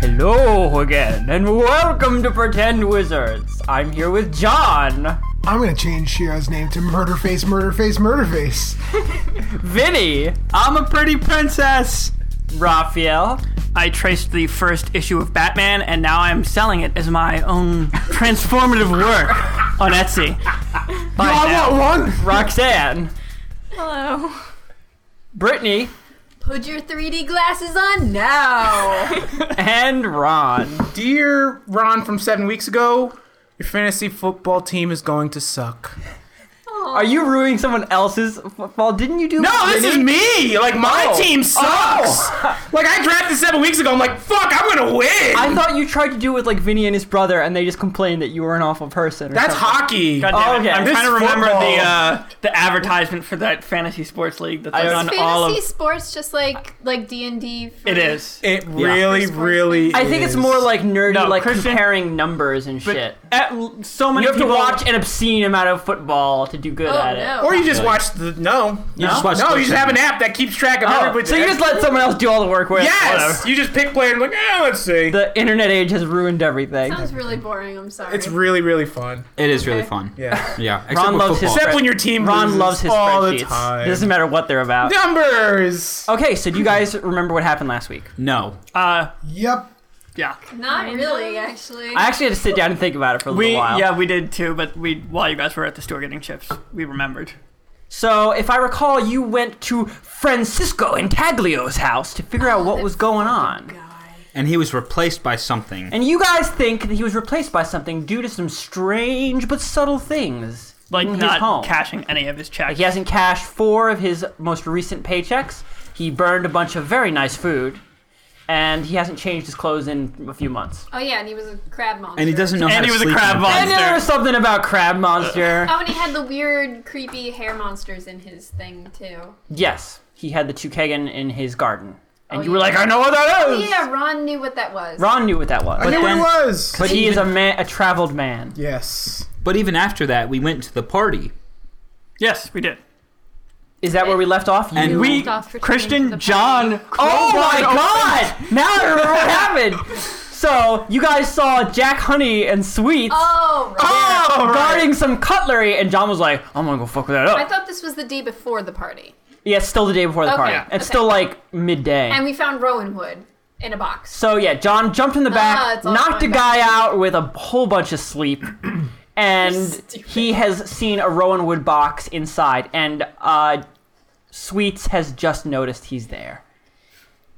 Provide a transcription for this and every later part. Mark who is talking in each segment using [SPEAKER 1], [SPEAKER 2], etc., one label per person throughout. [SPEAKER 1] Hello again, and welcome to Pretend Wizards. I'm here with John,
[SPEAKER 2] I'm gonna change Shira's name to Murderface, Murderface, Murderface.
[SPEAKER 1] Vinny,
[SPEAKER 3] I'm a pretty princess.
[SPEAKER 1] Raphael,
[SPEAKER 3] I traced the first issue of Batman, and now I'm selling it as my own transformative work on Etsy. Buy it
[SPEAKER 2] I
[SPEAKER 3] now.
[SPEAKER 2] want one.
[SPEAKER 1] Roxanne,
[SPEAKER 4] Hello.
[SPEAKER 1] Brittany,
[SPEAKER 4] Put your 3D glasses on now.
[SPEAKER 1] and Ron.
[SPEAKER 5] Dear Ron from seven weeks ago, your fantasy football team is going to suck.
[SPEAKER 1] Are you ruining someone else's football? Didn't you do
[SPEAKER 5] No, this is
[SPEAKER 1] Vinny?
[SPEAKER 5] me. Like my
[SPEAKER 1] Oh.
[SPEAKER 5] team sucks. Like I drafted seven weeks ago. I'm like, fuck, I'm gonna win.
[SPEAKER 1] I thought you tried to do it with like Vinny and his brother, and they just complained that you were an awful person. or
[SPEAKER 5] That's
[SPEAKER 1] something.
[SPEAKER 5] hockey.
[SPEAKER 3] God Oh, damn it.
[SPEAKER 1] Okay.
[SPEAKER 3] I'm
[SPEAKER 1] This
[SPEAKER 3] trying to remember
[SPEAKER 5] football.
[SPEAKER 3] the uh, the advertisement for that fantasy sports league that's
[SPEAKER 1] I-
[SPEAKER 3] on
[SPEAKER 4] Fantasy
[SPEAKER 3] all of.
[SPEAKER 4] sports just like like D&D. For,
[SPEAKER 3] It is.
[SPEAKER 5] It really,
[SPEAKER 4] Sports
[SPEAKER 5] really.
[SPEAKER 1] I think it's
[SPEAKER 5] is.
[SPEAKER 1] more like nerdy,
[SPEAKER 3] No,
[SPEAKER 1] like
[SPEAKER 3] Christian-
[SPEAKER 1] comparing numbers and shit.
[SPEAKER 3] At l- so many
[SPEAKER 1] You have to
[SPEAKER 3] people
[SPEAKER 1] watch an obscene amount of football to do good
[SPEAKER 4] Oh,
[SPEAKER 1] at it.
[SPEAKER 4] no.
[SPEAKER 5] Or you just watch the no. You
[SPEAKER 1] just
[SPEAKER 5] no, you just have an app that keeps track of
[SPEAKER 1] Oh,
[SPEAKER 5] everybody.
[SPEAKER 1] so you just let someone else do all the work. Where
[SPEAKER 5] yes, you just pick players. Like, eh, let's see.
[SPEAKER 1] the internet age has ruined everything.
[SPEAKER 4] Sounds really boring. I'm sorry.
[SPEAKER 5] it's really, really fun.
[SPEAKER 6] It is really
[SPEAKER 4] Okay.
[SPEAKER 6] fun.
[SPEAKER 5] Yeah.
[SPEAKER 6] Yeah. Except with
[SPEAKER 1] loves his
[SPEAKER 6] football.
[SPEAKER 5] Except when your team
[SPEAKER 1] Ron
[SPEAKER 5] loses
[SPEAKER 1] loves his
[SPEAKER 5] all the
[SPEAKER 1] spreadsheets.
[SPEAKER 5] time. Oh,
[SPEAKER 1] It doesn't matter what they're about.
[SPEAKER 5] Numbers.
[SPEAKER 1] Okay, so do you guys remember what happened last week?
[SPEAKER 6] No.
[SPEAKER 3] Uh,
[SPEAKER 2] Yep.
[SPEAKER 3] yeah.
[SPEAKER 4] not really actually.
[SPEAKER 1] I actually had to sit down and think about it for a little
[SPEAKER 3] We
[SPEAKER 1] while.
[SPEAKER 3] yeah we did too, but we while you guys were at the store getting chips, we remembered.
[SPEAKER 1] So, if I recall, you went to Francisco Intaglio's house to figure
[SPEAKER 4] Oh,
[SPEAKER 1] out what was going on.
[SPEAKER 4] God.
[SPEAKER 6] And he was replaced by something.
[SPEAKER 1] And you guys think that he was replaced by something due to some strange but subtle things.
[SPEAKER 3] Like
[SPEAKER 1] in his
[SPEAKER 3] not
[SPEAKER 1] home.
[SPEAKER 3] cashing any of his checks.
[SPEAKER 1] He hasn't cashed four of his most recent paychecks. He burned a bunch of very nice food. And he hasn't changed his clothes in a few months.
[SPEAKER 4] Oh yeah, and he was a crab monster.
[SPEAKER 6] And he doesn't know how to
[SPEAKER 3] And he was a
[SPEAKER 6] sleep
[SPEAKER 3] crab
[SPEAKER 6] in
[SPEAKER 3] monster.
[SPEAKER 1] And there was something about crab
[SPEAKER 3] Uh,
[SPEAKER 1] monster.
[SPEAKER 4] Oh, and he had the weird, creepy hair monsters in his thing too.
[SPEAKER 1] Yes, he had the Chukagan in his garden, and
[SPEAKER 4] Oh,
[SPEAKER 1] you were
[SPEAKER 4] yeah.
[SPEAKER 1] like, "I know what that is."
[SPEAKER 4] Yeah, Ron knew what that was.
[SPEAKER 1] Ron knew what that was,
[SPEAKER 2] I
[SPEAKER 1] but,
[SPEAKER 2] knew what
[SPEAKER 6] then-
[SPEAKER 2] it was.
[SPEAKER 1] but he is a man, a traveled man.
[SPEAKER 2] Yes.
[SPEAKER 6] But even after that, we went to the party.
[SPEAKER 3] Yes, we did.
[SPEAKER 1] Is that where we left off? You-
[SPEAKER 6] And
[SPEAKER 3] We
[SPEAKER 4] Left off for turning to
[SPEAKER 3] Christian
[SPEAKER 4] the
[SPEAKER 3] John.
[SPEAKER 1] Oh my
[SPEAKER 3] Crowbar-
[SPEAKER 1] God! Now I remember what happened. So you guys saw Jack Honey and Sweets
[SPEAKER 4] Oh, right.
[SPEAKER 5] Oh, right.
[SPEAKER 1] guarding some cutlery, and John was like, "I'm gonna go fuck that
[SPEAKER 4] I
[SPEAKER 1] up."
[SPEAKER 4] thought this was the day before the party,
[SPEAKER 1] yeah, it's still the day before the
[SPEAKER 4] Okay,
[SPEAKER 1] party.
[SPEAKER 4] yeah,
[SPEAKER 1] It's
[SPEAKER 4] okay.
[SPEAKER 1] still like midday.
[SPEAKER 4] and we found Rowan Wood in a box.
[SPEAKER 1] So yeah, John jumped in the
[SPEAKER 4] Ah,
[SPEAKER 1] back,
[SPEAKER 4] it's all
[SPEAKER 1] knocked a
[SPEAKER 4] going
[SPEAKER 1] guy out with a whole bunch of sleep, and
[SPEAKER 4] Stupid.
[SPEAKER 1] he has seen a Rowan Wood box inside, and uh, Sweets has just noticed he's there.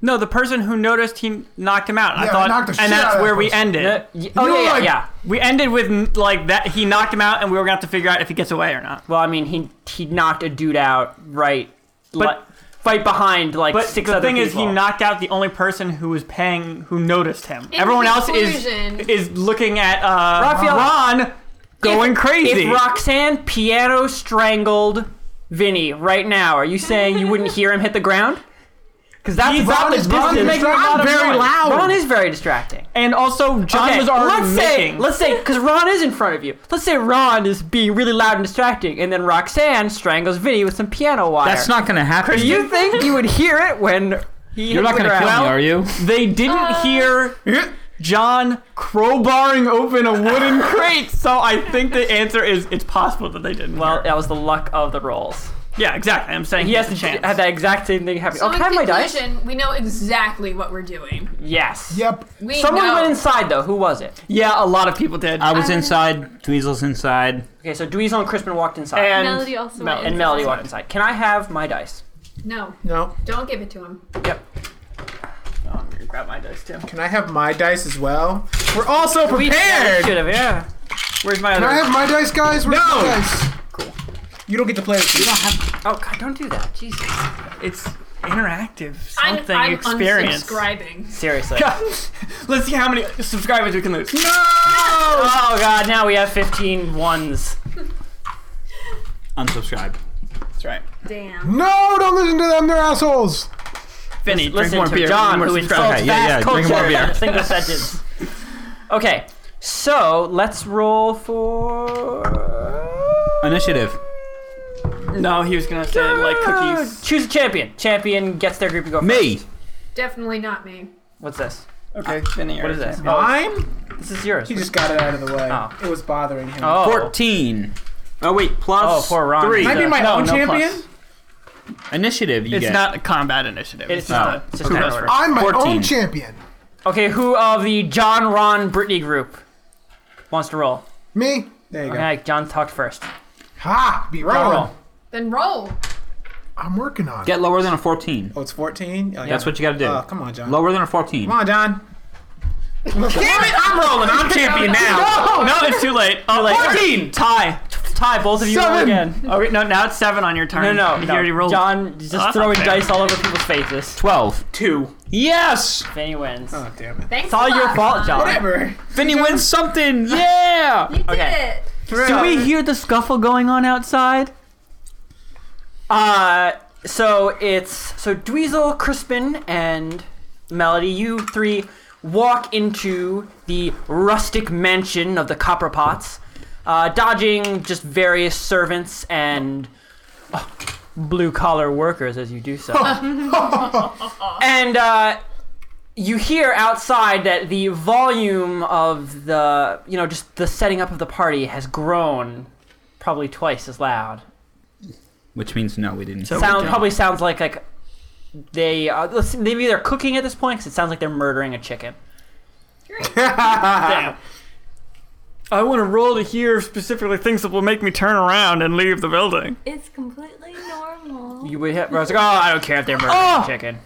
[SPEAKER 3] No, the person who noticed he knocked him out. I
[SPEAKER 2] Yeah, I
[SPEAKER 3] thought,
[SPEAKER 2] knocked the shit
[SPEAKER 3] and
[SPEAKER 2] out
[SPEAKER 3] that's
[SPEAKER 2] of
[SPEAKER 3] where
[SPEAKER 2] that
[SPEAKER 3] we
[SPEAKER 2] person.
[SPEAKER 3] ended.
[SPEAKER 1] Uh, y- oh
[SPEAKER 2] You
[SPEAKER 1] yeah, yeah,
[SPEAKER 2] like-
[SPEAKER 1] yeah.
[SPEAKER 3] We ended with like that. He knocked him out, and we were gonna have to figure out if he gets away or not.
[SPEAKER 1] Well, I mean, he he knocked a dude out right,
[SPEAKER 3] But-
[SPEAKER 1] li- right behind like
[SPEAKER 3] But
[SPEAKER 1] six
[SPEAKER 3] the
[SPEAKER 1] other
[SPEAKER 3] thing is, he
[SPEAKER 1] people.
[SPEAKER 3] knocked out the only person who was paying, who noticed him. Everyone else is
[SPEAKER 4] conclusion-
[SPEAKER 3] is looking at uh,
[SPEAKER 1] Raphael-
[SPEAKER 3] Ron going
[SPEAKER 1] If-
[SPEAKER 3] crazy.
[SPEAKER 1] If Roxanne piano strangled Vinny right now, are you saying you wouldn't hear him hit the ground? Because that's
[SPEAKER 3] He's
[SPEAKER 1] about
[SPEAKER 3] Ron
[SPEAKER 1] the
[SPEAKER 3] is-
[SPEAKER 1] distance.
[SPEAKER 3] Ron's making a lot of
[SPEAKER 1] very
[SPEAKER 3] noise.
[SPEAKER 1] loud.
[SPEAKER 3] Ron
[SPEAKER 1] Ron is very distracting.
[SPEAKER 3] and also, John
[SPEAKER 1] Okay,
[SPEAKER 3] was already
[SPEAKER 1] let's
[SPEAKER 3] making.
[SPEAKER 1] say, let's say, because Ron is in front of you. Let's say Ron is being really loud and distracting, and then Roxanne strangles Vinny with some piano wire.
[SPEAKER 6] That's not going to happen.
[SPEAKER 1] Do you think you would hear it when he?
[SPEAKER 6] You're not
[SPEAKER 1] going
[SPEAKER 6] going to kill me, are you?
[SPEAKER 3] they didn't hear John crowbarring open a wooden crate, so I think the answer is it's possible that they didn't.
[SPEAKER 1] Well,
[SPEAKER 3] hear.
[SPEAKER 1] that was the luck of the rolls.
[SPEAKER 3] yeah, exactly. I'm saying
[SPEAKER 1] He has to
[SPEAKER 3] chance.
[SPEAKER 1] have that exact same thing happen. oh,
[SPEAKER 4] So in
[SPEAKER 1] can I have my dice?
[SPEAKER 4] conclusion, we know exactly what we're doing.
[SPEAKER 1] Yes.
[SPEAKER 2] Yep.
[SPEAKER 4] We
[SPEAKER 1] Someone
[SPEAKER 4] know.
[SPEAKER 1] went inside though. Who was it?
[SPEAKER 3] yeah, a lot of people did.
[SPEAKER 1] Uh,
[SPEAKER 6] I was inside. Dweezil's inside.
[SPEAKER 1] Okay, so Dweezil and Crispin walked inside.
[SPEAKER 3] and
[SPEAKER 4] Melody also
[SPEAKER 3] Mel-
[SPEAKER 4] went
[SPEAKER 1] and Melody walked inside. Can I have my dice?
[SPEAKER 4] No,
[SPEAKER 5] No.
[SPEAKER 4] don't give it to him.
[SPEAKER 1] Yep.
[SPEAKER 3] Oh, I'm gonna grab my dice too.
[SPEAKER 5] Can I have my dice as well? We're also
[SPEAKER 1] Yeah,
[SPEAKER 5] prepared.
[SPEAKER 1] should have, yeah.
[SPEAKER 3] Where's my
[SPEAKER 2] Can I
[SPEAKER 3] other?
[SPEAKER 2] have my dice, guys? Where's
[SPEAKER 5] No.
[SPEAKER 2] my dice?
[SPEAKER 5] you don't get to play with these.
[SPEAKER 1] Oh, God, don't do that. Jesus.
[SPEAKER 3] It's interactive.
[SPEAKER 4] I'm,
[SPEAKER 3] Something
[SPEAKER 4] I'm
[SPEAKER 3] experience.
[SPEAKER 4] unsubscribing.
[SPEAKER 1] Seriously.
[SPEAKER 3] Let's see how many subscribers we can lose.
[SPEAKER 5] No.
[SPEAKER 1] Oh, God, now we have 15 ones.
[SPEAKER 6] Unsubscribe.
[SPEAKER 3] That's right.
[SPEAKER 4] Damn.
[SPEAKER 2] No, don't listen to them. They're assholes.
[SPEAKER 3] Vinny, drink
[SPEAKER 1] Listen
[SPEAKER 3] more
[SPEAKER 1] to
[SPEAKER 3] beer.
[SPEAKER 1] John,
[SPEAKER 3] more
[SPEAKER 1] who insults
[SPEAKER 3] subscribers.
[SPEAKER 6] Okay, yeah,
[SPEAKER 1] fast
[SPEAKER 6] yeah, drink
[SPEAKER 1] culture
[SPEAKER 6] more beer.
[SPEAKER 1] in a single sentence. Okay, so let's roll for...
[SPEAKER 6] Initiative.
[SPEAKER 3] No, he was gonna say like cookies.
[SPEAKER 1] Choose a champion. Champion gets their group to go first.
[SPEAKER 6] Me.
[SPEAKER 4] Definitely not me.
[SPEAKER 1] What's this?
[SPEAKER 3] Okay, then
[SPEAKER 1] What is this? Oh,
[SPEAKER 5] Mine?
[SPEAKER 1] this is yours.
[SPEAKER 5] He just got it out of the way.
[SPEAKER 1] Oh.
[SPEAKER 5] It was bothering him.
[SPEAKER 1] oh.
[SPEAKER 6] 14. Oh, wait, plus
[SPEAKER 1] Oh, poor Ron.
[SPEAKER 6] three.
[SPEAKER 5] Can I be my
[SPEAKER 1] No,
[SPEAKER 5] own
[SPEAKER 1] no
[SPEAKER 5] champion?
[SPEAKER 1] plus.
[SPEAKER 6] Initiative, you
[SPEAKER 3] It's
[SPEAKER 6] get.
[SPEAKER 3] not a combat initiative.
[SPEAKER 1] It's
[SPEAKER 3] It's,
[SPEAKER 1] not.
[SPEAKER 3] not.
[SPEAKER 1] It's just
[SPEAKER 3] Who
[SPEAKER 1] not
[SPEAKER 3] goes
[SPEAKER 1] order.
[SPEAKER 3] first?
[SPEAKER 2] I'm my
[SPEAKER 6] 14.
[SPEAKER 2] own champion.
[SPEAKER 1] Okay, who of the John, Ron, Brittany group wants to roll?
[SPEAKER 2] Me.
[SPEAKER 5] There you go.
[SPEAKER 1] Okay, John talked first.
[SPEAKER 2] Ha! Be
[SPEAKER 1] Roll,
[SPEAKER 2] wrong.
[SPEAKER 1] roll.
[SPEAKER 4] Then roll.
[SPEAKER 2] I'm working on it.
[SPEAKER 6] Get lower than a 14.
[SPEAKER 5] Oh, it's 14? Oh,
[SPEAKER 6] That's what you gotta do.
[SPEAKER 5] Oh, come on, John.
[SPEAKER 6] Lower than a 14.
[SPEAKER 5] Come on, John.
[SPEAKER 6] Damn it, I'm rolling. I'm champion now.
[SPEAKER 3] No, it's too late. Oh, like
[SPEAKER 6] 14.
[SPEAKER 3] tie,
[SPEAKER 1] Ty, both of you roll
[SPEAKER 2] Seven.
[SPEAKER 1] again.
[SPEAKER 3] Okay, no, now it's seven on your turn.
[SPEAKER 1] No, no,
[SPEAKER 3] You
[SPEAKER 1] no.
[SPEAKER 3] already rolled.
[SPEAKER 1] John is
[SPEAKER 3] Oh,
[SPEAKER 1] just
[SPEAKER 3] that's
[SPEAKER 1] throwing
[SPEAKER 3] not fair.
[SPEAKER 1] dice all over people's faces.
[SPEAKER 6] 12.
[SPEAKER 5] Two.
[SPEAKER 6] Yes!
[SPEAKER 1] Finny wins.
[SPEAKER 5] Oh, damn it.
[SPEAKER 4] Thanks.
[SPEAKER 1] it's all
[SPEAKER 4] a
[SPEAKER 1] your
[SPEAKER 4] lot.
[SPEAKER 1] fault, John.
[SPEAKER 5] Whatever.
[SPEAKER 6] Finny wins something. Yeah!
[SPEAKER 4] You did
[SPEAKER 1] Okay.
[SPEAKER 4] it.
[SPEAKER 1] Do we
[SPEAKER 3] hear the scuffle going on outside?
[SPEAKER 1] Uh, so it's so Dweezil, Crispin, and Melody. You three walk into the rustic mansion of the Copperpots, uh, dodging just various servants and blue collar workers as you do so. and uh, you hear outside that the volume of the you know just the setting up of the party has grown probably twice as loud
[SPEAKER 6] Which means no, we didn't.
[SPEAKER 3] So-
[SPEAKER 1] sound
[SPEAKER 3] Okay.
[SPEAKER 1] probably sounds like like they uh, let's- maybe they're cooking at this point because it sounds like they're murdering a chicken.
[SPEAKER 3] Damn. I want to roll to hear specifically things that will make me turn around and leave the building.
[SPEAKER 4] It's completely normal.
[SPEAKER 1] You would hit, I was like, oh, I don't care if they're murdering
[SPEAKER 3] Oh!
[SPEAKER 1] a chicken.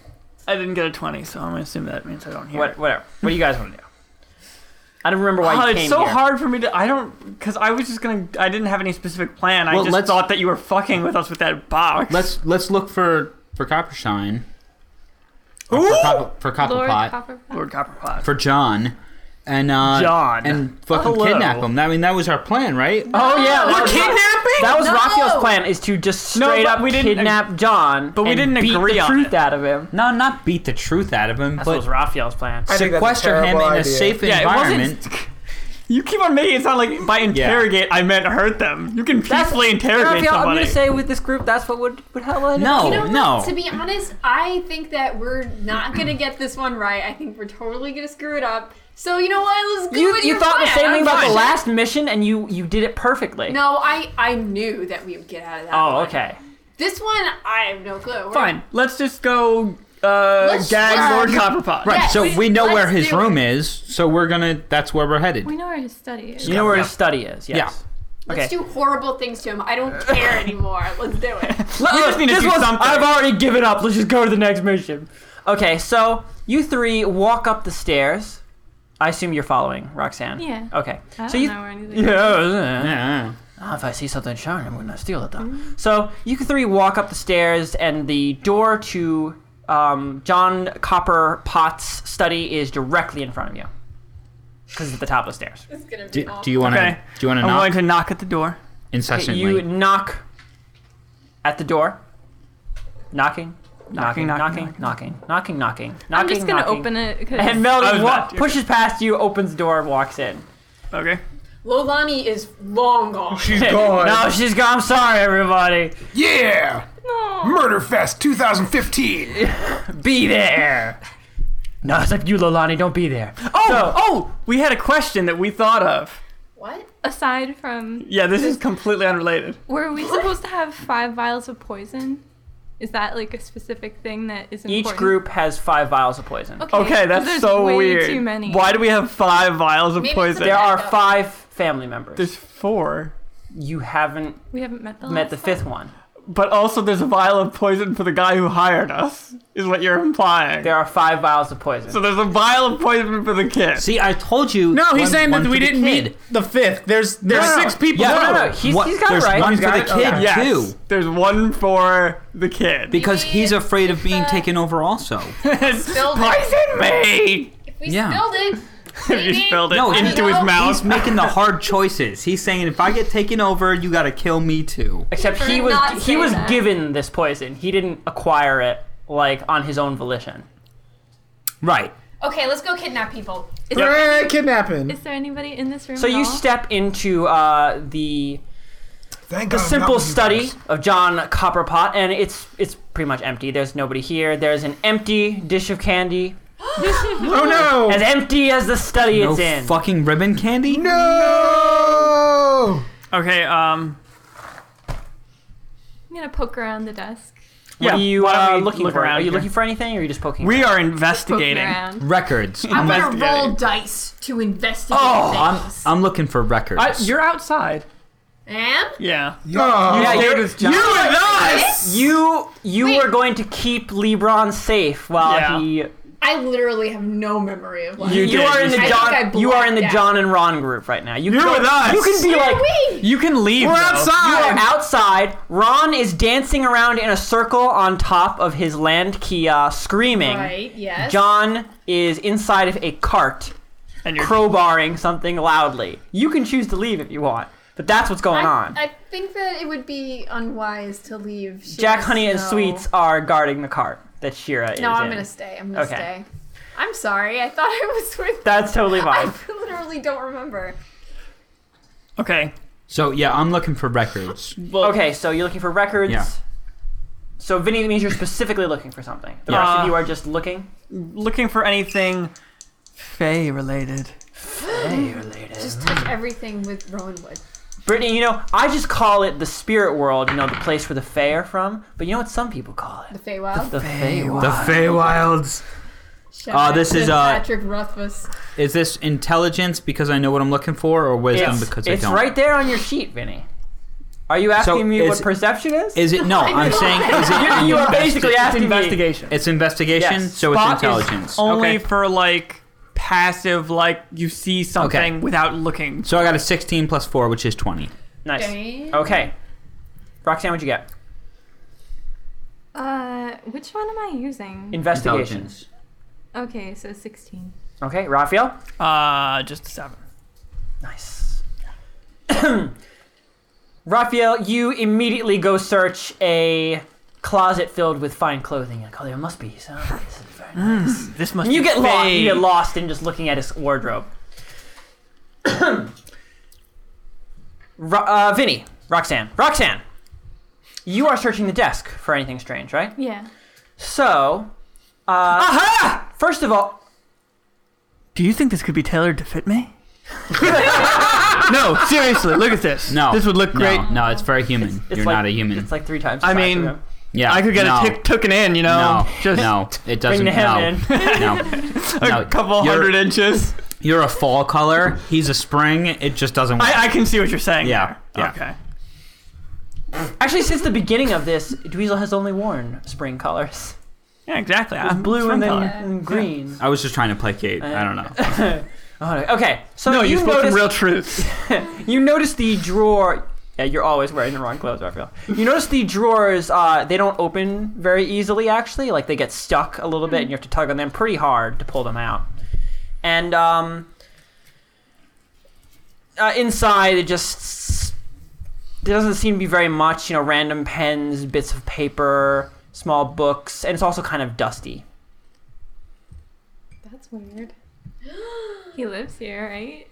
[SPEAKER 3] I didn't get a 20, so I'm going to assume that means I don't hear.
[SPEAKER 1] What, whatever. What do you guys want to do? I don't remember why
[SPEAKER 3] Oh,
[SPEAKER 1] you
[SPEAKER 3] it's
[SPEAKER 1] came
[SPEAKER 3] so
[SPEAKER 1] here.
[SPEAKER 3] hard for me to. I don't. Because I was just going to. I didn't have any specific plan. I
[SPEAKER 6] Well,
[SPEAKER 3] just
[SPEAKER 6] let's-
[SPEAKER 3] thought that you were fucking with us with that box.
[SPEAKER 6] Let's let's look for for Coppershine.
[SPEAKER 5] Ooh!
[SPEAKER 6] For, Copper, for
[SPEAKER 4] Lord
[SPEAKER 6] Copperpot.
[SPEAKER 4] Copperpot.
[SPEAKER 3] Lord Copperpot.
[SPEAKER 6] for John. And uh,
[SPEAKER 3] John.
[SPEAKER 6] and fucking
[SPEAKER 3] Hello.
[SPEAKER 6] kidnap him. I mean, that was our plan, right?
[SPEAKER 1] Oh yeah, that
[SPEAKER 4] We're
[SPEAKER 1] was,
[SPEAKER 5] Kidnapping?
[SPEAKER 1] that was
[SPEAKER 4] No!
[SPEAKER 1] Raphael's plan is to just
[SPEAKER 3] No,
[SPEAKER 1] straight
[SPEAKER 3] but
[SPEAKER 1] up
[SPEAKER 3] we didn't ag-
[SPEAKER 1] kidnap John, but
[SPEAKER 3] we didn't
[SPEAKER 1] beat
[SPEAKER 3] agree
[SPEAKER 1] the
[SPEAKER 3] on
[SPEAKER 1] truth
[SPEAKER 3] it.
[SPEAKER 1] out of him.
[SPEAKER 6] No, not beat the truth out of him,
[SPEAKER 1] That was
[SPEAKER 6] but
[SPEAKER 1] Raphael's plan.
[SPEAKER 5] I think that's a
[SPEAKER 6] sequester him in
[SPEAKER 5] terrible
[SPEAKER 6] a
[SPEAKER 5] idea.
[SPEAKER 6] safe
[SPEAKER 3] Yeah, it wasn't-
[SPEAKER 6] environment.
[SPEAKER 3] You keep on making it sound like by interrogate I meant hurt them. You can peacefully interrogate
[SPEAKER 1] Raphael, I'm
[SPEAKER 3] somebody.
[SPEAKER 1] gonna say with this group, that's what would would help. it.
[SPEAKER 6] No,
[SPEAKER 4] You know
[SPEAKER 6] Oh, no.
[SPEAKER 4] what? To be honest, I think that we're not gonna get this one right. I think we're totally gonna screw it up. So you know what? Let's go
[SPEAKER 1] you
[SPEAKER 4] with
[SPEAKER 1] you
[SPEAKER 4] your
[SPEAKER 1] thought the
[SPEAKER 4] plan.
[SPEAKER 1] same thing
[SPEAKER 4] I'm
[SPEAKER 1] about the
[SPEAKER 4] fine.
[SPEAKER 1] last mission, and you you did it perfectly.
[SPEAKER 4] No, I I knew that we would get out of that.
[SPEAKER 1] Oh,
[SPEAKER 4] one.
[SPEAKER 1] okay.
[SPEAKER 4] This one, I have no clue. We're-
[SPEAKER 3] Fine. Let's just go uh,
[SPEAKER 4] Let's
[SPEAKER 3] gag
[SPEAKER 4] just-
[SPEAKER 3] Lord Copperpot.
[SPEAKER 6] Right,
[SPEAKER 4] Yes,
[SPEAKER 6] so
[SPEAKER 4] we-
[SPEAKER 6] we know
[SPEAKER 4] let's
[SPEAKER 6] where his
[SPEAKER 4] do
[SPEAKER 6] room
[SPEAKER 4] it.
[SPEAKER 6] is, so we're gonna. That's where we're headed.
[SPEAKER 4] We know where his study is.
[SPEAKER 1] You know where his study is. Yes.
[SPEAKER 4] Let's do horrible things to him. I don't care anymore. Let's do it.
[SPEAKER 1] Let-
[SPEAKER 3] We
[SPEAKER 1] look,
[SPEAKER 3] just need to
[SPEAKER 1] Oh, this
[SPEAKER 3] do
[SPEAKER 1] was-
[SPEAKER 3] something.
[SPEAKER 1] I've already given up. Let's just go to the next mission. Okay, so you three walk up the stairs. I assume you're following Roxanne.
[SPEAKER 4] Yeah.
[SPEAKER 1] Okay.
[SPEAKER 4] I
[SPEAKER 1] so you.
[SPEAKER 4] where anything
[SPEAKER 1] Yeah.
[SPEAKER 6] Yeah.
[SPEAKER 1] Ah, if I see something shiny, I'm gonna steal it though.
[SPEAKER 4] Mm.
[SPEAKER 1] So you three walk up the stairs, and the door to um, John Copper Potts' study is directly in front of you, because it's at the top of the stairs.
[SPEAKER 4] It's gonna be
[SPEAKER 6] Do,
[SPEAKER 4] awful.
[SPEAKER 6] do you want to?
[SPEAKER 3] Okay.
[SPEAKER 6] Do you want to
[SPEAKER 3] I'm
[SPEAKER 6] knock
[SPEAKER 3] going to knock at the door.
[SPEAKER 6] incessantly?
[SPEAKER 1] You knock at the door. Knocking. Knocking,
[SPEAKER 3] Knocking,
[SPEAKER 1] knocking, knocking,
[SPEAKER 3] knocking,
[SPEAKER 1] knocking, knocking, knocking.
[SPEAKER 7] I'm just gonna open it
[SPEAKER 1] And
[SPEAKER 7] because
[SPEAKER 3] I
[SPEAKER 1] Melody
[SPEAKER 3] was
[SPEAKER 1] wa-
[SPEAKER 3] not-
[SPEAKER 1] pushes past you, opens the door, and walks in.
[SPEAKER 3] Okay.
[SPEAKER 4] Lolani is long gone.
[SPEAKER 5] She's gone.
[SPEAKER 1] no, she's gone. I'm sorry, everybody.
[SPEAKER 2] Yeah. Murder Fest 2015.
[SPEAKER 1] Be there. No, it's like you, Lolani. Don't be there.
[SPEAKER 3] Oh,
[SPEAKER 1] So-
[SPEAKER 3] oh, we had a question that we thought of.
[SPEAKER 4] What?
[SPEAKER 7] aside from
[SPEAKER 3] Yeah, this is completely unrelated.
[SPEAKER 7] were we supposed to have five vials of poison? Is that like a specific thing that is
[SPEAKER 1] Each
[SPEAKER 7] important?
[SPEAKER 1] group has five vials of poison.
[SPEAKER 3] Okay,
[SPEAKER 7] 'cause
[SPEAKER 3] that's
[SPEAKER 7] there's
[SPEAKER 3] so
[SPEAKER 7] way
[SPEAKER 3] weird.
[SPEAKER 7] Too many.
[SPEAKER 3] Why do we have five vials of
[SPEAKER 4] Maybe it's
[SPEAKER 3] poison?
[SPEAKER 4] a
[SPEAKER 1] There
[SPEAKER 4] bad-
[SPEAKER 1] are five family members.
[SPEAKER 3] There's four,
[SPEAKER 1] you haven't
[SPEAKER 7] we haven't met the
[SPEAKER 1] met
[SPEAKER 7] last
[SPEAKER 1] the
[SPEAKER 7] time.
[SPEAKER 1] fifth one.
[SPEAKER 3] but also there's a vial of poison for the guy who hired us. Is what you're implying.
[SPEAKER 1] There are five vials of poison.
[SPEAKER 3] so there's a vial of poison for the kid.
[SPEAKER 6] See, I told you.
[SPEAKER 5] No, he's
[SPEAKER 6] one-
[SPEAKER 5] saying
[SPEAKER 6] one
[SPEAKER 5] that we
[SPEAKER 6] for the
[SPEAKER 5] didn't
[SPEAKER 6] kid.
[SPEAKER 5] meet the fifth. There's there's
[SPEAKER 3] no, no.
[SPEAKER 5] six people.
[SPEAKER 1] No, no, no. He's-
[SPEAKER 6] What-
[SPEAKER 1] he's got it
[SPEAKER 6] there's
[SPEAKER 1] right.
[SPEAKER 6] one
[SPEAKER 1] He's
[SPEAKER 6] for
[SPEAKER 5] got
[SPEAKER 6] the
[SPEAKER 5] it?
[SPEAKER 6] kid
[SPEAKER 5] Okay.
[SPEAKER 3] yes,
[SPEAKER 6] too,
[SPEAKER 3] there's one for the kid.
[SPEAKER 6] because
[SPEAKER 4] Maybe
[SPEAKER 6] he's
[SPEAKER 4] it's-
[SPEAKER 6] afraid of
[SPEAKER 4] it's
[SPEAKER 6] being
[SPEAKER 4] a-
[SPEAKER 6] taken over. Also,
[SPEAKER 4] Spilled it.
[SPEAKER 3] poison me.
[SPEAKER 4] If we
[SPEAKER 6] Yeah.
[SPEAKER 4] spilled it.
[SPEAKER 3] If you
[SPEAKER 4] maybe-
[SPEAKER 3] spilled it
[SPEAKER 6] No, he-
[SPEAKER 3] into his
[SPEAKER 4] no,
[SPEAKER 3] mouth.
[SPEAKER 6] he's making the hard choices. He's saying, if I get taken over, you gotta kill me too.
[SPEAKER 1] Except
[SPEAKER 4] For
[SPEAKER 1] he was
[SPEAKER 4] not
[SPEAKER 1] he
[SPEAKER 4] saying
[SPEAKER 1] was
[SPEAKER 4] that.
[SPEAKER 1] given this poison. He didn't acquire it like on his own volition.
[SPEAKER 6] Right.
[SPEAKER 4] Okay, let's go kidnap people.
[SPEAKER 7] Is, there,
[SPEAKER 5] Hooray, kidnapping.
[SPEAKER 7] is there anybody in this room?
[SPEAKER 1] So
[SPEAKER 7] at
[SPEAKER 1] you
[SPEAKER 7] all?
[SPEAKER 1] step into uh, the
[SPEAKER 2] Thank
[SPEAKER 1] the
[SPEAKER 2] God. I'm
[SPEAKER 1] simple
[SPEAKER 2] not with you
[SPEAKER 1] study
[SPEAKER 2] guys.
[SPEAKER 1] of John Copperpot, and it's it's pretty much empty. There's nobody here. There's an empty dish of candy,
[SPEAKER 5] Oh no!
[SPEAKER 1] As empty as the study
[SPEAKER 6] No
[SPEAKER 1] it's in.
[SPEAKER 6] fucking ribbon candy?
[SPEAKER 5] Oh.
[SPEAKER 2] No!
[SPEAKER 3] Okay, um,
[SPEAKER 7] I'm gonna poke around the desk.
[SPEAKER 1] What
[SPEAKER 3] yeah,
[SPEAKER 1] are you
[SPEAKER 3] why don't
[SPEAKER 1] uh,
[SPEAKER 3] we
[SPEAKER 1] looking
[SPEAKER 3] look
[SPEAKER 1] for?
[SPEAKER 3] around
[SPEAKER 1] Are you
[SPEAKER 3] here?
[SPEAKER 1] looking for anything, or are you just poking?
[SPEAKER 3] we are
[SPEAKER 7] Poke
[SPEAKER 3] investigating.
[SPEAKER 7] around.
[SPEAKER 6] Records.
[SPEAKER 4] I
[SPEAKER 6] I'm,
[SPEAKER 4] want to roll
[SPEAKER 5] Investigating.
[SPEAKER 4] dice to investigate
[SPEAKER 6] I'm,
[SPEAKER 4] things.
[SPEAKER 6] I'm looking for records.
[SPEAKER 3] I, you're outside.
[SPEAKER 4] and
[SPEAKER 3] Yeah.
[SPEAKER 5] Oh,
[SPEAKER 1] Yeah,
[SPEAKER 5] you
[SPEAKER 1] you're-
[SPEAKER 5] and us!
[SPEAKER 1] You you
[SPEAKER 4] Wait.
[SPEAKER 1] were going to keep LeBron safe while
[SPEAKER 3] Yeah.
[SPEAKER 1] he.
[SPEAKER 4] I literally have no memory of last
[SPEAKER 1] You,
[SPEAKER 3] did,
[SPEAKER 1] are
[SPEAKER 3] you
[SPEAKER 1] in the
[SPEAKER 4] I
[SPEAKER 3] said-
[SPEAKER 4] think
[SPEAKER 1] John.
[SPEAKER 4] I
[SPEAKER 1] You are in the
[SPEAKER 4] blacked
[SPEAKER 1] John and Ron group right now. You can
[SPEAKER 3] You're
[SPEAKER 1] go-
[SPEAKER 3] with us.
[SPEAKER 1] You can be like.
[SPEAKER 4] Wait,
[SPEAKER 3] You can leave.
[SPEAKER 5] We're
[SPEAKER 3] though.
[SPEAKER 1] You are
[SPEAKER 5] outside!
[SPEAKER 1] outside. Ron is dancing around in a circle on top of his land kiosk, screaming.
[SPEAKER 4] right? Yes.
[SPEAKER 1] John is inside of a cart,
[SPEAKER 3] And you're
[SPEAKER 1] crowbarring something loudly. You can choose to leave if you want, but that's what's going
[SPEAKER 4] I,
[SPEAKER 1] on.
[SPEAKER 4] I think that it would be unwise to leave. She
[SPEAKER 1] Jack,
[SPEAKER 4] must
[SPEAKER 1] Honey, and
[SPEAKER 4] know.
[SPEAKER 1] Sweets are guarding the cart that Shira is
[SPEAKER 4] No, I'm
[SPEAKER 1] in.
[SPEAKER 4] gonna stay. I'm gonna
[SPEAKER 1] Okay.
[SPEAKER 4] stay. I'm sorry. I thought I was with.
[SPEAKER 1] That's totally fine.
[SPEAKER 4] I literally don't remember.
[SPEAKER 3] okay.
[SPEAKER 6] so yeah, I'm looking for records.
[SPEAKER 1] Okay, so you're looking for records.
[SPEAKER 6] Yeah.
[SPEAKER 1] So Vinny, that means you're specifically looking for something. The rest
[SPEAKER 3] Yeah.
[SPEAKER 1] of you are just looking.
[SPEAKER 3] Looking for anything Fey related.
[SPEAKER 4] Just touch everything with Rowan Wood.
[SPEAKER 1] Brittany, you know, I just call it the spirit world. You know, the place where the Fae are from. But you know what some people call it?
[SPEAKER 4] The Feywild.
[SPEAKER 1] The Fae.
[SPEAKER 6] The
[SPEAKER 1] world.
[SPEAKER 6] Feywilds.
[SPEAKER 4] Shout
[SPEAKER 6] Uh,
[SPEAKER 4] out
[SPEAKER 6] this
[SPEAKER 4] to
[SPEAKER 6] is, uh,
[SPEAKER 4] Patrick Rothfuss.
[SPEAKER 6] Is this intelligence because I know what I'm looking for, or wisdom
[SPEAKER 1] It's,
[SPEAKER 6] because
[SPEAKER 1] it's
[SPEAKER 6] I don't?
[SPEAKER 1] right there on your sheet, Vinny. Are you asking me
[SPEAKER 6] is-
[SPEAKER 1] what perception is?
[SPEAKER 6] Is it no? I'm saying is it?
[SPEAKER 1] You- you are basically
[SPEAKER 3] It's
[SPEAKER 1] asking me-
[SPEAKER 3] investigation.
[SPEAKER 6] It's investigation,
[SPEAKER 1] Yes.
[SPEAKER 6] so it's
[SPEAKER 3] Spot is
[SPEAKER 6] intelligence.
[SPEAKER 3] only
[SPEAKER 1] Okay.
[SPEAKER 3] for like passive, like you see something without looking.
[SPEAKER 6] So I got a 16 plus four, which is 20.
[SPEAKER 1] Nice.
[SPEAKER 3] oh,
[SPEAKER 4] Damn.
[SPEAKER 1] Okay. Roxanne, what'd you get?
[SPEAKER 7] Uh, which one am I using?
[SPEAKER 1] Investigation.
[SPEAKER 6] Intelligence.
[SPEAKER 7] Okay, so 16.
[SPEAKER 1] Okay, Raphael?
[SPEAKER 3] Uh, just a seven.
[SPEAKER 1] Nice. Raphael, you immediately go search a closet filled with fine clothing. Like, oh, there must be some. This is very nice.
[SPEAKER 3] Hmm, This must.
[SPEAKER 1] And you
[SPEAKER 3] be
[SPEAKER 1] get lost.
[SPEAKER 3] Fey.
[SPEAKER 1] You get lost in just looking at his wardrobe. Ro- uh, Vinny, Roxanne, Roxanne, you are searching the desk for anything strange, right?
[SPEAKER 7] Yeah.
[SPEAKER 1] So, uh, first of all,
[SPEAKER 3] Do you think this could be tailored to fit me? no, seriously. Look at this.
[SPEAKER 6] No,
[SPEAKER 3] this would look
[SPEAKER 6] no,
[SPEAKER 3] great.
[SPEAKER 6] No, it's very human.
[SPEAKER 1] it's
[SPEAKER 6] You're
[SPEAKER 1] like-
[SPEAKER 6] not a human.
[SPEAKER 1] It's like three times. the
[SPEAKER 3] I
[SPEAKER 1] size of
[SPEAKER 3] mean,
[SPEAKER 1] him.
[SPEAKER 6] yeah,
[SPEAKER 3] I could get
[SPEAKER 6] no,
[SPEAKER 3] a tick taken in. You know,
[SPEAKER 6] No,
[SPEAKER 3] just
[SPEAKER 6] no, it doesn't.
[SPEAKER 1] the hem
[SPEAKER 6] no,
[SPEAKER 1] in.
[SPEAKER 6] no,
[SPEAKER 3] a
[SPEAKER 6] no.
[SPEAKER 3] couple
[SPEAKER 6] You're-
[SPEAKER 3] hundred inches.
[SPEAKER 6] You're a fall color. He's a spring. It just doesn't work.
[SPEAKER 3] I, I can see what you're saying.
[SPEAKER 6] Yeah,
[SPEAKER 3] there.
[SPEAKER 6] yeah.
[SPEAKER 3] Okay.
[SPEAKER 1] actually, since the beginning of this, Dweezil has only worn spring colors:
[SPEAKER 3] Yeah, exactly. I'm
[SPEAKER 1] blue and then
[SPEAKER 3] color.
[SPEAKER 1] and green.
[SPEAKER 6] I was just trying to placate. I don't know.
[SPEAKER 1] Uh, Oh, okay, so
[SPEAKER 3] No, you
[SPEAKER 1] you
[SPEAKER 3] spoke
[SPEAKER 1] notice
[SPEAKER 3] some real truths.
[SPEAKER 1] you notice the drawer. Yeah, you're always wearing the wrong clothes, Raphael. You notice the drawers. Uh, they don't open very easily. Actually, like they get stuck a little bit, and you have to tug on them pretty hard to pull them out. And um, uh, inside, it just s- there doesn't seem to be very much. You know, random pens, bits of paper, small books, and it's also kind of dusty.
[SPEAKER 7] That's weird. he lives here, right?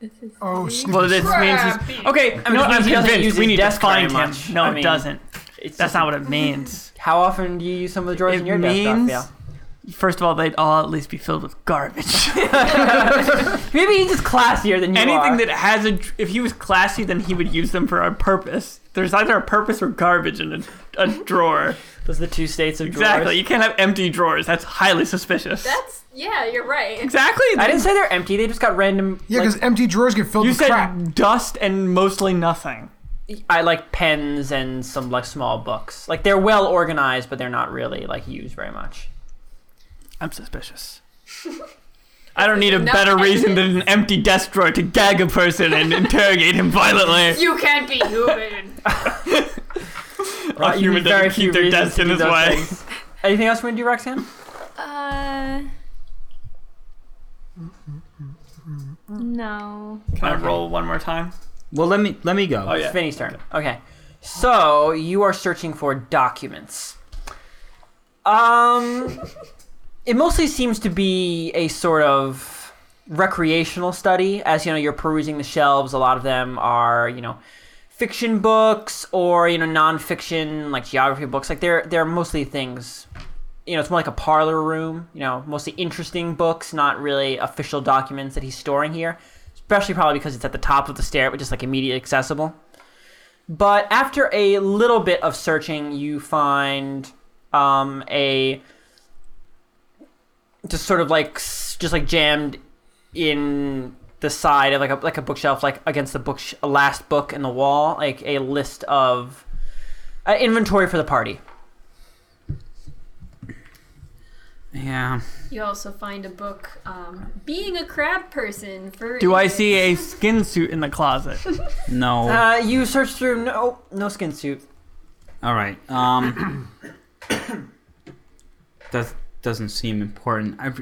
[SPEAKER 7] This is
[SPEAKER 2] Oh,
[SPEAKER 7] city?
[SPEAKER 2] snip-
[SPEAKER 3] Well, this means he's
[SPEAKER 4] Crappy.
[SPEAKER 3] okay.
[SPEAKER 1] I mean,
[SPEAKER 3] no,
[SPEAKER 1] it means
[SPEAKER 3] I'm
[SPEAKER 1] he doesn't use
[SPEAKER 3] convinced we
[SPEAKER 1] his
[SPEAKER 3] need to
[SPEAKER 1] desk
[SPEAKER 3] find
[SPEAKER 1] very
[SPEAKER 3] him.
[SPEAKER 1] much.
[SPEAKER 3] No,
[SPEAKER 1] I
[SPEAKER 3] it
[SPEAKER 1] mean,
[SPEAKER 3] doesn't.
[SPEAKER 1] It's
[SPEAKER 3] That's
[SPEAKER 1] just-
[SPEAKER 3] not what it means.
[SPEAKER 1] How often do you use some of the drawers
[SPEAKER 3] It
[SPEAKER 1] in your desk,
[SPEAKER 3] means-
[SPEAKER 1] Raphael?
[SPEAKER 3] First of all, they'd all at least be filled with garbage.
[SPEAKER 1] Maybe he's just classier than you
[SPEAKER 3] Anything
[SPEAKER 1] are.
[SPEAKER 3] that has a, if he was classy, then he would use them for a purpose. There's either a purpose or garbage in a, a drawer.
[SPEAKER 1] Those are the two states of
[SPEAKER 3] exactly.
[SPEAKER 1] drawers.
[SPEAKER 3] You can't have empty drawers. That's highly suspicious.
[SPEAKER 4] That's yeah. You're right.
[SPEAKER 3] exactly.
[SPEAKER 1] I didn't say they're empty. They just got random.
[SPEAKER 2] Yeah,
[SPEAKER 1] like,
[SPEAKER 2] because empty drawers get filled
[SPEAKER 3] you
[SPEAKER 2] with
[SPEAKER 3] said
[SPEAKER 2] crap.
[SPEAKER 3] dust and mostly nothing.
[SPEAKER 1] I like pens and some like small books. Like they're well organized, but they're not really like used very much.
[SPEAKER 3] I'm suspicious. I don't need a
[SPEAKER 4] No
[SPEAKER 3] better reason than an empty desk drawer to gag a person and interrogate him violently.
[SPEAKER 4] You can't be human.
[SPEAKER 1] Right, you
[SPEAKER 3] human
[SPEAKER 1] need very
[SPEAKER 3] doesn't keep
[SPEAKER 1] few
[SPEAKER 3] their
[SPEAKER 1] reasons
[SPEAKER 3] desk
[SPEAKER 1] to
[SPEAKER 3] in
[SPEAKER 1] do
[SPEAKER 3] his
[SPEAKER 1] those
[SPEAKER 3] way.
[SPEAKER 1] things. Anything else we want to do, Roxanne?
[SPEAKER 7] Uh.
[SPEAKER 2] Mm-hmm.
[SPEAKER 7] No.
[SPEAKER 3] Can I roll one more time?
[SPEAKER 6] Well, let me let me go.
[SPEAKER 3] Oh yeah.
[SPEAKER 1] It's Vinny's turn. Okay. So you are searching for documents. Um, it mostly seems to be a sort of recreational study. As you know, you're perusing the shelves. A lot of them are, you know, fiction books or you know nonfiction like geography books. Like they're they're mostly things you know, it's more like a parlor room, you know, mostly interesting books, not really official documents that he's storing here, especially probably because it's at the top of the stair, which is like immediately accessible. But after a little bit of searching, you find um, a just sort of like s- just like jammed in the side of like a like a bookshelf, like against the book last book in the wall, like a list of uh, inventory for the party.
[SPEAKER 6] Yeah.
[SPEAKER 4] You also find a book, um, Being a Crab Person for.
[SPEAKER 3] Do I see a skin suit in the closet?
[SPEAKER 6] No.
[SPEAKER 1] Uh, you search through no no skin suit.
[SPEAKER 6] All right. Um, that doesn't seem important. I,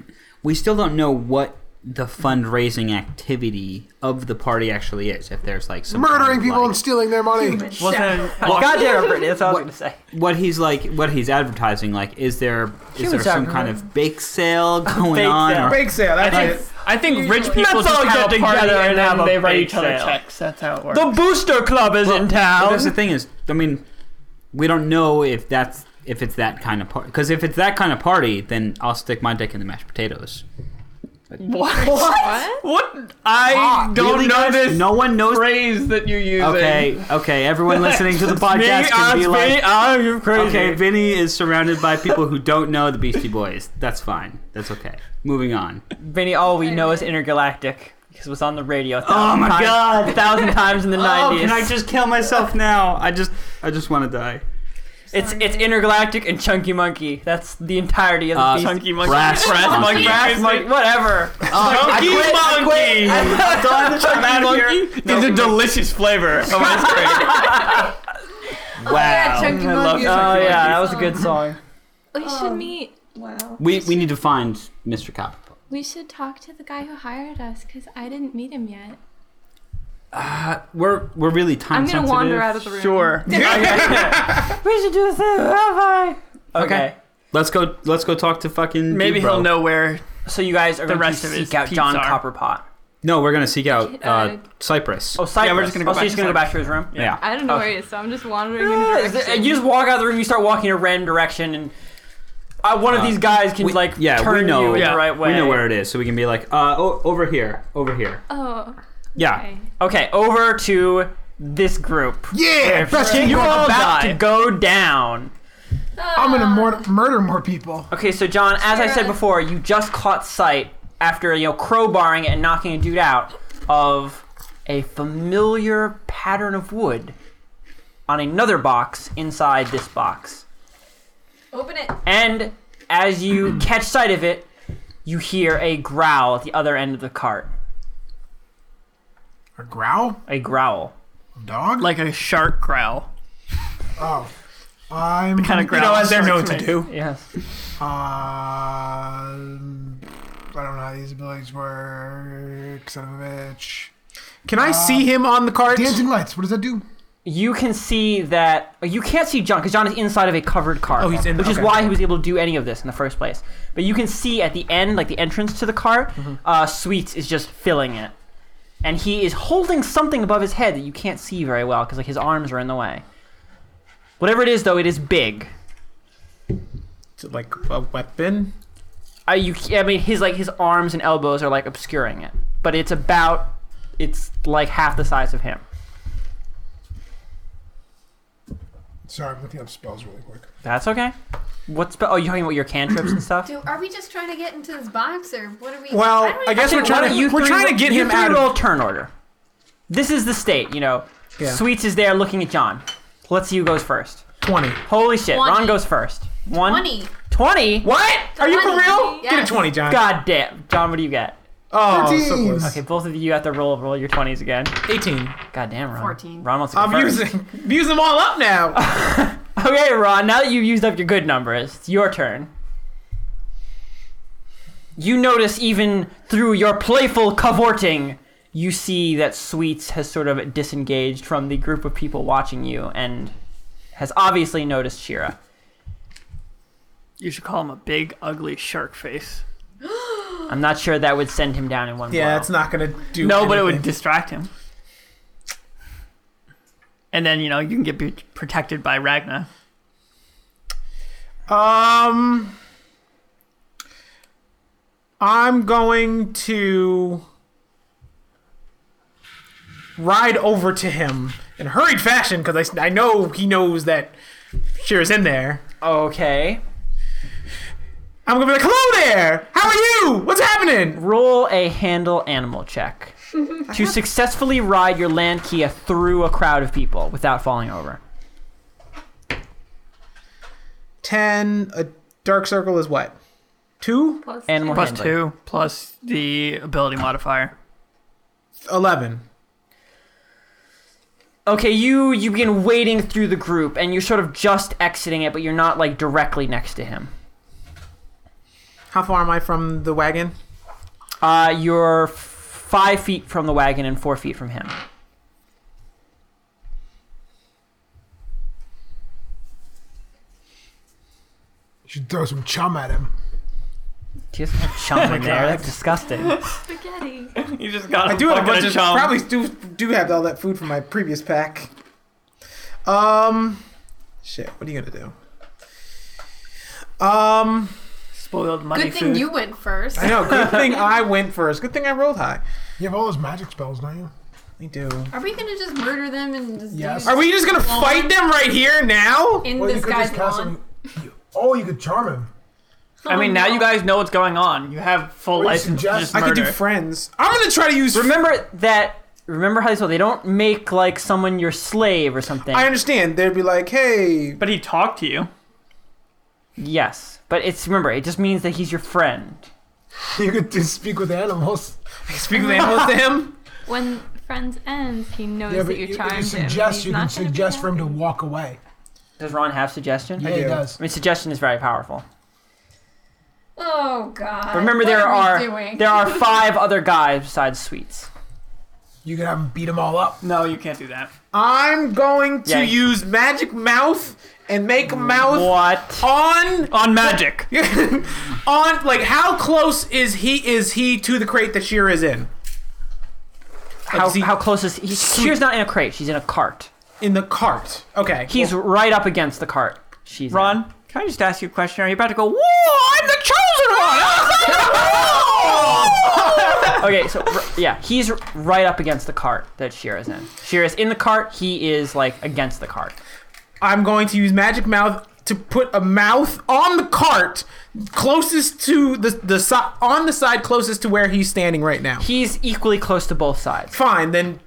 [SPEAKER 6] we still don't know what the fundraising activity of the party actually is. If there's like some kind
[SPEAKER 2] Murdering
[SPEAKER 6] of,
[SPEAKER 2] people
[SPEAKER 6] like-
[SPEAKER 2] and stealing their money.
[SPEAKER 3] Wasn't it-
[SPEAKER 1] Goddamn, Brittany, that's all I was gonna say.
[SPEAKER 6] what he's like, what he's advertising, like, is there is
[SPEAKER 1] Human
[SPEAKER 6] there some
[SPEAKER 1] sacrifice.
[SPEAKER 6] kind of bake sale going
[SPEAKER 1] Bake
[SPEAKER 6] on?
[SPEAKER 1] sale.
[SPEAKER 6] Or,
[SPEAKER 5] Bake sale. That's
[SPEAKER 3] I
[SPEAKER 5] it.
[SPEAKER 3] think, I think rich people
[SPEAKER 1] Let's
[SPEAKER 3] just
[SPEAKER 1] all
[SPEAKER 3] have
[SPEAKER 1] get
[SPEAKER 3] a party
[SPEAKER 1] together and
[SPEAKER 3] and,
[SPEAKER 1] have a
[SPEAKER 3] then they write
[SPEAKER 1] big
[SPEAKER 3] each other
[SPEAKER 1] sale.
[SPEAKER 3] checks. That's how it works.
[SPEAKER 1] The Booster Club is in
[SPEAKER 6] But
[SPEAKER 1] town.
[SPEAKER 6] that's the thing is, I mean, we don't know if that's if it's that kind of party. Because if it's that kind of party, then I'll stick my dick in the mashed potatoes.
[SPEAKER 3] what? What? I don't
[SPEAKER 6] Really,
[SPEAKER 3] know
[SPEAKER 6] guys?
[SPEAKER 3] this
[SPEAKER 6] No one knows.
[SPEAKER 3] phrase that you're using.
[SPEAKER 6] Okay, okay. Everyone listening to the podcast
[SPEAKER 3] Me,
[SPEAKER 6] can be
[SPEAKER 3] us,
[SPEAKER 6] like,
[SPEAKER 3] me, ah, you're crazy.
[SPEAKER 6] okay, Vinny is surrounded by people who don't know the Beastie Boys. That's fine. That's okay. Moving on.
[SPEAKER 1] Vinny, all we know is Intergalactic because it was on the radio. a
[SPEAKER 6] Oh
[SPEAKER 1] thousand
[SPEAKER 6] my
[SPEAKER 1] times-
[SPEAKER 6] God.
[SPEAKER 1] a thousand times in the
[SPEAKER 6] Oh,
[SPEAKER 1] nineties.
[SPEAKER 6] can I just kill myself now? I just, I just want to die.
[SPEAKER 1] it's it's Intergalactic and Chunky Monkey. That's the entirety of the
[SPEAKER 6] Uh,
[SPEAKER 1] beast.
[SPEAKER 3] Ah, Chunky monkey.
[SPEAKER 6] Brass monkey.
[SPEAKER 1] Brass monkey, whatever.
[SPEAKER 3] Chunky
[SPEAKER 6] quit, I
[SPEAKER 3] monkey.
[SPEAKER 6] I'm done. I'm out of here.
[SPEAKER 3] Monkey is a delicious flavor of ice cream.
[SPEAKER 6] Wow.
[SPEAKER 4] yeah, Chunky
[SPEAKER 3] I love
[SPEAKER 4] Monkey.
[SPEAKER 1] Oh
[SPEAKER 3] Chunky
[SPEAKER 1] yeah, that
[SPEAKER 3] Monkey.
[SPEAKER 1] was a good song.
[SPEAKER 7] We should
[SPEAKER 4] Um,
[SPEAKER 7] meet.
[SPEAKER 4] Wow.
[SPEAKER 6] We we need to find Mr. Copper.
[SPEAKER 7] We should talk to the guy who hired us because I didn't meet him yet.
[SPEAKER 6] We're we're really time
[SPEAKER 7] I'm gonna
[SPEAKER 6] sensitive.
[SPEAKER 7] wander out of the room.
[SPEAKER 3] Sure.
[SPEAKER 1] We should do the same. Bye bye. Okay.
[SPEAKER 6] Okay. Let's go. Let's go talk to fucking.
[SPEAKER 3] Maybe
[SPEAKER 6] Debro.
[SPEAKER 3] he'll know where.
[SPEAKER 1] So you guys are
[SPEAKER 3] The
[SPEAKER 1] going
[SPEAKER 3] rest
[SPEAKER 1] to
[SPEAKER 3] of his
[SPEAKER 1] seek out John
[SPEAKER 3] peeps are.
[SPEAKER 1] Copperpot.
[SPEAKER 6] No, we're gonna seek out
[SPEAKER 7] Get
[SPEAKER 6] uh,
[SPEAKER 7] out.
[SPEAKER 6] Cypress.
[SPEAKER 1] Oh, Cypress.
[SPEAKER 3] we're just gonna go
[SPEAKER 1] oh, so
[SPEAKER 3] back
[SPEAKER 1] you're just
[SPEAKER 3] to
[SPEAKER 1] gonna go back to his room.
[SPEAKER 6] yeah.
[SPEAKER 7] I don't know
[SPEAKER 1] Oh.
[SPEAKER 7] where he is, so I'm just wandering in
[SPEAKER 1] Yeah,
[SPEAKER 7] the
[SPEAKER 1] is it-
[SPEAKER 7] direction.
[SPEAKER 1] you just walk out of the room. You start walking in a random direction, and uh, one of
[SPEAKER 6] Uh,
[SPEAKER 1] these guys can
[SPEAKER 6] we-
[SPEAKER 1] like
[SPEAKER 6] yeah, we
[SPEAKER 1] turn
[SPEAKER 6] know-
[SPEAKER 1] you in
[SPEAKER 3] yeah,
[SPEAKER 1] the right way.
[SPEAKER 6] We know where it is, so we can be like, uh, o- over here, over here.
[SPEAKER 7] Oh.
[SPEAKER 6] Yeah.
[SPEAKER 7] Okay.
[SPEAKER 2] Oh,
[SPEAKER 1] Okay, over to this group.
[SPEAKER 2] Yeah, best
[SPEAKER 1] You're
[SPEAKER 2] people.
[SPEAKER 1] about
[SPEAKER 3] die.
[SPEAKER 1] to go down.
[SPEAKER 2] I'm gonna mor- murder more people.
[SPEAKER 1] Okay, so John, as I said
[SPEAKER 4] Sarah.
[SPEAKER 1] before, you just caught sight after you know crowbarring it and knocking a dude out of a familiar pattern of wood on another box inside this box.
[SPEAKER 7] Uh,
[SPEAKER 4] Open it.
[SPEAKER 1] And as you catch sight of it, you hear a growl at the other end of the cart.
[SPEAKER 2] A growl?
[SPEAKER 1] A growl.
[SPEAKER 2] Dog?
[SPEAKER 3] Like a shark growl.
[SPEAKER 2] oh. I'm
[SPEAKER 3] Kind of
[SPEAKER 5] You
[SPEAKER 3] growl.
[SPEAKER 5] know, as they
[SPEAKER 3] sharks
[SPEAKER 5] know what to
[SPEAKER 3] make.
[SPEAKER 5] do.
[SPEAKER 1] Yes.
[SPEAKER 2] Um, I don't know how these abilities work. Son of a bitch.
[SPEAKER 5] Can I see him on the cart?
[SPEAKER 2] Dancing lights. What does that do?
[SPEAKER 1] You can see that you can't see John because John is inside of a covered cart.
[SPEAKER 5] Oh, he's in-
[SPEAKER 1] which is
[SPEAKER 5] okay.
[SPEAKER 1] why he was able to do any of this in the first place. But you can see at the end, like the entrance to the cart,
[SPEAKER 5] Mm-hmm.
[SPEAKER 1] uh, Sweets is just filling it, and he is holding something above his head that you can't see very well because like his arms are in the way. Whatever it is, though, it is big.
[SPEAKER 5] Is it like a weapon?
[SPEAKER 1] I you I mean his like his arms and elbows are like obscuring it, but it's about it's like half the size of him.
[SPEAKER 2] Sorry, I'm looking up spells really quick.
[SPEAKER 1] That's okay. What spell? Oh, you talking about your cantrips and stuff?
[SPEAKER 4] Do, are we just trying to get into this box, or what are we?
[SPEAKER 5] Well,
[SPEAKER 4] don't
[SPEAKER 5] I
[SPEAKER 4] even
[SPEAKER 5] guess
[SPEAKER 4] know.
[SPEAKER 5] we're trying
[SPEAKER 1] Why
[SPEAKER 5] to-
[SPEAKER 1] don't you
[SPEAKER 5] we're
[SPEAKER 1] three
[SPEAKER 5] trying to
[SPEAKER 1] ro-
[SPEAKER 5] get
[SPEAKER 1] you
[SPEAKER 5] him
[SPEAKER 1] three
[SPEAKER 5] out of-
[SPEAKER 1] roll turn order. This is the state, you know.
[SPEAKER 5] Yeah.
[SPEAKER 1] Sweets is there looking at John. Let's see who goes first.
[SPEAKER 5] 20.
[SPEAKER 1] Holy shit, Ron
[SPEAKER 4] Twenty.
[SPEAKER 1] goes first. One,
[SPEAKER 4] Twenty.
[SPEAKER 1] 20?
[SPEAKER 5] What? Are you for
[SPEAKER 4] Twenty.
[SPEAKER 5] real? Get a
[SPEAKER 4] Yes.
[SPEAKER 5] 20, John.
[SPEAKER 1] God damn. John, what do you get?
[SPEAKER 5] Oh,
[SPEAKER 2] 13.
[SPEAKER 5] so close.
[SPEAKER 1] Okay, both of you have to roll roll your 20s again.
[SPEAKER 5] 18.
[SPEAKER 1] God damn, Ron.
[SPEAKER 4] 14.
[SPEAKER 1] Ron wants to go
[SPEAKER 5] I'm
[SPEAKER 1] first.
[SPEAKER 5] using, use them all up now.
[SPEAKER 1] Okay, Ron, now that you've used up your good numbers, it's your turn. You notice even through your playful cavorting, you see that Sweets has sort of disengaged from the group of people watching you and has obviously noticed Shira.
[SPEAKER 3] You should call him a big, ugly shark face.
[SPEAKER 1] I'm not sure that would send him down in one
[SPEAKER 5] yeah,
[SPEAKER 1] blow.
[SPEAKER 5] it's not going to do
[SPEAKER 3] No, but it would
[SPEAKER 5] anything.
[SPEAKER 3] distract him. And then you know you can get be- protected by Ragna.
[SPEAKER 5] Um, I'm going to ride over to him in hurried fashion because I, s- I know he knows that Shira's in there.
[SPEAKER 1] Okay.
[SPEAKER 5] I'm gonna be like, "Hello there! How are you? What's happening?"
[SPEAKER 1] Roll a handle animal check to successfully ride your land Kia through a crowd of people without falling over.
[SPEAKER 5] Ten. A dark circle is what? Two.
[SPEAKER 7] Plus
[SPEAKER 1] Animal
[SPEAKER 3] Plus
[SPEAKER 1] handling.
[SPEAKER 3] two, plus the ability modifier.
[SPEAKER 5] Eleven.
[SPEAKER 1] Okay, you you begin wading through the group, and you're sort of just exiting it, but you're not like directly next to him.
[SPEAKER 5] How far am I from the wagon?
[SPEAKER 1] Uh, you're f- five feet from the wagon and four feet from him.
[SPEAKER 2] You should throw some chum at him.
[SPEAKER 1] Just chum in there. That's disgusting.
[SPEAKER 7] spaghetti.
[SPEAKER 3] You just got.
[SPEAKER 5] I do have a bunch of probably Oh, do do have all that food from my previous pack. Um, shit. What are you gonna do? Um,
[SPEAKER 3] spoiled money
[SPEAKER 4] Good thing
[SPEAKER 3] food.
[SPEAKER 4] you went first.
[SPEAKER 5] I know. Good thing I went first. Good thing I rolled high.
[SPEAKER 2] You have all those magic spells, don't you?
[SPEAKER 5] I do.
[SPEAKER 4] Are we gonna just murder them and just
[SPEAKER 2] Yes.
[SPEAKER 4] do
[SPEAKER 5] Are we just gonna fight them right here now?
[SPEAKER 4] in
[SPEAKER 2] Well, you
[SPEAKER 4] this
[SPEAKER 2] could
[SPEAKER 4] guy's
[SPEAKER 2] just cast
[SPEAKER 4] lawn?
[SPEAKER 2] him. you- Oh, you could charm him.
[SPEAKER 3] I mean, now you guys know what's going on. You have
[SPEAKER 2] What
[SPEAKER 3] full
[SPEAKER 2] do you
[SPEAKER 3] license to
[SPEAKER 2] suggest?
[SPEAKER 3] just
[SPEAKER 5] I
[SPEAKER 3] murder.
[SPEAKER 5] could do friends. I'm gonna try to use.
[SPEAKER 1] Remember that. Remember how they said they don't make like someone your slave or something.
[SPEAKER 5] I understand. They'd be like, hey,
[SPEAKER 3] but he talked to you.
[SPEAKER 1] yes, but it's remember it just means that he's your friend.
[SPEAKER 2] You could just speak with animals.
[SPEAKER 5] speak with animals to him.
[SPEAKER 7] When friends ends, he knows that
[SPEAKER 2] you,
[SPEAKER 7] you're
[SPEAKER 2] you
[SPEAKER 7] charmed
[SPEAKER 2] can
[SPEAKER 7] him. He's
[SPEAKER 2] suggest. You can
[SPEAKER 7] not gonna be
[SPEAKER 2] suggest for him to
[SPEAKER 7] happy.
[SPEAKER 2] walk away.
[SPEAKER 1] Does Ron have suggestion?
[SPEAKER 2] Yeah, he
[SPEAKER 5] do.
[SPEAKER 1] I
[SPEAKER 2] does.
[SPEAKER 1] mean, suggestion is very powerful.
[SPEAKER 4] Oh god.
[SPEAKER 1] Remember,
[SPEAKER 4] what
[SPEAKER 1] there
[SPEAKER 4] are,
[SPEAKER 1] are
[SPEAKER 4] we doing?
[SPEAKER 1] there are five other guys besides Sweets.
[SPEAKER 2] You could have him beat them all up.
[SPEAKER 3] No, you can't do that.
[SPEAKER 5] I'm going to
[SPEAKER 1] Yeah.
[SPEAKER 5] use magic mouth and make mouth
[SPEAKER 1] What?
[SPEAKER 5] on
[SPEAKER 3] On magic.
[SPEAKER 5] on like how close is he is he to the crate that Shira is in?
[SPEAKER 1] How,
[SPEAKER 5] Is he-
[SPEAKER 1] how close is he? She's not in a crate. She's in a cart.
[SPEAKER 5] in the cart. Okay.
[SPEAKER 1] He's
[SPEAKER 5] Well,
[SPEAKER 1] right up against the cart. She's in.
[SPEAKER 3] Ron, can I just ask you a question? Are you about to go?
[SPEAKER 5] oh,
[SPEAKER 3] Whoa! I'm the chosen one.
[SPEAKER 1] Okay, so r- yeah, he's r- right up against the cart that Shira's in. Shira's in the cart. He is like against the cart.
[SPEAKER 5] I'm going to use magic mouth to put a mouth on the cart closest to the the si- on the side closest to where he's standing right now.
[SPEAKER 1] He's equally close to both sides.
[SPEAKER 5] Fine, then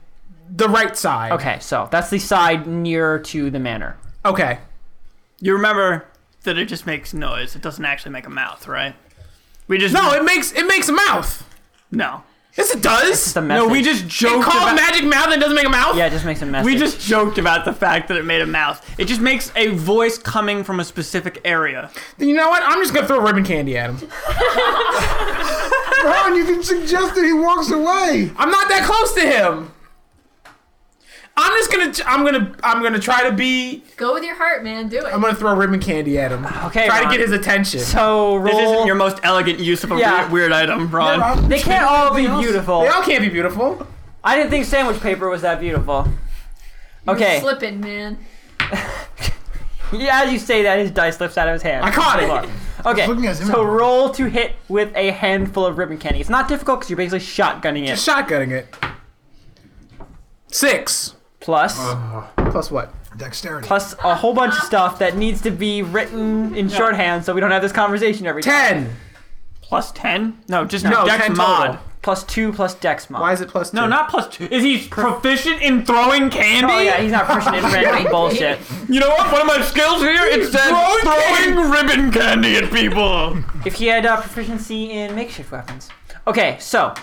[SPEAKER 5] the right side.
[SPEAKER 1] Okay, so that's the side nearer to the manor.
[SPEAKER 5] Okay.
[SPEAKER 3] you remember that it just makes noise. It doesn't actually make a mouth, right? We just
[SPEAKER 5] No, it makes it makes a mouth.
[SPEAKER 3] no.
[SPEAKER 5] Yes, it does.
[SPEAKER 1] the message.
[SPEAKER 3] just
[SPEAKER 5] It
[SPEAKER 3] joked
[SPEAKER 5] called
[SPEAKER 3] about-
[SPEAKER 5] magic mouth and it doesn't make a mouth.
[SPEAKER 1] Yeah, it just makes a mess.
[SPEAKER 3] We just joked about the fact that it made a mouth. It just makes a voice coming from a specific area.
[SPEAKER 5] You know what? I'm just gonna throw ribbon candy at him.
[SPEAKER 2] Ron, you can suggest that he walks away.
[SPEAKER 5] I'm not that close to him. I'm just gonna. I'm gonna. I'm gonna try to be.
[SPEAKER 4] Go with your heart, man. Do it.
[SPEAKER 5] I'm gonna throw ribbon candy at him.
[SPEAKER 1] okay.
[SPEAKER 5] try
[SPEAKER 1] Ron.
[SPEAKER 5] to get his attention.
[SPEAKER 1] so roll.
[SPEAKER 3] This isn't your most elegant use of a
[SPEAKER 1] Yeah.
[SPEAKER 3] weird, weird item, Ron.
[SPEAKER 2] Ron,
[SPEAKER 1] they can't all be
[SPEAKER 2] Anything else?
[SPEAKER 1] beautiful.
[SPEAKER 5] They all can't be beautiful.
[SPEAKER 1] I didn't think sandwich paper was that beautiful. Okay.
[SPEAKER 4] Slipping, man.
[SPEAKER 1] Yeah, as you say that, his die slips out of his hand.
[SPEAKER 5] I caught it.
[SPEAKER 1] Okay,
[SPEAKER 2] looking at him.
[SPEAKER 1] so roll to hit with a handful of ribbon candy. It's not difficult because you're basically shotgunning it.
[SPEAKER 5] Shotgunning it. Six
[SPEAKER 1] Plus,
[SPEAKER 5] uh. plus what?
[SPEAKER 2] Dexterity.
[SPEAKER 1] plus a whole bunch of stuff that needs to be written in shorthand so we don't have this conversation every time.
[SPEAKER 5] Ten.
[SPEAKER 3] Plus ten? No, just
[SPEAKER 5] No,
[SPEAKER 3] dex
[SPEAKER 5] 10
[SPEAKER 3] mod.
[SPEAKER 5] total.
[SPEAKER 1] Plus two plus dex mod.
[SPEAKER 5] Why is it plus two?
[SPEAKER 3] No, not plus two. Is he proficient in throwing candy?
[SPEAKER 1] Oh yeah, he's not pushing in random bullshit.
[SPEAKER 3] You know what? One of my skills here is throwing, ribbon candy at people.
[SPEAKER 1] If he had uh, proficiency in makeshift weapons. Okay, so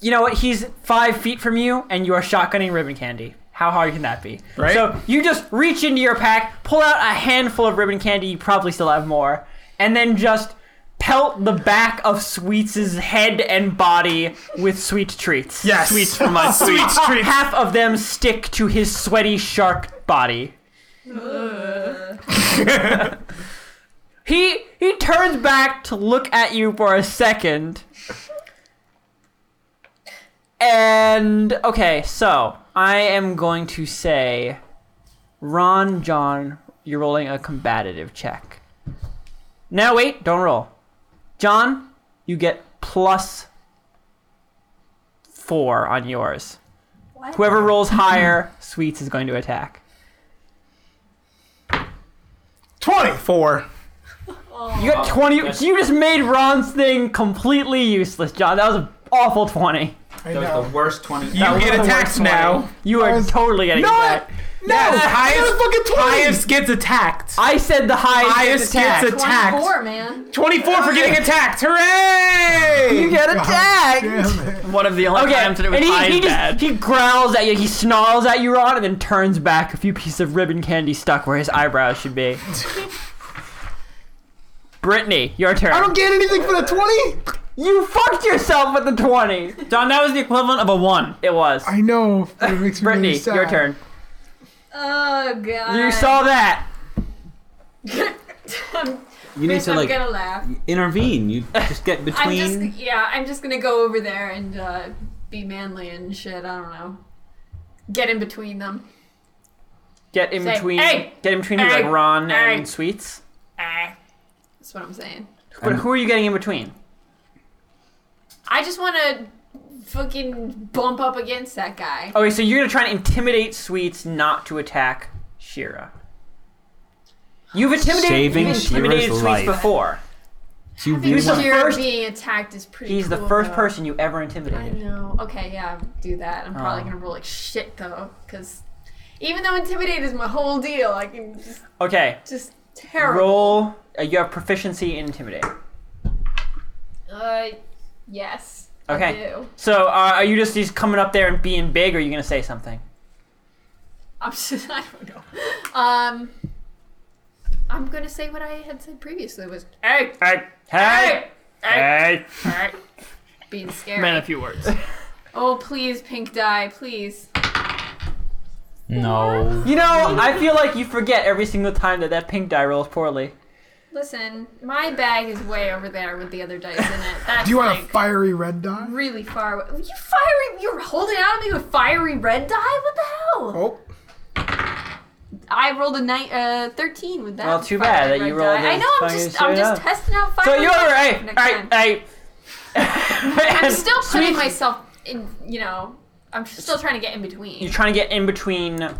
[SPEAKER 1] you know what? He's five feet from you, and you are shotgunning ribbon candy. How hard can that be?
[SPEAKER 5] Right.
[SPEAKER 1] So you just reach into your pack, pull out a handful of ribbon candy. You probably still have more, and then just pelt the back of Sweets' head and body with sweet treats.
[SPEAKER 5] Yes.
[SPEAKER 3] Sweets for my sweets.
[SPEAKER 5] treats.
[SPEAKER 1] Half of them stick to his sweaty shark body. he he turns back to look at you for a second. And okay, so I am going to say Ron John, you're rolling a combative check. No, wait, don't roll. John, you get plus four on yours.
[SPEAKER 4] What?
[SPEAKER 1] Whoever rolls higher, Sweets is going to attack.
[SPEAKER 5] 24.
[SPEAKER 1] You got 20.
[SPEAKER 8] that's-
[SPEAKER 1] You just made Ron's thing completely useless, John. That was an awful 20.
[SPEAKER 2] I
[SPEAKER 8] That
[SPEAKER 2] know.
[SPEAKER 8] was the worst 20.
[SPEAKER 5] You get attacked now.
[SPEAKER 1] You are
[SPEAKER 2] was
[SPEAKER 1] totally getting
[SPEAKER 5] Not-
[SPEAKER 1] that.
[SPEAKER 5] No, highest,
[SPEAKER 2] fucking 20.
[SPEAKER 5] highest gets attacked.
[SPEAKER 1] I said the highest.
[SPEAKER 5] Highest gets
[SPEAKER 1] attack.
[SPEAKER 5] attacked.
[SPEAKER 4] 24, man.
[SPEAKER 5] 24 for getting attacked. Hooray!
[SPEAKER 1] You get attacked.
[SPEAKER 2] Damn it.
[SPEAKER 3] One of the only
[SPEAKER 1] Okay,
[SPEAKER 3] times that it was
[SPEAKER 1] and he,
[SPEAKER 3] eyes
[SPEAKER 1] he,
[SPEAKER 3] bad.
[SPEAKER 1] just, he growls at you, he snarls at you, Ron, and then turns back a few pieces of ribbon candy stuck where his eyebrows should be. Brittany, your turn.
[SPEAKER 2] I don't get anything for the 20?
[SPEAKER 1] Oh, You fucked yourself with the 20.
[SPEAKER 3] Don, that was the equivalent of a one.
[SPEAKER 1] It was.
[SPEAKER 2] I know, but it makes me
[SPEAKER 1] Brittany,
[SPEAKER 2] really sad.
[SPEAKER 1] your turn.
[SPEAKER 4] Oh god.
[SPEAKER 1] You saw that.
[SPEAKER 4] I'm,
[SPEAKER 6] You need to
[SPEAKER 4] I'm
[SPEAKER 6] like
[SPEAKER 4] gonna laugh.
[SPEAKER 6] intervene. You just get
[SPEAKER 4] I'm
[SPEAKER 6] between.
[SPEAKER 4] just yeah. I'm just gonna go over there and uh, be manly and shit. I don't know. Get in between them.
[SPEAKER 1] Get in
[SPEAKER 4] Say,
[SPEAKER 1] between.
[SPEAKER 4] "Hey!
[SPEAKER 1] Get in between who,
[SPEAKER 4] Hey!
[SPEAKER 1] like Ron
[SPEAKER 4] Hey!"
[SPEAKER 1] and Sweets.
[SPEAKER 4] Ah, that's what I'm saying.
[SPEAKER 1] But who are you getting in between?
[SPEAKER 4] I just want to fucking bump up against that guy.
[SPEAKER 1] Okay, so you're gonna try and intimidate Sweets not to attack Shira. You've intimidated,
[SPEAKER 6] Saving
[SPEAKER 1] you've intimidated
[SPEAKER 6] Shira's
[SPEAKER 1] Sweets
[SPEAKER 6] life.
[SPEAKER 1] before.
[SPEAKER 6] Do you
[SPEAKER 4] I think
[SPEAKER 6] really want-
[SPEAKER 1] the
[SPEAKER 4] Shira
[SPEAKER 1] first-
[SPEAKER 4] being attacked is pretty.
[SPEAKER 1] He's the
[SPEAKER 4] cool,
[SPEAKER 1] first
[SPEAKER 4] though.
[SPEAKER 1] person you ever
[SPEAKER 4] I
[SPEAKER 1] intimidated.
[SPEAKER 4] know. Okay, yeah, do that. I'm probably
[SPEAKER 1] Oh.
[SPEAKER 4] gonna roll like shit though, because even though intimidate is my whole deal, I can just,
[SPEAKER 1] Okay,
[SPEAKER 4] just terrible.
[SPEAKER 1] roll. Uh, you have proficiency in intimidate.
[SPEAKER 4] Uh, yes.
[SPEAKER 1] Okay.
[SPEAKER 4] I do.
[SPEAKER 1] So uh, are you just, just coming up there and being big, or are you gonna say something?
[SPEAKER 4] I'm just, I don't know. Um, I'm gonna say what I had said previously was hey,
[SPEAKER 1] Hey, hey, hey.
[SPEAKER 4] hey, being scared.
[SPEAKER 3] Man, a few words.
[SPEAKER 4] Oh please, pink dye, please.
[SPEAKER 6] no.
[SPEAKER 1] You know, I feel like you forget every single time that that pink die rolls poorly.
[SPEAKER 4] Listen, my bag is way over there with the other dice in it. That's
[SPEAKER 2] Do you want
[SPEAKER 4] like
[SPEAKER 2] a fiery red dot?
[SPEAKER 4] really far away. You fiery? You're holding out at me with fiery red dye? What the hell?
[SPEAKER 5] Oh,
[SPEAKER 4] I rolled a ni- uh, 13 with that.
[SPEAKER 1] Well, too
[SPEAKER 4] fiery
[SPEAKER 1] bad that
[SPEAKER 4] red
[SPEAKER 1] you rolled
[SPEAKER 4] dye. I
[SPEAKER 1] as
[SPEAKER 4] know. I'm
[SPEAKER 1] fucking
[SPEAKER 4] just,
[SPEAKER 1] straight
[SPEAKER 4] I'm just
[SPEAKER 1] up.
[SPEAKER 4] testing out fiery.
[SPEAKER 1] So you're
[SPEAKER 4] red dye
[SPEAKER 1] right.
[SPEAKER 4] for next
[SPEAKER 1] Hey, hey.
[SPEAKER 4] time.
[SPEAKER 1] I'm
[SPEAKER 4] I'm still putting myself in. You know, I'm still trying to get in between.
[SPEAKER 1] You're trying to get in between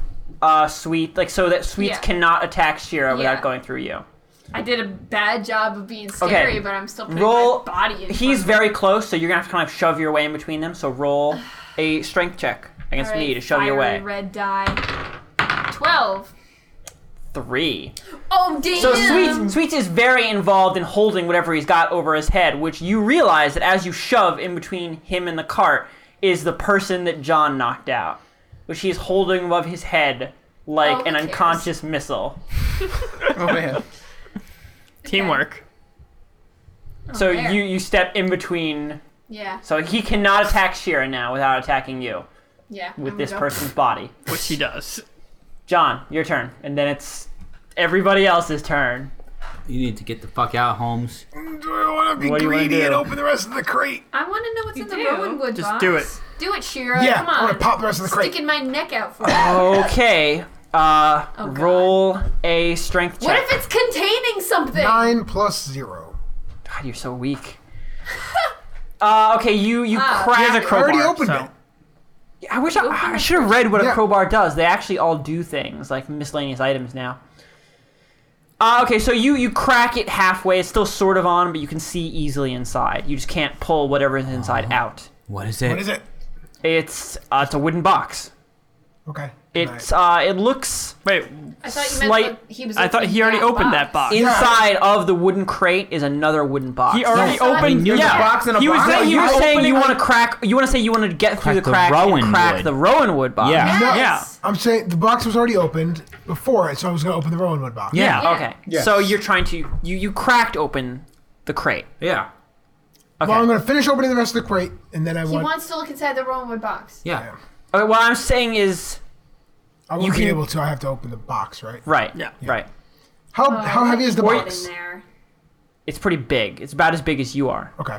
[SPEAKER 1] uh, Sweet, like so that Sweets
[SPEAKER 4] Yeah.
[SPEAKER 1] cannot attack Shira
[SPEAKER 4] Yeah.
[SPEAKER 1] without going through you.
[SPEAKER 4] I did a bad job of being scary, but I'm still putting
[SPEAKER 1] Roll-
[SPEAKER 4] my body in.
[SPEAKER 1] He's
[SPEAKER 4] front
[SPEAKER 1] very close, so you're gonna have to kind of shove your way in between them. So roll a strength check
[SPEAKER 4] of
[SPEAKER 1] against
[SPEAKER 4] me.
[SPEAKER 1] me to
[SPEAKER 4] Alright,
[SPEAKER 1] shove your way.
[SPEAKER 4] fiery Red dye. Twelve.
[SPEAKER 1] Three.
[SPEAKER 4] Oh damn.
[SPEAKER 1] So Sweets, Sweets is very involved in holding whatever he's got over his head, which you realize that as you shove in between him and the cart is the person that John knocked out, which he's holding above his head like
[SPEAKER 4] Oh, who
[SPEAKER 1] an
[SPEAKER 4] cares?
[SPEAKER 1] unconscious missile.
[SPEAKER 5] oh man.
[SPEAKER 3] Teamwork.
[SPEAKER 1] So
[SPEAKER 4] fair.
[SPEAKER 1] you you step in between.
[SPEAKER 4] Yeah.
[SPEAKER 1] So he cannot attack Shira now without attacking you
[SPEAKER 4] Yeah. I'm
[SPEAKER 1] with
[SPEAKER 4] gonna
[SPEAKER 1] this
[SPEAKER 4] go.
[SPEAKER 1] person's body.
[SPEAKER 3] Which he does.
[SPEAKER 1] John, your turn, and then it's everybody else's turn.
[SPEAKER 6] You need to get the fuck out, Holmes.
[SPEAKER 2] Do I want to be
[SPEAKER 1] What do you wanna
[SPEAKER 2] greedy and
[SPEAKER 1] do?
[SPEAKER 2] open the rest of the crate?
[SPEAKER 4] I want to know what's in the
[SPEAKER 7] do.
[SPEAKER 4] rowan wood
[SPEAKER 3] Just
[SPEAKER 4] box.
[SPEAKER 3] do it.
[SPEAKER 4] Do it, Shira.
[SPEAKER 2] yeah,
[SPEAKER 4] Come
[SPEAKER 2] I
[SPEAKER 4] on.
[SPEAKER 2] want to pop the rest of the crate.
[SPEAKER 4] Sticking my neck out for it.
[SPEAKER 1] Okay, uh,
[SPEAKER 4] God.
[SPEAKER 1] roll a strength check.
[SPEAKER 4] What if it's containing something?
[SPEAKER 2] Nine plus zero.
[SPEAKER 1] God, you're so weak. uh, okay, you you
[SPEAKER 4] Ah.
[SPEAKER 1] crack.
[SPEAKER 3] He has a
[SPEAKER 2] I already
[SPEAKER 3] crowbar,
[SPEAKER 2] opened
[SPEAKER 3] so-
[SPEAKER 2] it.
[SPEAKER 1] I wish I, I should have read what a
[SPEAKER 2] Yeah.
[SPEAKER 1] crowbar does. They actually all do things like miscellaneous items now. Uh, okay, so you you crack it halfway. It's still sort of on, but you can see easily inside. You just can't pull whatever's inside out.
[SPEAKER 6] What is it?
[SPEAKER 2] What is it?
[SPEAKER 1] It's uh, it's a wooden box.
[SPEAKER 2] Okay. good
[SPEAKER 1] It's uh, it looks
[SPEAKER 3] Wait,
[SPEAKER 4] I thought you
[SPEAKER 1] slight-
[SPEAKER 4] meant that he was.
[SPEAKER 3] I thought he already opened that box.
[SPEAKER 1] inside of the wooden crate is another wooden box.
[SPEAKER 3] He already
[SPEAKER 4] No, I
[SPEAKER 3] opened.
[SPEAKER 6] knew the
[SPEAKER 3] yeah,
[SPEAKER 5] box in a
[SPEAKER 3] he was
[SPEAKER 5] box.
[SPEAKER 3] saying he
[SPEAKER 1] you were
[SPEAKER 3] was
[SPEAKER 1] saying you
[SPEAKER 3] opening-
[SPEAKER 1] want to crack. You want to say you want to get through
[SPEAKER 6] Crack
[SPEAKER 1] the
[SPEAKER 6] the
[SPEAKER 1] crack
[SPEAKER 6] Rowan
[SPEAKER 1] and crack
[SPEAKER 6] wood.
[SPEAKER 1] the Rowan wood box.
[SPEAKER 6] Yeah.
[SPEAKER 2] night.
[SPEAKER 3] yeah.
[SPEAKER 2] I'm saying the box was already opened before it, so I was going to open the Rowan wood box.
[SPEAKER 6] Yeah.
[SPEAKER 4] Yeah.
[SPEAKER 1] Okay.
[SPEAKER 5] Yes.
[SPEAKER 1] So you're trying to you you cracked open the crate.
[SPEAKER 6] Yeah.
[SPEAKER 1] Okay.
[SPEAKER 2] Well, I'm going to finish opening the rest of the crate, and then I
[SPEAKER 4] He
[SPEAKER 2] want.
[SPEAKER 4] wants to look inside the rowan wood box.
[SPEAKER 6] Yeah.
[SPEAKER 1] Okay, what I'm saying is
[SPEAKER 2] I
[SPEAKER 1] you
[SPEAKER 2] won't be
[SPEAKER 1] can-
[SPEAKER 2] able to. I have to open the box, right?
[SPEAKER 1] right.
[SPEAKER 3] Yeah.
[SPEAKER 1] Right.
[SPEAKER 2] How how heavy is the
[SPEAKER 4] Oh, Put it
[SPEAKER 2] box?
[SPEAKER 4] In there.
[SPEAKER 1] It's pretty big. It's about as big as you are.
[SPEAKER 2] Okay.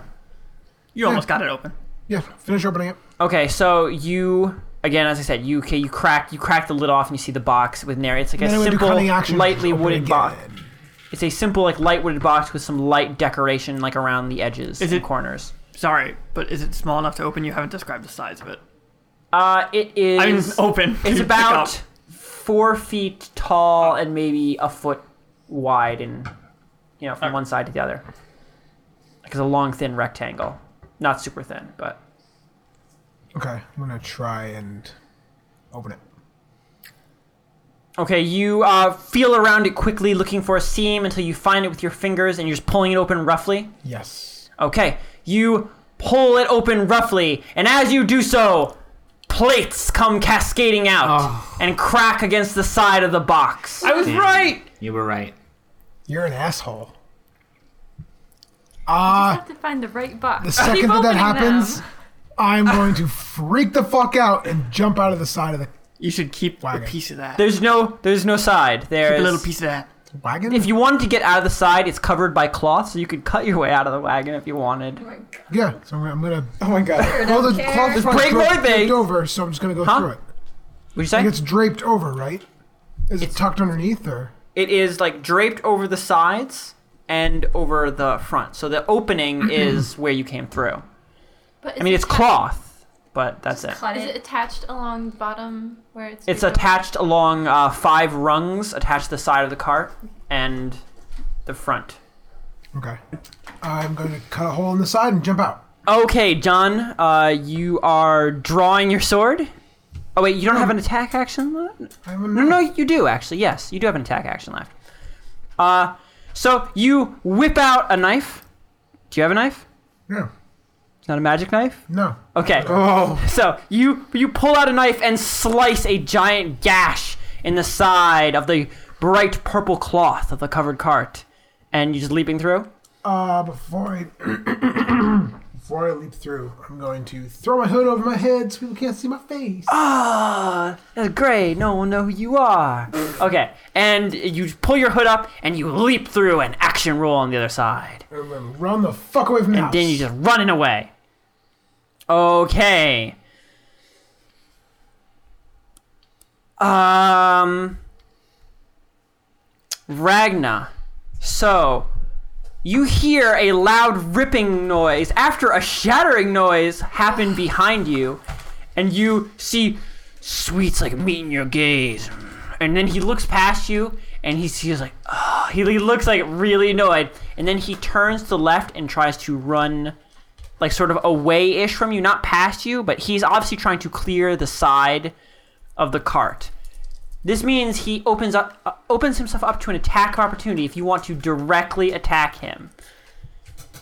[SPEAKER 3] You almost got it open.
[SPEAKER 2] Yeah. Finish opening it.
[SPEAKER 1] Okay. So you again, as I said, you okay, you crack you crack the lid off and you see the box within there. It's like
[SPEAKER 2] Then I
[SPEAKER 1] a
[SPEAKER 2] would do
[SPEAKER 1] simple,
[SPEAKER 2] cunning action,
[SPEAKER 1] lightly
[SPEAKER 2] open
[SPEAKER 1] wooden box.
[SPEAKER 2] again.
[SPEAKER 1] It's a simple like light wooded box with some light decoration like around the edges
[SPEAKER 3] Is
[SPEAKER 1] and
[SPEAKER 3] it-
[SPEAKER 1] corners.
[SPEAKER 3] Sorry, but is it small enough to open? You haven't described the size of it.
[SPEAKER 1] Uh, it is.
[SPEAKER 3] I mean, open.
[SPEAKER 1] It's
[SPEAKER 3] Pick
[SPEAKER 1] about
[SPEAKER 3] up.
[SPEAKER 1] four feet tall and maybe a foot wide, and you know, from one side to the other. Like it's a long, thin rectangle, not super thin, but
[SPEAKER 2] Okay, I'm gonna try and open it.
[SPEAKER 1] okay. You uh, feel around it quickly, looking for a seam until you find it with your fingers, and you're just pulling it open roughly.
[SPEAKER 2] Yes.
[SPEAKER 1] Okay, you pull it open roughly, and as you do so, plates come cascading out and crack against the side of the box.
[SPEAKER 5] I was right.
[SPEAKER 6] You were right.
[SPEAKER 2] You're an asshole.
[SPEAKER 7] I
[SPEAKER 2] Ah,
[SPEAKER 7] have to find the right box.
[SPEAKER 2] the second
[SPEAKER 7] Keep
[SPEAKER 2] that that
[SPEAKER 7] opening them.
[SPEAKER 2] happens, I'm going to freak the fuck out and jump out of the side of the
[SPEAKER 3] You should keep
[SPEAKER 2] Wagon.
[SPEAKER 3] a piece of that.
[SPEAKER 1] There's no there's no side.
[SPEAKER 3] keep
[SPEAKER 1] There's
[SPEAKER 3] a little piece of that.
[SPEAKER 2] wagon.
[SPEAKER 1] If you wanted to get out of the side, it's covered by cloth, so you could cut your way out of the wagon if you wanted.
[SPEAKER 4] Oh my God.
[SPEAKER 2] yeah, so I'm gonna. I'm
[SPEAKER 5] Oh my god.
[SPEAKER 2] gonna well, the
[SPEAKER 4] care.
[SPEAKER 2] cloth is
[SPEAKER 1] Just break my
[SPEAKER 2] draped
[SPEAKER 1] thing.
[SPEAKER 2] over, so I'm just gonna go
[SPEAKER 1] Huh?
[SPEAKER 2] through it.
[SPEAKER 1] Would you
[SPEAKER 2] It
[SPEAKER 1] say
[SPEAKER 2] gets draped over, right? Is
[SPEAKER 1] It's-
[SPEAKER 2] it tucked underneath, or
[SPEAKER 1] it is like draped over the sides and over the front? So the opening is where you came through.
[SPEAKER 7] But
[SPEAKER 1] I mean,
[SPEAKER 7] it
[SPEAKER 1] it's
[SPEAKER 7] atta-
[SPEAKER 1] cloth, but that's it.
[SPEAKER 4] Cut
[SPEAKER 7] Is
[SPEAKER 4] it.
[SPEAKER 7] it attached along the bottom where it's?
[SPEAKER 1] It's
[SPEAKER 7] removed?
[SPEAKER 1] attached along uh, five rungs, attached to the side of the cart and the front.
[SPEAKER 2] okay? I'm gonna cut a hole in the side and jump out.
[SPEAKER 1] Okay, John, uh, you are drawing your sword. Oh wait, you don't have an attack action left?
[SPEAKER 2] I'm a
[SPEAKER 1] No, no, you do actually. Yes, you do have an attack action left. Uh, so you whip out a knife. Do you have a knife?
[SPEAKER 2] no,
[SPEAKER 1] It's not a magic knife.
[SPEAKER 2] no.
[SPEAKER 1] Okay.
[SPEAKER 5] Oh.
[SPEAKER 1] So you you pull out a knife and slice a giant gash in the side of the bright purple cloth of the covered cart, and you're just leaping through.
[SPEAKER 2] Uh, before I before I leap through, I'm going to throw my hood over my head so people can't see my face.
[SPEAKER 1] Ah, that's great. No one will know who you are. okay, and you pull your hood up and you leap through an action roll on the other side.
[SPEAKER 2] And then run the fuck away from the
[SPEAKER 1] And
[SPEAKER 2] house.
[SPEAKER 1] then you're just running away. Okay. Um. Ragna. So, you hear a loud ripping noise after a shattering noise happen behind you, and you see sweets like meeting your gaze. And then he looks past you, and he's, he's like, "Ah." he, he looks like really annoyed. And then he turns to the left and tries to run, like sort of away ish from you, not past you, but he's obviously trying to clear the side of the cart. This means he opens up uh, opens himself up to an attack of opportunity if you want to directly attack him.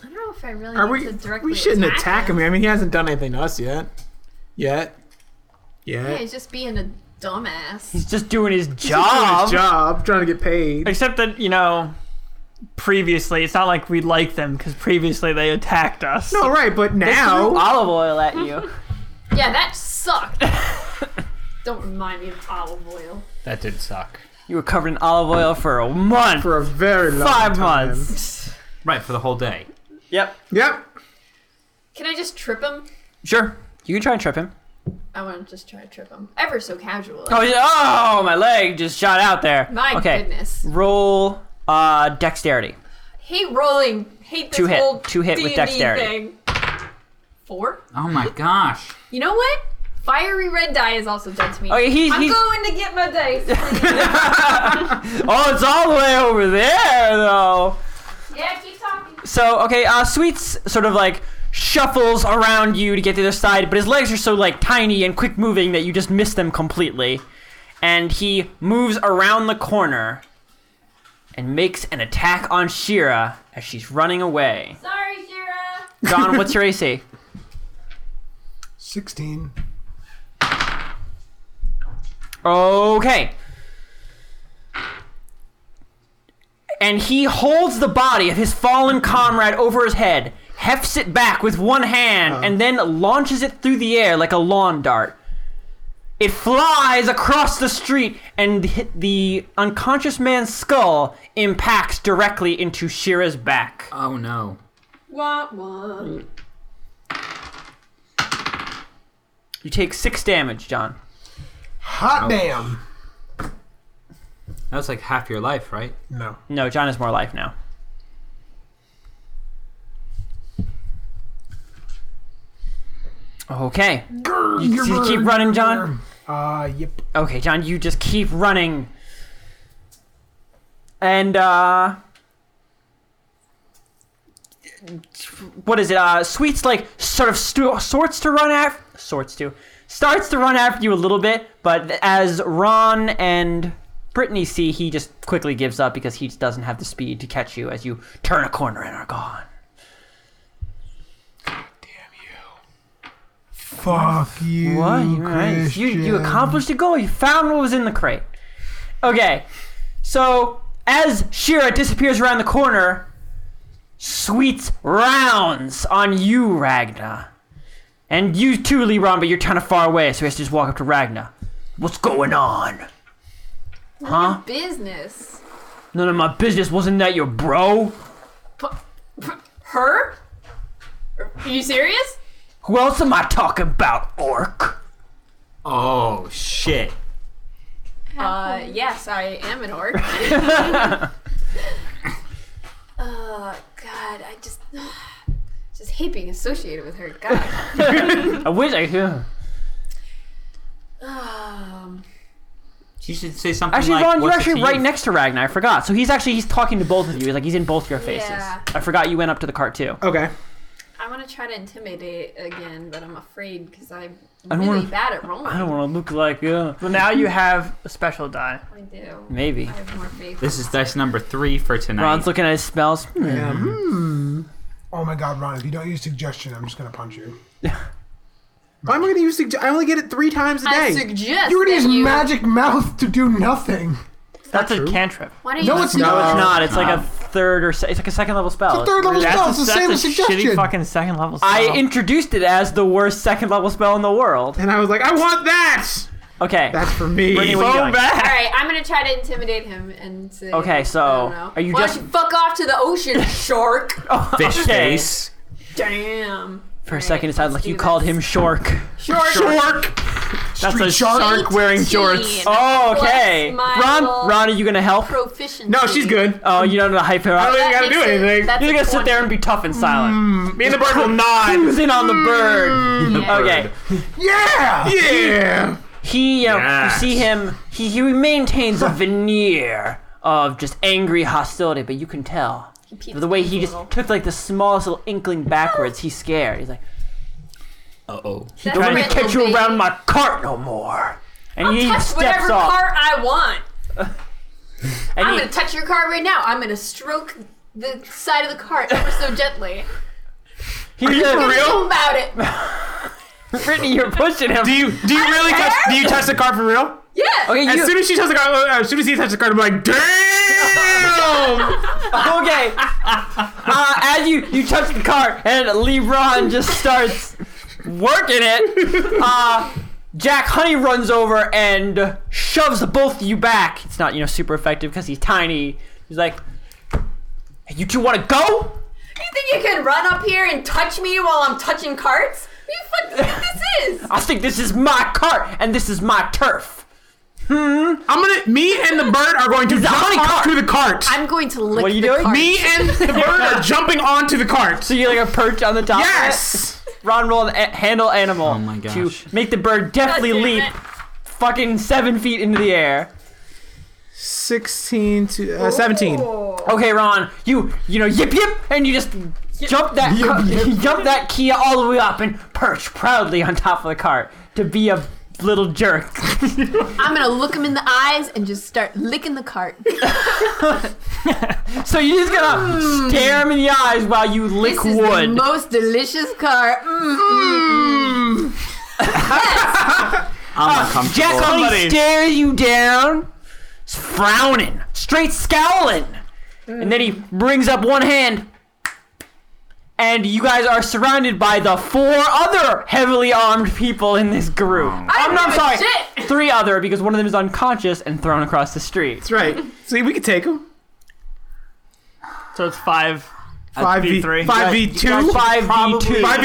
[SPEAKER 4] I don't know if I really
[SPEAKER 5] Are
[SPEAKER 4] need
[SPEAKER 5] we?
[SPEAKER 4] to directly
[SPEAKER 5] We shouldn't attack him. I mean, he hasn't done anything to us yet. Yet.
[SPEAKER 4] Yeah,
[SPEAKER 5] Yet.
[SPEAKER 4] he's just being a dumbass.
[SPEAKER 1] He's just doing his
[SPEAKER 5] Doing
[SPEAKER 1] job.
[SPEAKER 5] his job, trying to get paid.
[SPEAKER 3] Except that you know, previously it's not like we like them because previously they attacked us.
[SPEAKER 5] No, right, but
[SPEAKER 1] Threw
[SPEAKER 5] now
[SPEAKER 1] olive oil at you.
[SPEAKER 4] Yeah, that sucked. Don't remind me of olive oil.
[SPEAKER 6] That did suck.
[SPEAKER 1] you were covered in olive oil for a month.
[SPEAKER 5] for a very long
[SPEAKER 1] five
[SPEAKER 5] time.
[SPEAKER 1] months.
[SPEAKER 6] Right for the whole day.
[SPEAKER 1] Yep.
[SPEAKER 5] Yep.
[SPEAKER 4] Can I just trip him?
[SPEAKER 1] Sure. You can try and trip him.
[SPEAKER 4] I want to just try to trip him. Ever so casual.
[SPEAKER 1] Oh, yeah. oh my leg just shot out there.
[SPEAKER 4] My
[SPEAKER 1] okay.
[SPEAKER 4] goodness.
[SPEAKER 1] Roll uh, dexterity.
[SPEAKER 4] Hate rolling. Hate this
[SPEAKER 1] Two hit.
[SPEAKER 4] whole
[SPEAKER 1] Two hit with
[SPEAKER 4] D&D
[SPEAKER 1] dexterity.
[SPEAKER 4] Thing. Four.
[SPEAKER 6] Oh my gosh.
[SPEAKER 4] You know what? Fiery red die is also dead to me.
[SPEAKER 1] Okay, Oh, he's-
[SPEAKER 4] I'm
[SPEAKER 1] he's-
[SPEAKER 4] going to get my dice. please.
[SPEAKER 1] Oh, it's all the way over there, though.
[SPEAKER 4] yeah, keep talking.
[SPEAKER 1] So, okay, uh, Sweets sort of like shuffles around you to get to the other side, but his legs are so like tiny and quick moving that you just miss them completely. And he moves around the corner and makes an attack on Shira as she's running away.
[SPEAKER 4] Sorry, Shira.
[SPEAKER 1] John, what's your AC?
[SPEAKER 2] Sixteen.
[SPEAKER 1] Okay. And he holds the body of his fallen comrade over his head, hefts it back with one hand, and then launches it through the air like a lawn dart. It flies across the street, and hit the unconscious man's skull impacts directly into Shira's back.
[SPEAKER 6] Oh no.
[SPEAKER 4] Wah, wah.
[SPEAKER 1] You take six damage, John.
[SPEAKER 2] Hot damn.
[SPEAKER 6] That was like half your life, right?
[SPEAKER 2] No.
[SPEAKER 1] No, John is more life now. Okay. You just keep running, John.
[SPEAKER 2] Uh, yep.
[SPEAKER 1] Okay, John, you just keep running. And uh what is it? Uh Sweet's like sort of stu- sorts to run after sorts to starts to run after you a little bit, but as Ron and Brittany see, he just quickly gives up because he just doesn't have the speed to catch you as you turn a corner and are gone.
[SPEAKER 2] Fuck you.
[SPEAKER 1] What? You, right. you, you accomplished a goal. You found what was in the crate. Okay. So as Shira disappears around the corner, Sweets rounds on you, Ragna. And you too, Lebron, but you're kind of far away, so he has to just walk up to Ragna. What's going on? Huh?
[SPEAKER 4] Business.
[SPEAKER 1] None of my business. Wasn't that your bro?
[SPEAKER 4] P- p- her? Are you serious?
[SPEAKER 1] Who else am I talking about, Orc?
[SPEAKER 6] Oh shit!
[SPEAKER 4] Uh, yes, I am an orc. Oh God, I just just hate being associated with her. God.
[SPEAKER 1] I wish I could.
[SPEAKER 4] Um,
[SPEAKER 6] You should say something.
[SPEAKER 1] Actually,
[SPEAKER 6] like,
[SPEAKER 1] Ron, you're
[SPEAKER 6] "What's it to
[SPEAKER 1] actually
[SPEAKER 6] you?"
[SPEAKER 1] right next to Ragnar. I forgot. So he's actually he's talking to both of you. He's like he's in both your faces.
[SPEAKER 4] Yeah.
[SPEAKER 1] I forgot you went up to the cart too.
[SPEAKER 5] Okay.
[SPEAKER 4] I want to try to intimidate again, but I'm afraid because I'm
[SPEAKER 1] don't
[SPEAKER 4] really
[SPEAKER 1] wanna-
[SPEAKER 4] bad at rolling.
[SPEAKER 1] I don't want to look like uh,
[SPEAKER 3] Well, now you have a special die.
[SPEAKER 4] I do.
[SPEAKER 1] maybe.
[SPEAKER 4] I have more faith.
[SPEAKER 6] This is dice number three for tonight.
[SPEAKER 1] Ron's looking at his spells. Hmm.
[SPEAKER 2] Oh my god, Ron, if you don't use suggestion, I'm just gonna punch you.
[SPEAKER 5] Why am I going to use? Sugge- I only get it three times a
[SPEAKER 4] I
[SPEAKER 5] day.
[SPEAKER 4] suggest
[SPEAKER 2] You're gonna
[SPEAKER 4] that
[SPEAKER 2] use
[SPEAKER 4] you.
[SPEAKER 2] magic mouth to do nothing.
[SPEAKER 3] That's a cantrip.
[SPEAKER 4] why don't
[SPEAKER 2] No,
[SPEAKER 4] you
[SPEAKER 2] it's
[SPEAKER 4] listen to
[SPEAKER 5] not.
[SPEAKER 1] It's
[SPEAKER 5] Oh,
[SPEAKER 1] not. It's like a third or se- it's like a second level spell.
[SPEAKER 2] It's a third level
[SPEAKER 3] That's,
[SPEAKER 2] spell. It's the
[SPEAKER 3] that's
[SPEAKER 2] same
[SPEAKER 3] a
[SPEAKER 2] as suggestion.
[SPEAKER 3] shitty fucking second level spell.
[SPEAKER 1] I introduced it as the worst second level spell in the world.
[SPEAKER 5] and I was like, I want that.
[SPEAKER 1] Okay.
[SPEAKER 5] That's for me.
[SPEAKER 1] Brittany, what are you doing?
[SPEAKER 4] All right, I'm gonna try to intimidate him and say.
[SPEAKER 1] Okay, so,
[SPEAKER 4] I don't know.
[SPEAKER 1] are you
[SPEAKER 4] Why
[SPEAKER 1] just-
[SPEAKER 4] don't you fuck off to the ocean, shark?
[SPEAKER 1] Oh,
[SPEAKER 6] Fish
[SPEAKER 1] okay.
[SPEAKER 6] face.
[SPEAKER 4] Damn.
[SPEAKER 1] For a second, it sounded like you called him Shork.
[SPEAKER 4] shark.
[SPEAKER 3] That's a
[SPEAKER 5] shark.
[SPEAKER 3] shark wearing jorts.
[SPEAKER 1] Oh, okay.
[SPEAKER 4] my
[SPEAKER 1] Ron,
[SPEAKER 4] little-
[SPEAKER 1] Ron, are you gonna help?
[SPEAKER 4] Proficiency.
[SPEAKER 5] No, she's good.
[SPEAKER 1] Oh, you don't know hype her up.
[SPEAKER 5] I don't gotta do
[SPEAKER 4] makes it-
[SPEAKER 5] anything.
[SPEAKER 4] that's
[SPEAKER 1] You're
[SPEAKER 4] a
[SPEAKER 1] gonna sit there
[SPEAKER 4] 20.
[SPEAKER 1] and be tough and silent.
[SPEAKER 5] Me and the bird will nod.
[SPEAKER 1] Who's in on the bird.
[SPEAKER 4] Yeah.
[SPEAKER 1] Okay.
[SPEAKER 2] Yeah!
[SPEAKER 5] Yeah.
[SPEAKER 1] He, uh,
[SPEAKER 6] Yes.
[SPEAKER 1] you see him. He, he maintains a veneer of just angry hostility, but you can tell
[SPEAKER 4] peeks
[SPEAKER 1] the way
[SPEAKER 4] his
[SPEAKER 1] he just
[SPEAKER 4] little-
[SPEAKER 1] took like the smallest little inkling backwards. He's scared. He's like,
[SPEAKER 6] Uh oh.
[SPEAKER 4] That's
[SPEAKER 1] "Don't let me
[SPEAKER 4] where it
[SPEAKER 1] catch you
[SPEAKER 4] will be.
[SPEAKER 1] around my cart no more." And he
[SPEAKER 4] touch
[SPEAKER 1] steps
[SPEAKER 4] whatever
[SPEAKER 1] off.
[SPEAKER 4] car I want.
[SPEAKER 1] and
[SPEAKER 4] I'm
[SPEAKER 1] he,
[SPEAKER 4] gonna touch your car right now. I'm gonna stroke the side of the car ever so gently.
[SPEAKER 1] he said,
[SPEAKER 4] Think about it.
[SPEAKER 1] Brittany, you're pushing him.
[SPEAKER 5] Do you do you really touch? Do you touch the card for real?
[SPEAKER 4] Yeah.
[SPEAKER 1] okay,
[SPEAKER 5] As
[SPEAKER 1] you,
[SPEAKER 5] soon as she touches the card, uh, as soon as he touches the card, I'm like, damn.
[SPEAKER 1] okay. Uh, as you you touch the cart and LeBron just starts working it. Uh, Jack Honey runs over and shoves both of you back. It's not you know super effective because he's tiny. He's like, hey, you two want to go?
[SPEAKER 4] You think you can run up here and touch me while I'm touching carts? What do you fucking think this is?
[SPEAKER 1] I think this is my cart and this is my turf.
[SPEAKER 5] I'm gonna. Me and the bird are going to
[SPEAKER 1] honey
[SPEAKER 5] jump off
[SPEAKER 1] cart.
[SPEAKER 5] to the cart.
[SPEAKER 4] I'm going to lick
[SPEAKER 1] What are you
[SPEAKER 4] the
[SPEAKER 1] doing?
[SPEAKER 4] cart.
[SPEAKER 5] me and the bird are jumping onto the cart.
[SPEAKER 1] So you're like a perch on the top. of it?
[SPEAKER 5] Yes.
[SPEAKER 1] Ron rolled a- handle animal. Oh
[SPEAKER 6] my
[SPEAKER 1] To
[SPEAKER 6] gosh.
[SPEAKER 1] make the bird
[SPEAKER 4] God
[SPEAKER 1] deftly
[SPEAKER 4] damn
[SPEAKER 1] leap,
[SPEAKER 4] it.
[SPEAKER 1] fucking seven feet into the air.
[SPEAKER 5] 16 to uh, 17.
[SPEAKER 1] Okay, Ron, you you know yip yip, and you just jump that ca- jump that Kia all the way up and perch proudly on top of the cart to be a little jerk.
[SPEAKER 4] I'm gonna look him in the eyes and just start licking the cart.
[SPEAKER 1] So you just gonna stare him in the eyes while you lick
[SPEAKER 4] Hmm. This is the
[SPEAKER 1] wood.
[SPEAKER 4] most delicious cart. Mm, mm, mm. yes.
[SPEAKER 6] I'm uncomfortable.
[SPEAKER 1] uh, Jack Honey
[SPEAKER 5] Somebody.
[SPEAKER 1] stares you down, s- frowning, straight scowling, and then he brings up one hand. And you guys are surrounded by the four other heavily armed people in this group.
[SPEAKER 4] I
[SPEAKER 1] I'm, no, I'm
[SPEAKER 4] don't
[SPEAKER 1] sorry.
[SPEAKER 4] give a shit.
[SPEAKER 1] Three other because one of them is unconscious and thrown across the street.
[SPEAKER 5] That's right. See, we could take him.
[SPEAKER 3] so it's five
[SPEAKER 5] Five v
[SPEAKER 3] V3.
[SPEAKER 5] Five v two.
[SPEAKER 1] Five v two.
[SPEAKER 5] Five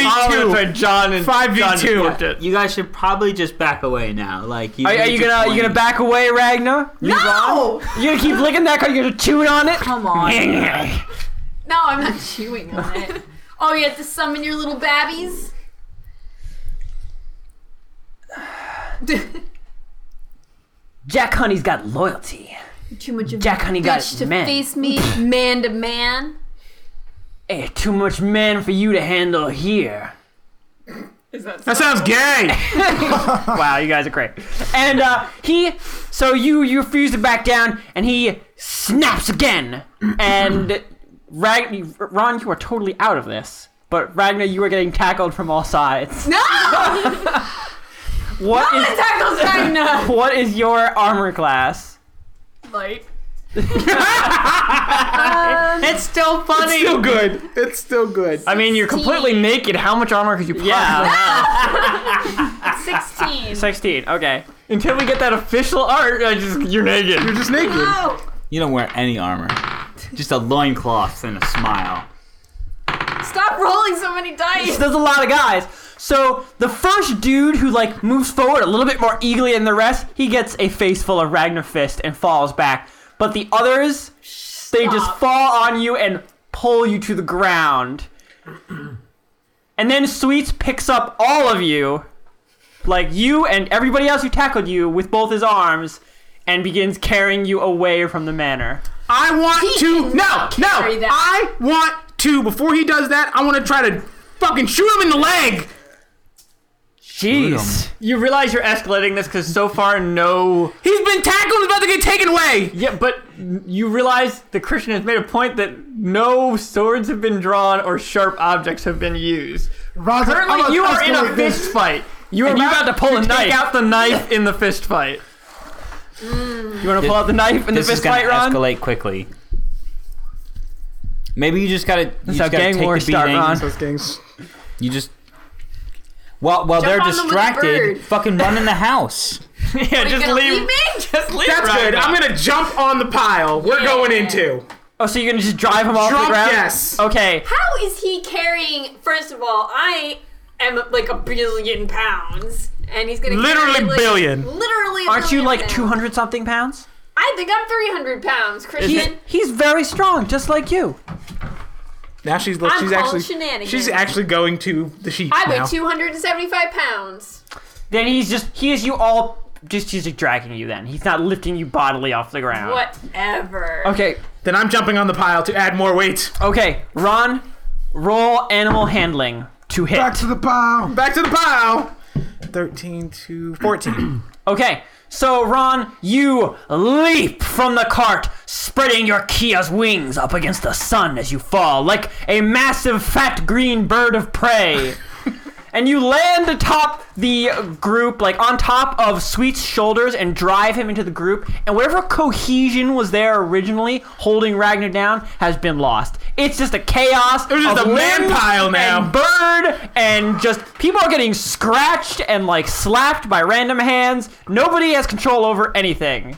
[SPEAKER 5] v two.
[SPEAKER 3] John and
[SPEAKER 5] Five v
[SPEAKER 3] John
[SPEAKER 5] two.
[SPEAKER 3] flipped it.
[SPEAKER 6] You guys should probably just back away now. Like, you
[SPEAKER 1] Are, are
[SPEAKER 6] need
[SPEAKER 1] you
[SPEAKER 6] to
[SPEAKER 1] gonna are you
[SPEAKER 6] plan.
[SPEAKER 1] gonna back away, Ragnar?
[SPEAKER 4] No!
[SPEAKER 1] You gonna keep licking that car? You gonna chew it on it?
[SPEAKER 4] Come on. No, I'm not chewing on it. Mm. Oh, you have to summon your little babbies?
[SPEAKER 1] Jack Honey's got loyalty.
[SPEAKER 4] Too much of
[SPEAKER 1] Jack
[SPEAKER 4] a
[SPEAKER 1] Honey got
[SPEAKER 4] bitch to
[SPEAKER 1] men.
[SPEAKER 4] face me, man to man.
[SPEAKER 1] Eh, too much man for you to handle here.
[SPEAKER 7] Is that
[SPEAKER 5] That sounds gay.
[SPEAKER 1] Wow, you guys are great. And uh, he, so you you refuse to back down, and he snaps again. And Rag- Ron, you are totally out of this. But Ragnar, you are getting tackled from all sides.
[SPEAKER 4] No!
[SPEAKER 1] What
[SPEAKER 4] I'm
[SPEAKER 1] is
[SPEAKER 4] gonna tackle Zagna!
[SPEAKER 1] what is your armor class?
[SPEAKER 4] Like, Uh,
[SPEAKER 3] It's still funny.
[SPEAKER 5] It's still good. It's still good.
[SPEAKER 3] I mean, you're completely
[SPEAKER 4] Steve.
[SPEAKER 3] naked. How much armor could you possibly
[SPEAKER 1] Yeah.
[SPEAKER 3] have?
[SPEAKER 4] 16.
[SPEAKER 1] 16. Okay.
[SPEAKER 3] Until we get that official art, I just you're naked.
[SPEAKER 5] You're just naked.
[SPEAKER 4] Oh!
[SPEAKER 6] You don't wear any armor. Just a loincloth and a smile.
[SPEAKER 4] Stop rolling so many
[SPEAKER 1] So
[SPEAKER 4] dice!
[SPEAKER 1] there's a lot of guys. So the first dude who like moves forward a little bit more eagerly than the rest, he gets a face full of Ragnar fist and falls back. But the others, they just
[SPEAKER 4] Stop.
[SPEAKER 1] fall on you and pull you to the ground. and then Sweets picks up all of you, like you and everybody else who tackled you with both his arms, and begins carrying you away from the manor.
[SPEAKER 5] I want
[SPEAKER 4] He
[SPEAKER 5] to. No,
[SPEAKER 4] cannot carry
[SPEAKER 5] no. I
[SPEAKER 4] that.
[SPEAKER 5] want to. Before he does that, I want to try to fucking shoot him in the leg.
[SPEAKER 1] Jeez.
[SPEAKER 3] You realize you're escalating this because so far no.
[SPEAKER 5] He's been tackled. He's about to get taken away.
[SPEAKER 3] Yeah, but you realize the Christian has made a point that no swords have been drawn or sharp objects have been used.
[SPEAKER 2] Ron's like, I'm
[SPEAKER 3] Currently,
[SPEAKER 2] gonna
[SPEAKER 3] you are in a
[SPEAKER 2] escalate this.
[SPEAKER 3] fist fight. You are
[SPEAKER 1] And you
[SPEAKER 3] about,
[SPEAKER 1] got to pull a
[SPEAKER 3] Take
[SPEAKER 1] knife.
[SPEAKER 3] out the knife in the fist fight.
[SPEAKER 1] You want to pull out the knife in the
[SPEAKER 6] This is
[SPEAKER 1] fist
[SPEAKER 6] gonna
[SPEAKER 1] fight, Ron?
[SPEAKER 6] escalate quickly. Maybe you just gotta. You
[SPEAKER 1] That's
[SPEAKER 6] just
[SPEAKER 1] how
[SPEAKER 6] gotta
[SPEAKER 1] gang
[SPEAKER 6] take
[SPEAKER 1] wars
[SPEAKER 6] the
[SPEAKER 1] start,
[SPEAKER 6] beating.
[SPEAKER 1] Ron.
[SPEAKER 5] Those gangs.
[SPEAKER 6] You just. While while
[SPEAKER 4] Jump
[SPEAKER 6] they're
[SPEAKER 4] on them with a
[SPEAKER 6] distracted,
[SPEAKER 4] bird.
[SPEAKER 6] fucking run in the house.
[SPEAKER 3] yeah,
[SPEAKER 4] Are you
[SPEAKER 3] just
[SPEAKER 4] gonna
[SPEAKER 3] leave.
[SPEAKER 4] leave me?
[SPEAKER 3] Just leave.
[SPEAKER 5] That's
[SPEAKER 3] right
[SPEAKER 5] good.
[SPEAKER 3] now.
[SPEAKER 5] I'm gonna jump on the pile. We're
[SPEAKER 4] Yeah.
[SPEAKER 5] going into.
[SPEAKER 1] Oh, so you're gonna just drive him off the
[SPEAKER 5] Drop
[SPEAKER 1] ground?
[SPEAKER 5] yes.
[SPEAKER 1] Okay.
[SPEAKER 4] How is he carrying? First of all, I am like a billion pounds, and he's gonna carry,
[SPEAKER 5] Literally
[SPEAKER 4] like,
[SPEAKER 5] billion.
[SPEAKER 4] Literally, a
[SPEAKER 1] Aren't you
[SPEAKER 4] billion
[SPEAKER 1] like
[SPEAKER 4] pounds.
[SPEAKER 1] 200 something pounds?
[SPEAKER 4] I think I'm 300 pounds,
[SPEAKER 1] He's,
[SPEAKER 4] Christian.
[SPEAKER 1] he's very strong, just like you.
[SPEAKER 5] Now she's look.
[SPEAKER 4] I'm
[SPEAKER 5] She's
[SPEAKER 4] calling
[SPEAKER 5] actually.
[SPEAKER 4] shenanigans.
[SPEAKER 5] She's actually going to the sheep
[SPEAKER 4] I
[SPEAKER 5] now.
[SPEAKER 4] weigh 275 pounds.
[SPEAKER 1] Then he's just, he is you all, just he's just dragging you then. He's not lifting you bodily off the ground.
[SPEAKER 4] Whatever.
[SPEAKER 1] Okay,
[SPEAKER 5] Then I'm jumping on the pile to add more weight.
[SPEAKER 1] okay. Ron, roll animal handling to hit.
[SPEAKER 2] Back to the pile.
[SPEAKER 5] Back to the pile. Thirteen to fourteen.
[SPEAKER 1] Okay, so Ron, you leap from the cart, spreading your Kia's wings up against the sun as you fall, like a massive fat green bird of prey. and you land atop the group, like on top of Sweet's shoulders, and drive him into the group. And whatever cohesion was there originally holding Ragnar down has been lost. It's just a chaos.
[SPEAKER 5] There's just
[SPEAKER 1] of
[SPEAKER 5] a man
[SPEAKER 1] limbs
[SPEAKER 5] pile
[SPEAKER 1] and
[SPEAKER 5] now.
[SPEAKER 1] bird and just people are getting scratched and like slapped by random hands. Nobody has control over anything.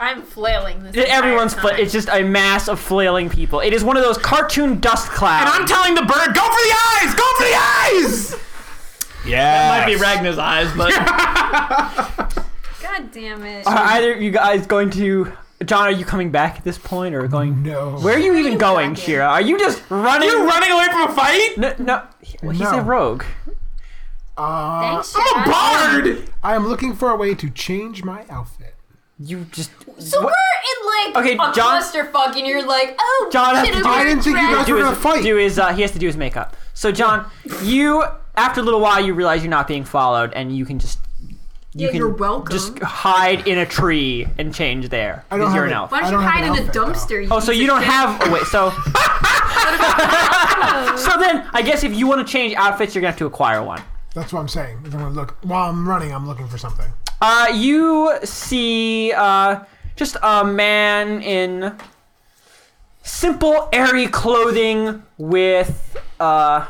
[SPEAKER 4] I'm flailing this. entire
[SPEAKER 1] Everyone's
[SPEAKER 4] time.
[SPEAKER 1] fla- it's just a mass of flailing people. It is one of those cartoon dust
[SPEAKER 5] and
[SPEAKER 1] clouds.
[SPEAKER 5] I'm telling the bird, go for the eyes. Go for the eyes.
[SPEAKER 6] Yeah.
[SPEAKER 3] Might be Ragnar's eyes, but
[SPEAKER 4] God damn it.
[SPEAKER 1] are either of you guys going to John, are you coming back at this point or going
[SPEAKER 2] No.
[SPEAKER 1] Where are you even
[SPEAKER 4] you
[SPEAKER 1] going,
[SPEAKER 4] back in?
[SPEAKER 1] Shira? Are you just running
[SPEAKER 5] You running away from a fight?
[SPEAKER 1] No, no. he- well, he's
[SPEAKER 2] No.
[SPEAKER 1] a rogue.
[SPEAKER 2] Uh,
[SPEAKER 4] Thanks,
[SPEAKER 5] I'm a
[SPEAKER 4] Jack.
[SPEAKER 5] bard.
[SPEAKER 2] I am looking for a way to change my outfit.
[SPEAKER 1] You just
[SPEAKER 4] So
[SPEAKER 1] what-
[SPEAKER 4] we're in like
[SPEAKER 1] Okay,
[SPEAKER 4] a
[SPEAKER 1] John-
[SPEAKER 4] clusterfuck, and you're like, oh,
[SPEAKER 1] John has
[SPEAKER 4] shit,
[SPEAKER 1] to
[SPEAKER 4] it
[SPEAKER 1] do-
[SPEAKER 4] was
[SPEAKER 2] I didn't think you
[SPEAKER 4] trash.
[SPEAKER 2] guys
[SPEAKER 1] do
[SPEAKER 2] We're
[SPEAKER 1] his,
[SPEAKER 2] gonna fight.
[SPEAKER 1] do his uh, he has to do his makeup. So John, you after a little while you realize you're not being followed and you can just you
[SPEAKER 4] Yeah,
[SPEAKER 1] can
[SPEAKER 4] you're welcome.
[SPEAKER 1] just hide in a tree and change there
[SPEAKER 2] I don't
[SPEAKER 1] because you're an
[SPEAKER 2] have
[SPEAKER 1] elf.
[SPEAKER 2] it.
[SPEAKER 4] Why don't,
[SPEAKER 2] I don't
[SPEAKER 4] you
[SPEAKER 2] have
[SPEAKER 4] hide
[SPEAKER 2] an
[SPEAKER 4] in a
[SPEAKER 2] outfit,
[SPEAKER 4] dumpster?
[SPEAKER 1] Oh, so you don't have oh, wait. So so then I guess if you want to change outfits, you're gonna have to acquire one.
[SPEAKER 2] That's what I'm saying. is I'm gonna look while I'm running. I'm looking for something.
[SPEAKER 1] Uh, you see uh, just a man in simple, airy clothing with uh,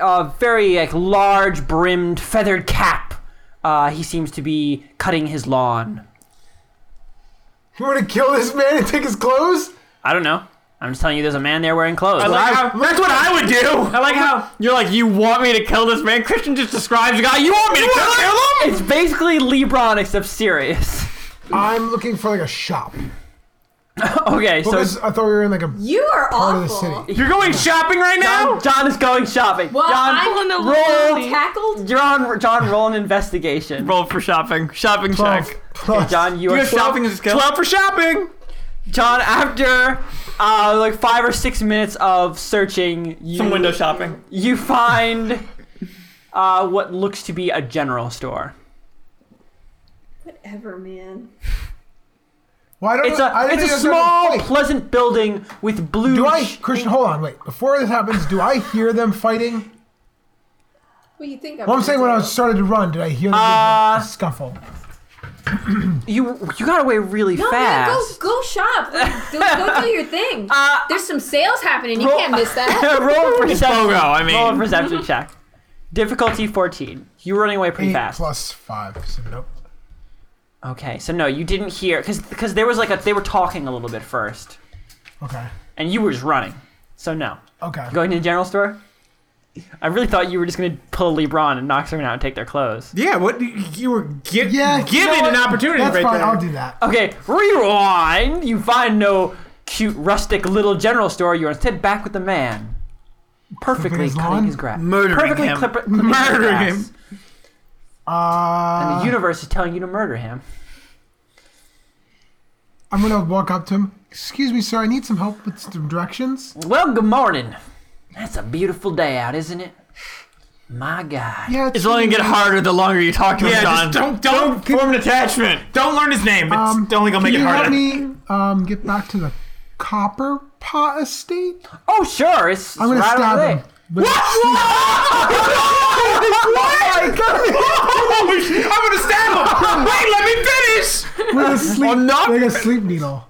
[SPEAKER 1] a very like large brimmed feathered cap. Uh, he seems to be cutting his lawn.
[SPEAKER 2] You want to kill this man and take his clothes?
[SPEAKER 1] I don't know. I'm just telling you, there's a man there wearing clothes.
[SPEAKER 3] I like how,
[SPEAKER 5] That's what I would do.
[SPEAKER 3] I like how you're like, you want me to kill this man? Christian just describes a guy. You want me to kill him?
[SPEAKER 1] it's basically LeBron except serious.
[SPEAKER 2] I'm looking for like a shop.
[SPEAKER 1] okay, so
[SPEAKER 2] Because I thought we were in like a
[SPEAKER 4] You are
[SPEAKER 2] part of the
[SPEAKER 4] awful.
[SPEAKER 2] city.
[SPEAKER 3] You're going shopping right now?
[SPEAKER 1] John, John is going shopping.
[SPEAKER 4] Well,
[SPEAKER 1] John,
[SPEAKER 4] I'm
[SPEAKER 7] Pulling a
[SPEAKER 1] roll.
[SPEAKER 7] Lucy.
[SPEAKER 4] Tackled?
[SPEAKER 1] You're on. John, roll an investigation.
[SPEAKER 3] Roll for shopping. Shopping
[SPEAKER 2] Twelve
[SPEAKER 3] check.
[SPEAKER 2] Oh, plus.
[SPEAKER 1] John, you
[SPEAKER 3] You
[SPEAKER 1] are
[SPEAKER 3] have shopping as a skill.
[SPEAKER 5] 12 for shopping.
[SPEAKER 1] John, after uh, like five or six minutes of searching, you
[SPEAKER 3] Some window shopping.
[SPEAKER 1] you find uh, what looks to be a general store.
[SPEAKER 4] Whatever, man.
[SPEAKER 2] Well, I don't
[SPEAKER 1] It's
[SPEAKER 2] know.
[SPEAKER 1] a
[SPEAKER 2] I
[SPEAKER 1] it's a
[SPEAKER 2] didn't know you
[SPEAKER 1] small,
[SPEAKER 2] guys were fighting.
[SPEAKER 1] pleasant building with blue.
[SPEAKER 2] Do I,
[SPEAKER 1] sh-
[SPEAKER 2] Christian? Hold on, wait. Before this happens, do I hear them fighting?
[SPEAKER 4] Well, you think I'm.
[SPEAKER 2] Well, I'm saying when I started to run, did I hear them
[SPEAKER 1] Uh,
[SPEAKER 2] a scuffle?
[SPEAKER 1] you you got away really
[SPEAKER 4] No, man,
[SPEAKER 1] fast.
[SPEAKER 4] go, go shop. Like, do, go do your thing.
[SPEAKER 1] Uh,
[SPEAKER 4] There's some sales happening. You
[SPEAKER 1] roll-
[SPEAKER 4] can't miss that.
[SPEAKER 1] roll a perception.
[SPEAKER 3] Bogo, I mean.
[SPEAKER 1] Roll a perception check. Difficulty 14. You were running away pretty
[SPEAKER 2] Eight
[SPEAKER 1] fast.
[SPEAKER 2] plus five. So nope.
[SPEAKER 1] Okay, so no, you didn't hear because because there was like a they were talking a little bit first,
[SPEAKER 2] Okay.
[SPEAKER 1] and you were just running. So no,
[SPEAKER 2] Okay.
[SPEAKER 1] going to the general store. I really thought you were just gonna pull LeBron and knock someone out and take their clothes.
[SPEAKER 5] Yeah, what you were gi-
[SPEAKER 2] Yeah, you
[SPEAKER 5] given
[SPEAKER 2] know what?
[SPEAKER 5] an opportunity
[SPEAKER 2] That's
[SPEAKER 5] right
[SPEAKER 2] fine.
[SPEAKER 5] there.
[SPEAKER 2] I'll do that.
[SPEAKER 1] Okay, rewind. You find no cute rustic little general store. You're instead back with the man, perfectly
[SPEAKER 2] Clipping his
[SPEAKER 1] cutting
[SPEAKER 2] lawn?
[SPEAKER 1] his grass,
[SPEAKER 3] Murdering
[SPEAKER 1] perfectly
[SPEAKER 3] him.
[SPEAKER 1] clipper- clipping his
[SPEAKER 5] Murdering
[SPEAKER 1] grass.
[SPEAKER 5] him.
[SPEAKER 2] Uh,
[SPEAKER 1] And the universe is telling you to murder him.
[SPEAKER 2] I'm gonna walk up to him. Excuse me, sir. I need some help with some directions.
[SPEAKER 1] Well, good morning. That's a beautiful day out, isn't it? My God.
[SPEAKER 2] Yeah,
[SPEAKER 3] It's only gonna get harder the longer you talk to him,
[SPEAKER 5] Yeah,
[SPEAKER 3] John.
[SPEAKER 5] just don't don't
[SPEAKER 3] form an attachment.
[SPEAKER 5] don't learn his name. It's
[SPEAKER 2] Um,
[SPEAKER 5] only gonna make
[SPEAKER 2] Can
[SPEAKER 5] it
[SPEAKER 2] you help
[SPEAKER 5] harder.
[SPEAKER 2] me um, get back to the copper pot estate?
[SPEAKER 1] Oh, sure. It's,
[SPEAKER 2] I'm gonna
[SPEAKER 1] it's right
[SPEAKER 2] stab
[SPEAKER 1] over
[SPEAKER 2] him.
[SPEAKER 1] there.
[SPEAKER 2] With
[SPEAKER 1] Oh
[SPEAKER 5] I'm gonna stab him. Wait, let me finish.
[SPEAKER 2] with a sleep,
[SPEAKER 5] I'm not-
[SPEAKER 2] like a sleep needle.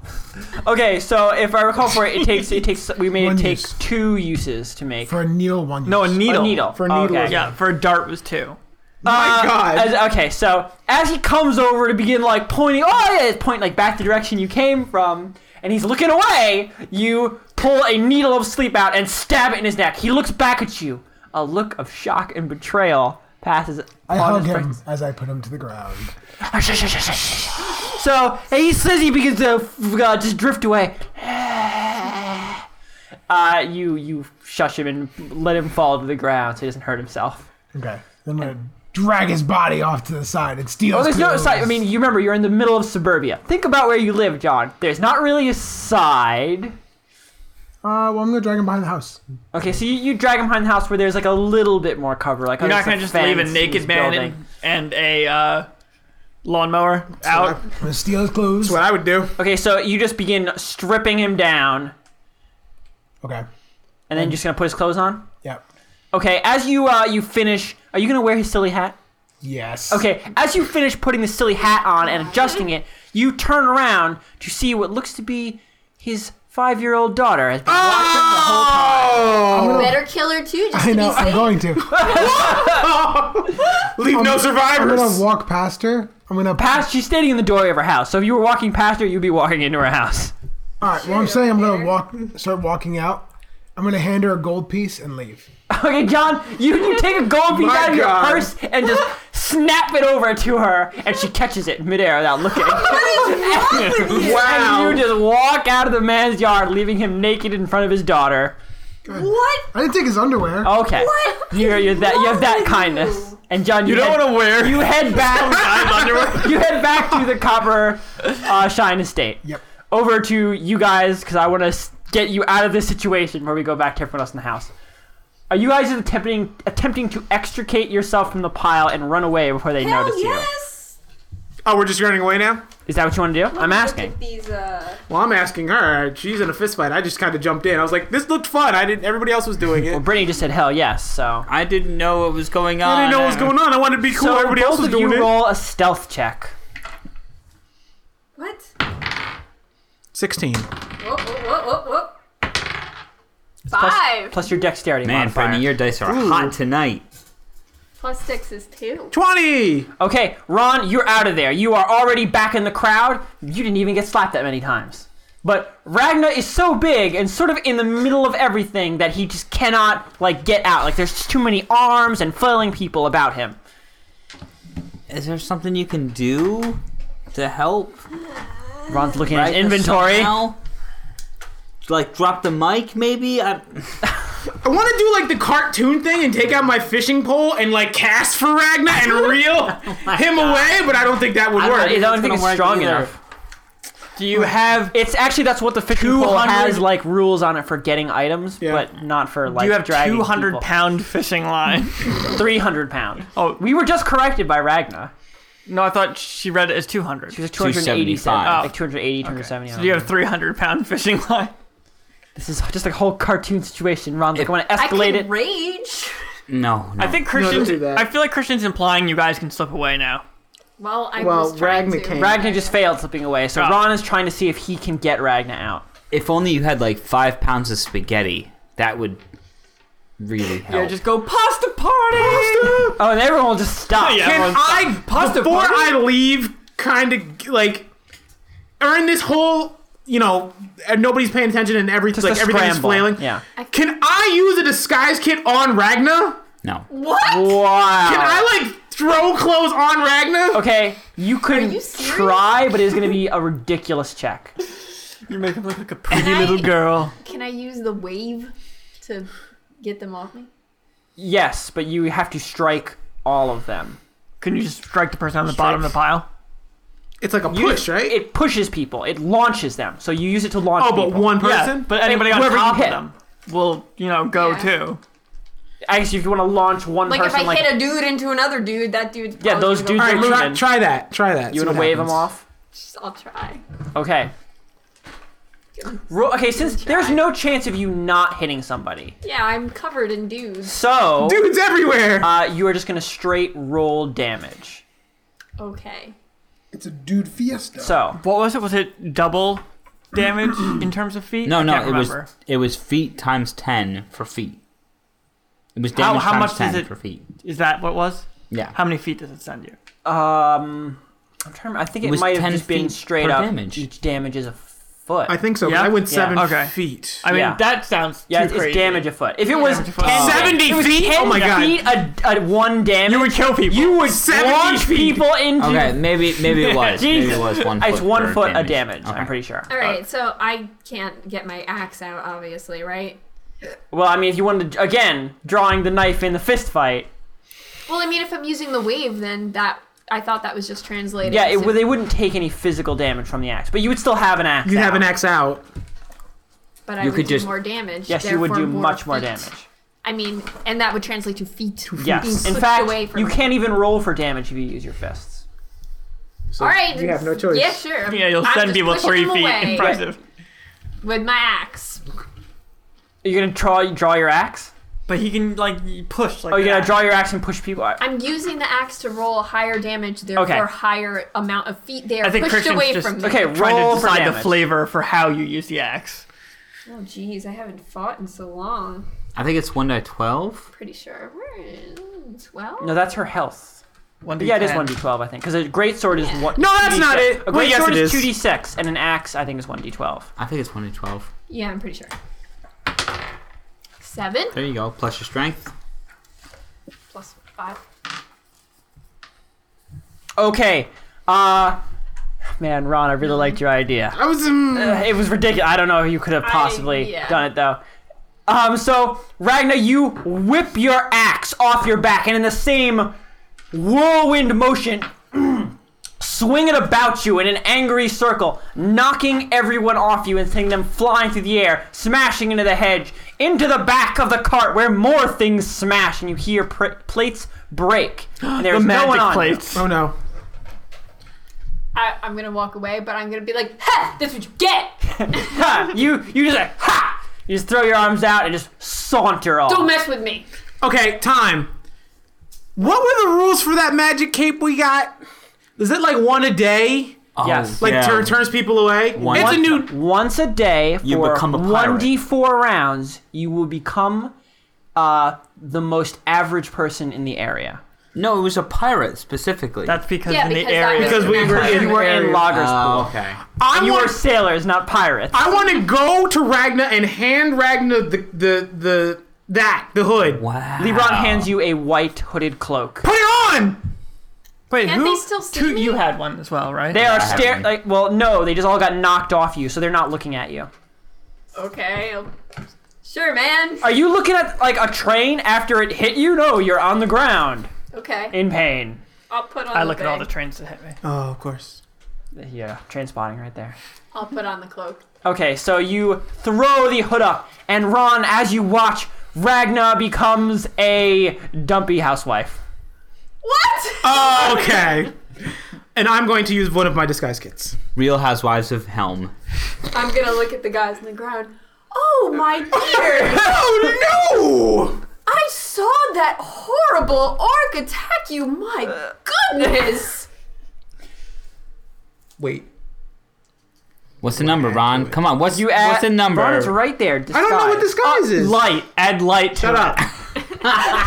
[SPEAKER 1] Okay, so if I recall for it, it takes it takes we made
[SPEAKER 2] One
[SPEAKER 1] it take
[SPEAKER 2] use.
[SPEAKER 1] two uses to make
[SPEAKER 2] For a needle, one.
[SPEAKER 3] No, a
[SPEAKER 2] use.
[SPEAKER 3] needle.
[SPEAKER 1] A needle.
[SPEAKER 5] For a needle.
[SPEAKER 1] Okay.
[SPEAKER 3] Yeah, for a dart was two.
[SPEAKER 5] My God.
[SPEAKER 1] Uh, as- okay, so as he comes over to begin like pointing, oh yeah, point like back the direction you came from, and he's looking away. You pull a needle of sleep out and stab it in his neck. He looks back at you. A look of shock and betrayal passes.
[SPEAKER 2] I
[SPEAKER 1] upon
[SPEAKER 2] hug
[SPEAKER 1] his Ah,
[SPEAKER 2] him
[SPEAKER 1] face.
[SPEAKER 2] as I put him to the ground.
[SPEAKER 1] So and he says he begins to uh, just drift away. Uh, you you shush him and let him fall to the ground so he doesn't hurt himself.
[SPEAKER 2] Okay. Then I'm gonna drag his body off to the side and steal.
[SPEAKER 1] Oh,
[SPEAKER 2] his
[SPEAKER 1] there's no
[SPEAKER 2] clothes.
[SPEAKER 1] side. I mean, you remember you're in the middle of suburbia. Think about where you live, John. There's not really a side.
[SPEAKER 2] Uh, well, I'm gonna drag him behind the house.
[SPEAKER 1] Okay, so you, you drag him behind the house where there's like a little bit more cover. Like
[SPEAKER 3] You're
[SPEAKER 1] oh, there's
[SPEAKER 3] not gonna just leave a
[SPEAKER 1] fence,
[SPEAKER 3] naked
[SPEAKER 1] this
[SPEAKER 3] man
[SPEAKER 1] building.
[SPEAKER 3] and, and a uh, lawnmower out.
[SPEAKER 2] I'm gonna steal his clothes.
[SPEAKER 5] That's what I would do.
[SPEAKER 1] Okay, so you just begin stripping him down,
[SPEAKER 2] Okay.
[SPEAKER 1] and then you're just gonna put his clothes on.
[SPEAKER 2] Yep.
[SPEAKER 1] Okay, as you uh you finish, are you gonna wear his silly hat?
[SPEAKER 2] Yes.
[SPEAKER 1] Okay, as you finish putting the silly hat on and adjusting it, you turn around to see what looks to be his five-year-old daughter has
[SPEAKER 3] Ah!
[SPEAKER 1] been watching the whole time.
[SPEAKER 5] Oh,
[SPEAKER 4] Better kill her too, just
[SPEAKER 2] I
[SPEAKER 4] to
[SPEAKER 2] know.
[SPEAKER 4] be safe.
[SPEAKER 2] I'm going to.
[SPEAKER 5] leave no
[SPEAKER 2] I'm
[SPEAKER 5] survivors.
[SPEAKER 2] gonna walk past her. I'm gonna
[SPEAKER 1] past she's standing in the doorway of her house so if you were walking past her you'd be walking into her house
[SPEAKER 2] All right. Well, I'm saying I'm gonna walk, start walking out. I'm gonna hand her a gold piece and leave.
[SPEAKER 1] okay john you, you take a gold piece
[SPEAKER 5] My
[SPEAKER 1] out of your
[SPEAKER 5] God.
[SPEAKER 1] purse and just snap it over to her and she catches it midair without looking
[SPEAKER 5] wow.
[SPEAKER 1] and you just walk out of the man's yard leaving him naked in front of his daughter
[SPEAKER 4] What?
[SPEAKER 2] I didn't take his underwear.
[SPEAKER 1] okay
[SPEAKER 4] What?
[SPEAKER 1] You're, you're that you have that kindness and john you,
[SPEAKER 3] You don't
[SPEAKER 1] head,
[SPEAKER 3] want to wear
[SPEAKER 1] you head back
[SPEAKER 3] guy's underwear.
[SPEAKER 1] you head back to the copper uh, shine estate
[SPEAKER 2] Yep.
[SPEAKER 1] over to you guys because I want to get you out of this situation where we go back to everyone else in the house. Are you guys attempting attempting to extricate yourself from the pile and run away before they
[SPEAKER 4] Hell
[SPEAKER 1] notice you?
[SPEAKER 4] yes.
[SPEAKER 5] Oh, we're just running away now.
[SPEAKER 1] Is that what you want to do? I'm
[SPEAKER 4] Look
[SPEAKER 1] asking.
[SPEAKER 4] at These, uh,
[SPEAKER 5] Well, I'm asking her. She's in a fist fight. I just kind of jumped in. I was like, this looked fun. I didn't. Everybody else was doing it.
[SPEAKER 1] Well, Brittany just said hell yes, so.
[SPEAKER 6] I didn't know what was going on.
[SPEAKER 5] I didn't know what was going on. I wanted to be cool.
[SPEAKER 1] so
[SPEAKER 5] Everybody
[SPEAKER 1] both
[SPEAKER 5] else was
[SPEAKER 1] of
[SPEAKER 5] doing
[SPEAKER 1] you
[SPEAKER 5] it.
[SPEAKER 1] roll a stealth check.
[SPEAKER 4] what?
[SPEAKER 5] 16.
[SPEAKER 4] Whoop, whoop, whoop, whoop, whoop. Five.
[SPEAKER 1] Plus your dexterity
[SPEAKER 6] Man,
[SPEAKER 1] modifier.
[SPEAKER 6] Brittany, your dice are hot tonight.
[SPEAKER 4] Plus six is two.
[SPEAKER 5] 20!
[SPEAKER 1] Okay, Ron, you're out of there. You are already back in the crowd. You didn't even get slapped that many times. But Ragna is so big and sort of in the middle of everything that he just cannot like get out. Like there's just too many arms and flailing people about him.
[SPEAKER 6] Is there something you can do to help?
[SPEAKER 1] Ron's looking at
[SPEAKER 6] Right,
[SPEAKER 1] his inventory.
[SPEAKER 6] somehow? Like drop the mic, maybe. I,
[SPEAKER 5] I want to do like the cartoon thing and take out my fishing pole and like cast for Ragna and reel him away, but I don't think that would
[SPEAKER 6] I don't
[SPEAKER 5] work.
[SPEAKER 1] Oh I
[SPEAKER 6] It's
[SPEAKER 1] don't think
[SPEAKER 6] gonna
[SPEAKER 1] it's
[SPEAKER 6] work
[SPEAKER 1] strong
[SPEAKER 6] either.
[SPEAKER 1] enough.
[SPEAKER 3] Do you have?
[SPEAKER 1] It's actually that's what the fishing pole
[SPEAKER 3] 200
[SPEAKER 1] has like rules on it for getting items,
[SPEAKER 5] Yeah.
[SPEAKER 1] but not for like
[SPEAKER 3] Do you have
[SPEAKER 1] dragging
[SPEAKER 3] two hundred
[SPEAKER 1] people.
[SPEAKER 3] pound fishing line?
[SPEAKER 1] 300 pound.
[SPEAKER 3] Oh.
[SPEAKER 1] we were just corrected by Ragna.
[SPEAKER 3] no, I thought she read it as two hundred.
[SPEAKER 1] She was 280 cent,
[SPEAKER 6] 275.
[SPEAKER 1] like 280,
[SPEAKER 3] So
[SPEAKER 1] 270. I
[SPEAKER 3] do you
[SPEAKER 1] don't
[SPEAKER 3] have three hundred pound fishing line?
[SPEAKER 1] know. this is just a whole cartoon situation. Ron's like, I want to
[SPEAKER 4] I
[SPEAKER 1] escalate
[SPEAKER 4] can
[SPEAKER 1] it.
[SPEAKER 4] rage.
[SPEAKER 6] no, no.
[SPEAKER 3] I think Christian's.
[SPEAKER 5] do that.
[SPEAKER 3] I feel like Christian's implying you guys can slip away now.
[SPEAKER 4] Well, I
[SPEAKER 5] Well,
[SPEAKER 4] was trying
[SPEAKER 5] Ragna
[SPEAKER 4] to.
[SPEAKER 5] came.
[SPEAKER 1] Ragna just failed slipping away, so
[SPEAKER 3] Ah.
[SPEAKER 1] Ron is trying to see if he can get Ragna out.
[SPEAKER 6] if only you had like five pounds of spaghetti, that would really help.
[SPEAKER 3] go pasta party.
[SPEAKER 1] Oh, and everyone will just stop.
[SPEAKER 3] Yeah.
[SPEAKER 5] Can
[SPEAKER 1] uh,
[SPEAKER 5] I before I leave, kind of like earn this whole you know and nobody's paying attention and everything
[SPEAKER 1] Just
[SPEAKER 5] like
[SPEAKER 1] a
[SPEAKER 5] everything's
[SPEAKER 1] scramble.
[SPEAKER 5] flailing.
[SPEAKER 1] Yeah.
[SPEAKER 5] Can I use a disguise kit on Ragna?
[SPEAKER 6] no.
[SPEAKER 4] What?
[SPEAKER 1] Wow.
[SPEAKER 5] Can I like throw clothes on Ragna?
[SPEAKER 1] Uh, Okay, you could
[SPEAKER 4] you serious?
[SPEAKER 1] try, but it's going to be a ridiculous check.
[SPEAKER 3] You make him look like a pretty
[SPEAKER 4] I-
[SPEAKER 3] little girl.
[SPEAKER 4] Can I use the wave to get them off me?
[SPEAKER 1] Yes, but you have to strike all of them.
[SPEAKER 3] Can you just strike the person on the bottom of the pile?
[SPEAKER 5] It's like a
[SPEAKER 1] You-
[SPEAKER 5] push, right?
[SPEAKER 1] It pushes people. It launches them. So you use it to launch
[SPEAKER 5] oh, but
[SPEAKER 1] people.
[SPEAKER 5] one person.
[SPEAKER 3] Yeah, but anybody on
[SPEAKER 1] whoever you
[SPEAKER 3] top of
[SPEAKER 1] hit.
[SPEAKER 3] them will, you know, go
[SPEAKER 4] Yeah.
[SPEAKER 3] too.
[SPEAKER 1] I guess if you want to launch one
[SPEAKER 4] Like
[SPEAKER 1] person,
[SPEAKER 4] if I
[SPEAKER 1] like
[SPEAKER 4] hit a dude into another dude, that dude's
[SPEAKER 1] Yeah,
[SPEAKER 4] probably
[SPEAKER 1] those
[SPEAKER 4] gonna go-
[SPEAKER 5] All
[SPEAKER 1] dudes-
[SPEAKER 5] right,
[SPEAKER 1] You're
[SPEAKER 5] try,
[SPEAKER 1] leaving.
[SPEAKER 5] try that. Try that.
[SPEAKER 1] you want to wave them off.
[SPEAKER 4] I'll try.
[SPEAKER 1] Okay. Ro- okay, since there's no chance of you not hitting somebody,
[SPEAKER 4] Yeah, I'm covered in dudes.
[SPEAKER 1] so
[SPEAKER 5] Dudes everywhere.
[SPEAKER 1] uh, you are just gonna straight roll damage.
[SPEAKER 4] Okay.
[SPEAKER 2] It's a dude fiesta.
[SPEAKER 1] So
[SPEAKER 3] What was it? Was it double damage in terms of feet?
[SPEAKER 6] No,
[SPEAKER 3] I
[SPEAKER 6] no,
[SPEAKER 3] can't
[SPEAKER 6] it was
[SPEAKER 3] remember.
[SPEAKER 6] it was feet times ten for feet. It was
[SPEAKER 3] How-
[SPEAKER 6] damage
[SPEAKER 3] how
[SPEAKER 6] times
[SPEAKER 3] much does
[SPEAKER 6] ten
[SPEAKER 3] it-
[SPEAKER 6] for feet.
[SPEAKER 3] Is that what it was?
[SPEAKER 6] Yeah,
[SPEAKER 3] How many feet does it send you?
[SPEAKER 1] um, I'm trying. To remember. I think
[SPEAKER 6] It
[SPEAKER 1] it,
[SPEAKER 6] was
[SPEAKER 1] might
[SPEAKER 6] 10
[SPEAKER 1] have just been
[SPEAKER 6] feet
[SPEAKER 1] straight
[SPEAKER 6] per
[SPEAKER 1] up.
[SPEAKER 6] damage.
[SPEAKER 1] Each damage is a foot.
[SPEAKER 5] I think so. 'cause
[SPEAKER 3] Yeah?
[SPEAKER 5] I went
[SPEAKER 1] Yeah.
[SPEAKER 5] seven
[SPEAKER 3] Okay.
[SPEAKER 5] feet.
[SPEAKER 3] I mean,
[SPEAKER 1] Yeah.
[SPEAKER 3] that sounds
[SPEAKER 1] yeah,
[SPEAKER 3] too
[SPEAKER 1] it's,
[SPEAKER 3] crazy.
[SPEAKER 1] it's damage a foot. If it was
[SPEAKER 3] Damage
[SPEAKER 1] 10,
[SPEAKER 3] a foot. Oh.
[SPEAKER 5] 70
[SPEAKER 1] it was
[SPEAKER 5] feet?
[SPEAKER 1] 10
[SPEAKER 5] Oh my god.
[SPEAKER 1] feet a, a one damage.
[SPEAKER 3] You would kill people.
[SPEAKER 1] You would
[SPEAKER 5] 70
[SPEAKER 1] launch
[SPEAKER 5] feet.
[SPEAKER 1] people into.
[SPEAKER 6] Okay, maybe maybe it was. maybe it was one.
[SPEAKER 1] It's
[SPEAKER 6] foot
[SPEAKER 1] one
[SPEAKER 6] for
[SPEAKER 1] foot
[SPEAKER 6] damage.
[SPEAKER 1] a damage.
[SPEAKER 6] Okay.
[SPEAKER 1] I'm pretty sure.
[SPEAKER 4] All right, so I can't get my axe out, obviously, right?
[SPEAKER 1] Well, I mean, if you wanted to, again, drawing the knife in the fist fight,
[SPEAKER 4] Well, I mean, if I'm using the wave, then that I thought that was just translated.
[SPEAKER 1] yeah, it,
[SPEAKER 4] so-
[SPEAKER 1] well, they wouldn't take any physical damage from the axe, but you would still have an axe.
[SPEAKER 5] You have
[SPEAKER 1] out.
[SPEAKER 5] an axe out.
[SPEAKER 4] but I
[SPEAKER 6] you
[SPEAKER 4] would
[SPEAKER 6] could
[SPEAKER 4] do
[SPEAKER 6] just-
[SPEAKER 4] more damage.
[SPEAKER 1] Yes, you would do
[SPEAKER 4] therefore
[SPEAKER 1] much more
[SPEAKER 4] feet.
[SPEAKER 1] damage.
[SPEAKER 4] I mean, and that would translate to feet. Being
[SPEAKER 1] Yes. In
[SPEAKER 4] pushed
[SPEAKER 1] fact,
[SPEAKER 4] away from
[SPEAKER 1] you
[SPEAKER 4] me.
[SPEAKER 1] can't even roll for damage if you use your fists.
[SPEAKER 5] So
[SPEAKER 4] All right,
[SPEAKER 5] You have no choice.
[SPEAKER 4] Yeah, sure.
[SPEAKER 3] Yeah, you'll
[SPEAKER 4] I'm
[SPEAKER 3] send
[SPEAKER 4] just
[SPEAKER 3] people
[SPEAKER 4] pushing
[SPEAKER 3] three
[SPEAKER 4] them
[SPEAKER 3] feet.
[SPEAKER 4] away
[SPEAKER 3] Impressive.
[SPEAKER 4] with my axe.
[SPEAKER 1] You're gonna draw draw your axe.
[SPEAKER 3] But he can like push like.
[SPEAKER 1] Oh, you're
[SPEAKER 3] that.
[SPEAKER 1] gonna draw your axe and push people. out.
[SPEAKER 4] I'm using the axe to roll higher damage, therefore
[SPEAKER 1] Okay.
[SPEAKER 4] higher amount of feet. They are
[SPEAKER 3] I think
[SPEAKER 4] pushed
[SPEAKER 3] Christian's
[SPEAKER 4] away
[SPEAKER 3] just
[SPEAKER 4] from me.
[SPEAKER 1] Okay,
[SPEAKER 3] trying
[SPEAKER 1] roll
[SPEAKER 3] to
[SPEAKER 1] for
[SPEAKER 3] decide the
[SPEAKER 1] damage.
[SPEAKER 3] flavor for how you use the axe.
[SPEAKER 4] Oh, jeez, I haven't fought in so long.
[SPEAKER 6] I think it's one to twelve.
[SPEAKER 4] Pretty sure. We're Twelve.
[SPEAKER 1] No, that's her health.
[SPEAKER 3] One
[SPEAKER 1] Yeah, it is
[SPEAKER 3] 1d10.
[SPEAKER 1] one d twelve, I think, because a great sword is one.
[SPEAKER 5] No, that's
[SPEAKER 1] 2d6.
[SPEAKER 5] not it.
[SPEAKER 1] A
[SPEAKER 5] Wait,
[SPEAKER 1] great
[SPEAKER 5] yes,
[SPEAKER 1] sword
[SPEAKER 5] it
[SPEAKER 1] is two
[SPEAKER 5] is.
[SPEAKER 1] d six, and an axe, I think, is one d twelve.
[SPEAKER 6] I think it's one to twelve.
[SPEAKER 4] Yeah, I'm pretty sure. Seven
[SPEAKER 6] There you go. Plus your strength.
[SPEAKER 4] plus five.
[SPEAKER 1] Okay. Uh, man, Ron, I really liked your idea. Uh,
[SPEAKER 5] I was. Um,
[SPEAKER 1] It was ridiculous. I don't know if you could have possibly
[SPEAKER 4] yeah.
[SPEAKER 1] done it though. Um, so Ragna, you whip your axe off your back, and in the same whirlwind motion, swing it about you in an angry circle, knocking everyone off you and sending them flying through the air, smashing into the hedge, into the back of the cart where more things smash, and you hear pr- plates break. And
[SPEAKER 3] The
[SPEAKER 1] there's no one
[SPEAKER 3] magic
[SPEAKER 1] on you.
[SPEAKER 3] plates.
[SPEAKER 5] oh no.
[SPEAKER 4] I, I'm gonna walk away, but I'm gonna be like, "Ha! That's what you get.
[SPEAKER 1] Ha! You you just like ha! You just throw your arms out and just saunter off.
[SPEAKER 4] Don't mess with me."
[SPEAKER 5] Okay, time. What were the rules for that magic cape we got? Is it like one a day?
[SPEAKER 1] Yes.
[SPEAKER 5] Like
[SPEAKER 6] Oh, yeah.
[SPEAKER 5] turn, turns people away?
[SPEAKER 6] One-
[SPEAKER 5] it's a
[SPEAKER 6] One-
[SPEAKER 5] new.
[SPEAKER 1] Once a day
[SPEAKER 6] You
[SPEAKER 1] for
[SPEAKER 6] become a pirate.
[SPEAKER 1] 1d4 rounds, you will become uh, the most average person in the area.
[SPEAKER 6] No, it was a pirate specifically.
[SPEAKER 3] That's because
[SPEAKER 4] Yeah,
[SPEAKER 3] in the
[SPEAKER 4] because
[SPEAKER 3] area.
[SPEAKER 4] that was-
[SPEAKER 1] Because we were in,
[SPEAKER 4] You
[SPEAKER 1] we were in Lager's
[SPEAKER 6] Oh,
[SPEAKER 1] pool.
[SPEAKER 6] okay.
[SPEAKER 5] I
[SPEAKER 1] You were
[SPEAKER 5] want,
[SPEAKER 1] sailors, not pirates.
[SPEAKER 5] I want to go to Ragna and hand Ragna the the the that the hood.
[SPEAKER 6] Wow.
[SPEAKER 1] Lebron hands you a white hooded cloak.
[SPEAKER 5] Put it on.
[SPEAKER 3] Wait,
[SPEAKER 4] Can't
[SPEAKER 3] who?
[SPEAKER 4] they still see
[SPEAKER 3] two,
[SPEAKER 4] me?
[SPEAKER 3] You had one as well, right?
[SPEAKER 1] They
[SPEAKER 6] I
[SPEAKER 1] are
[SPEAKER 6] have
[SPEAKER 1] stare
[SPEAKER 6] one.
[SPEAKER 1] like well no they just all got knocked off you so they're not looking at you.
[SPEAKER 4] Okay. I'll- Sure, man.
[SPEAKER 1] Are you looking at like a train after it hit you? No, you're on the ground
[SPEAKER 4] Okay.
[SPEAKER 1] in pain.
[SPEAKER 4] I'll put on.
[SPEAKER 3] I
[SPEAKER 4] the
[SPEAKER 3] look at all the
[SPEAKER 4] thing.
[SPEAKER 3] trains that hit me.
[SPEAKER 5] Oh, of course.
[SPEAKER 1] Yeah, train spotting right there.
[SPEAKER 4] I'll put on the cloak.
[SPEAKER 1] Okay, so you throw the hood up, and Ron, as you watch, Ragna becomes a dumpy housewife.
[SPEAKER 4] What?
[SPEAKER 5] Oh, okay. and I'm going to use one of my disguise kits.
[SPEAKER 6] Real Housewives of Helm.
[SPEAKER 4] I'm gonna look at the guys on the ground. Oh my dear!
[SPEAKER 5] Oh no!
[SPEAKER 4] I saw that horrible orc attack you.
[SPEAKER 1] Uh,
[SPEAKER 4] My goodness!
[SPEAKER 5] Wait.
[SPEAKER 6] What's the number, Ron? Come on. What's
[SPEAKER 1] You add,
[SPEAKER 6] what's the number?
[SPEAKER 1] Ron, it's Uh, right there.
[SPEAKER 5] I don't know what disguise is.
[SPEAKER 1] Light. Add light to
[SPEAKER 5] Shut
[SPEAKER 1] it.
[SPEAKER 5] up.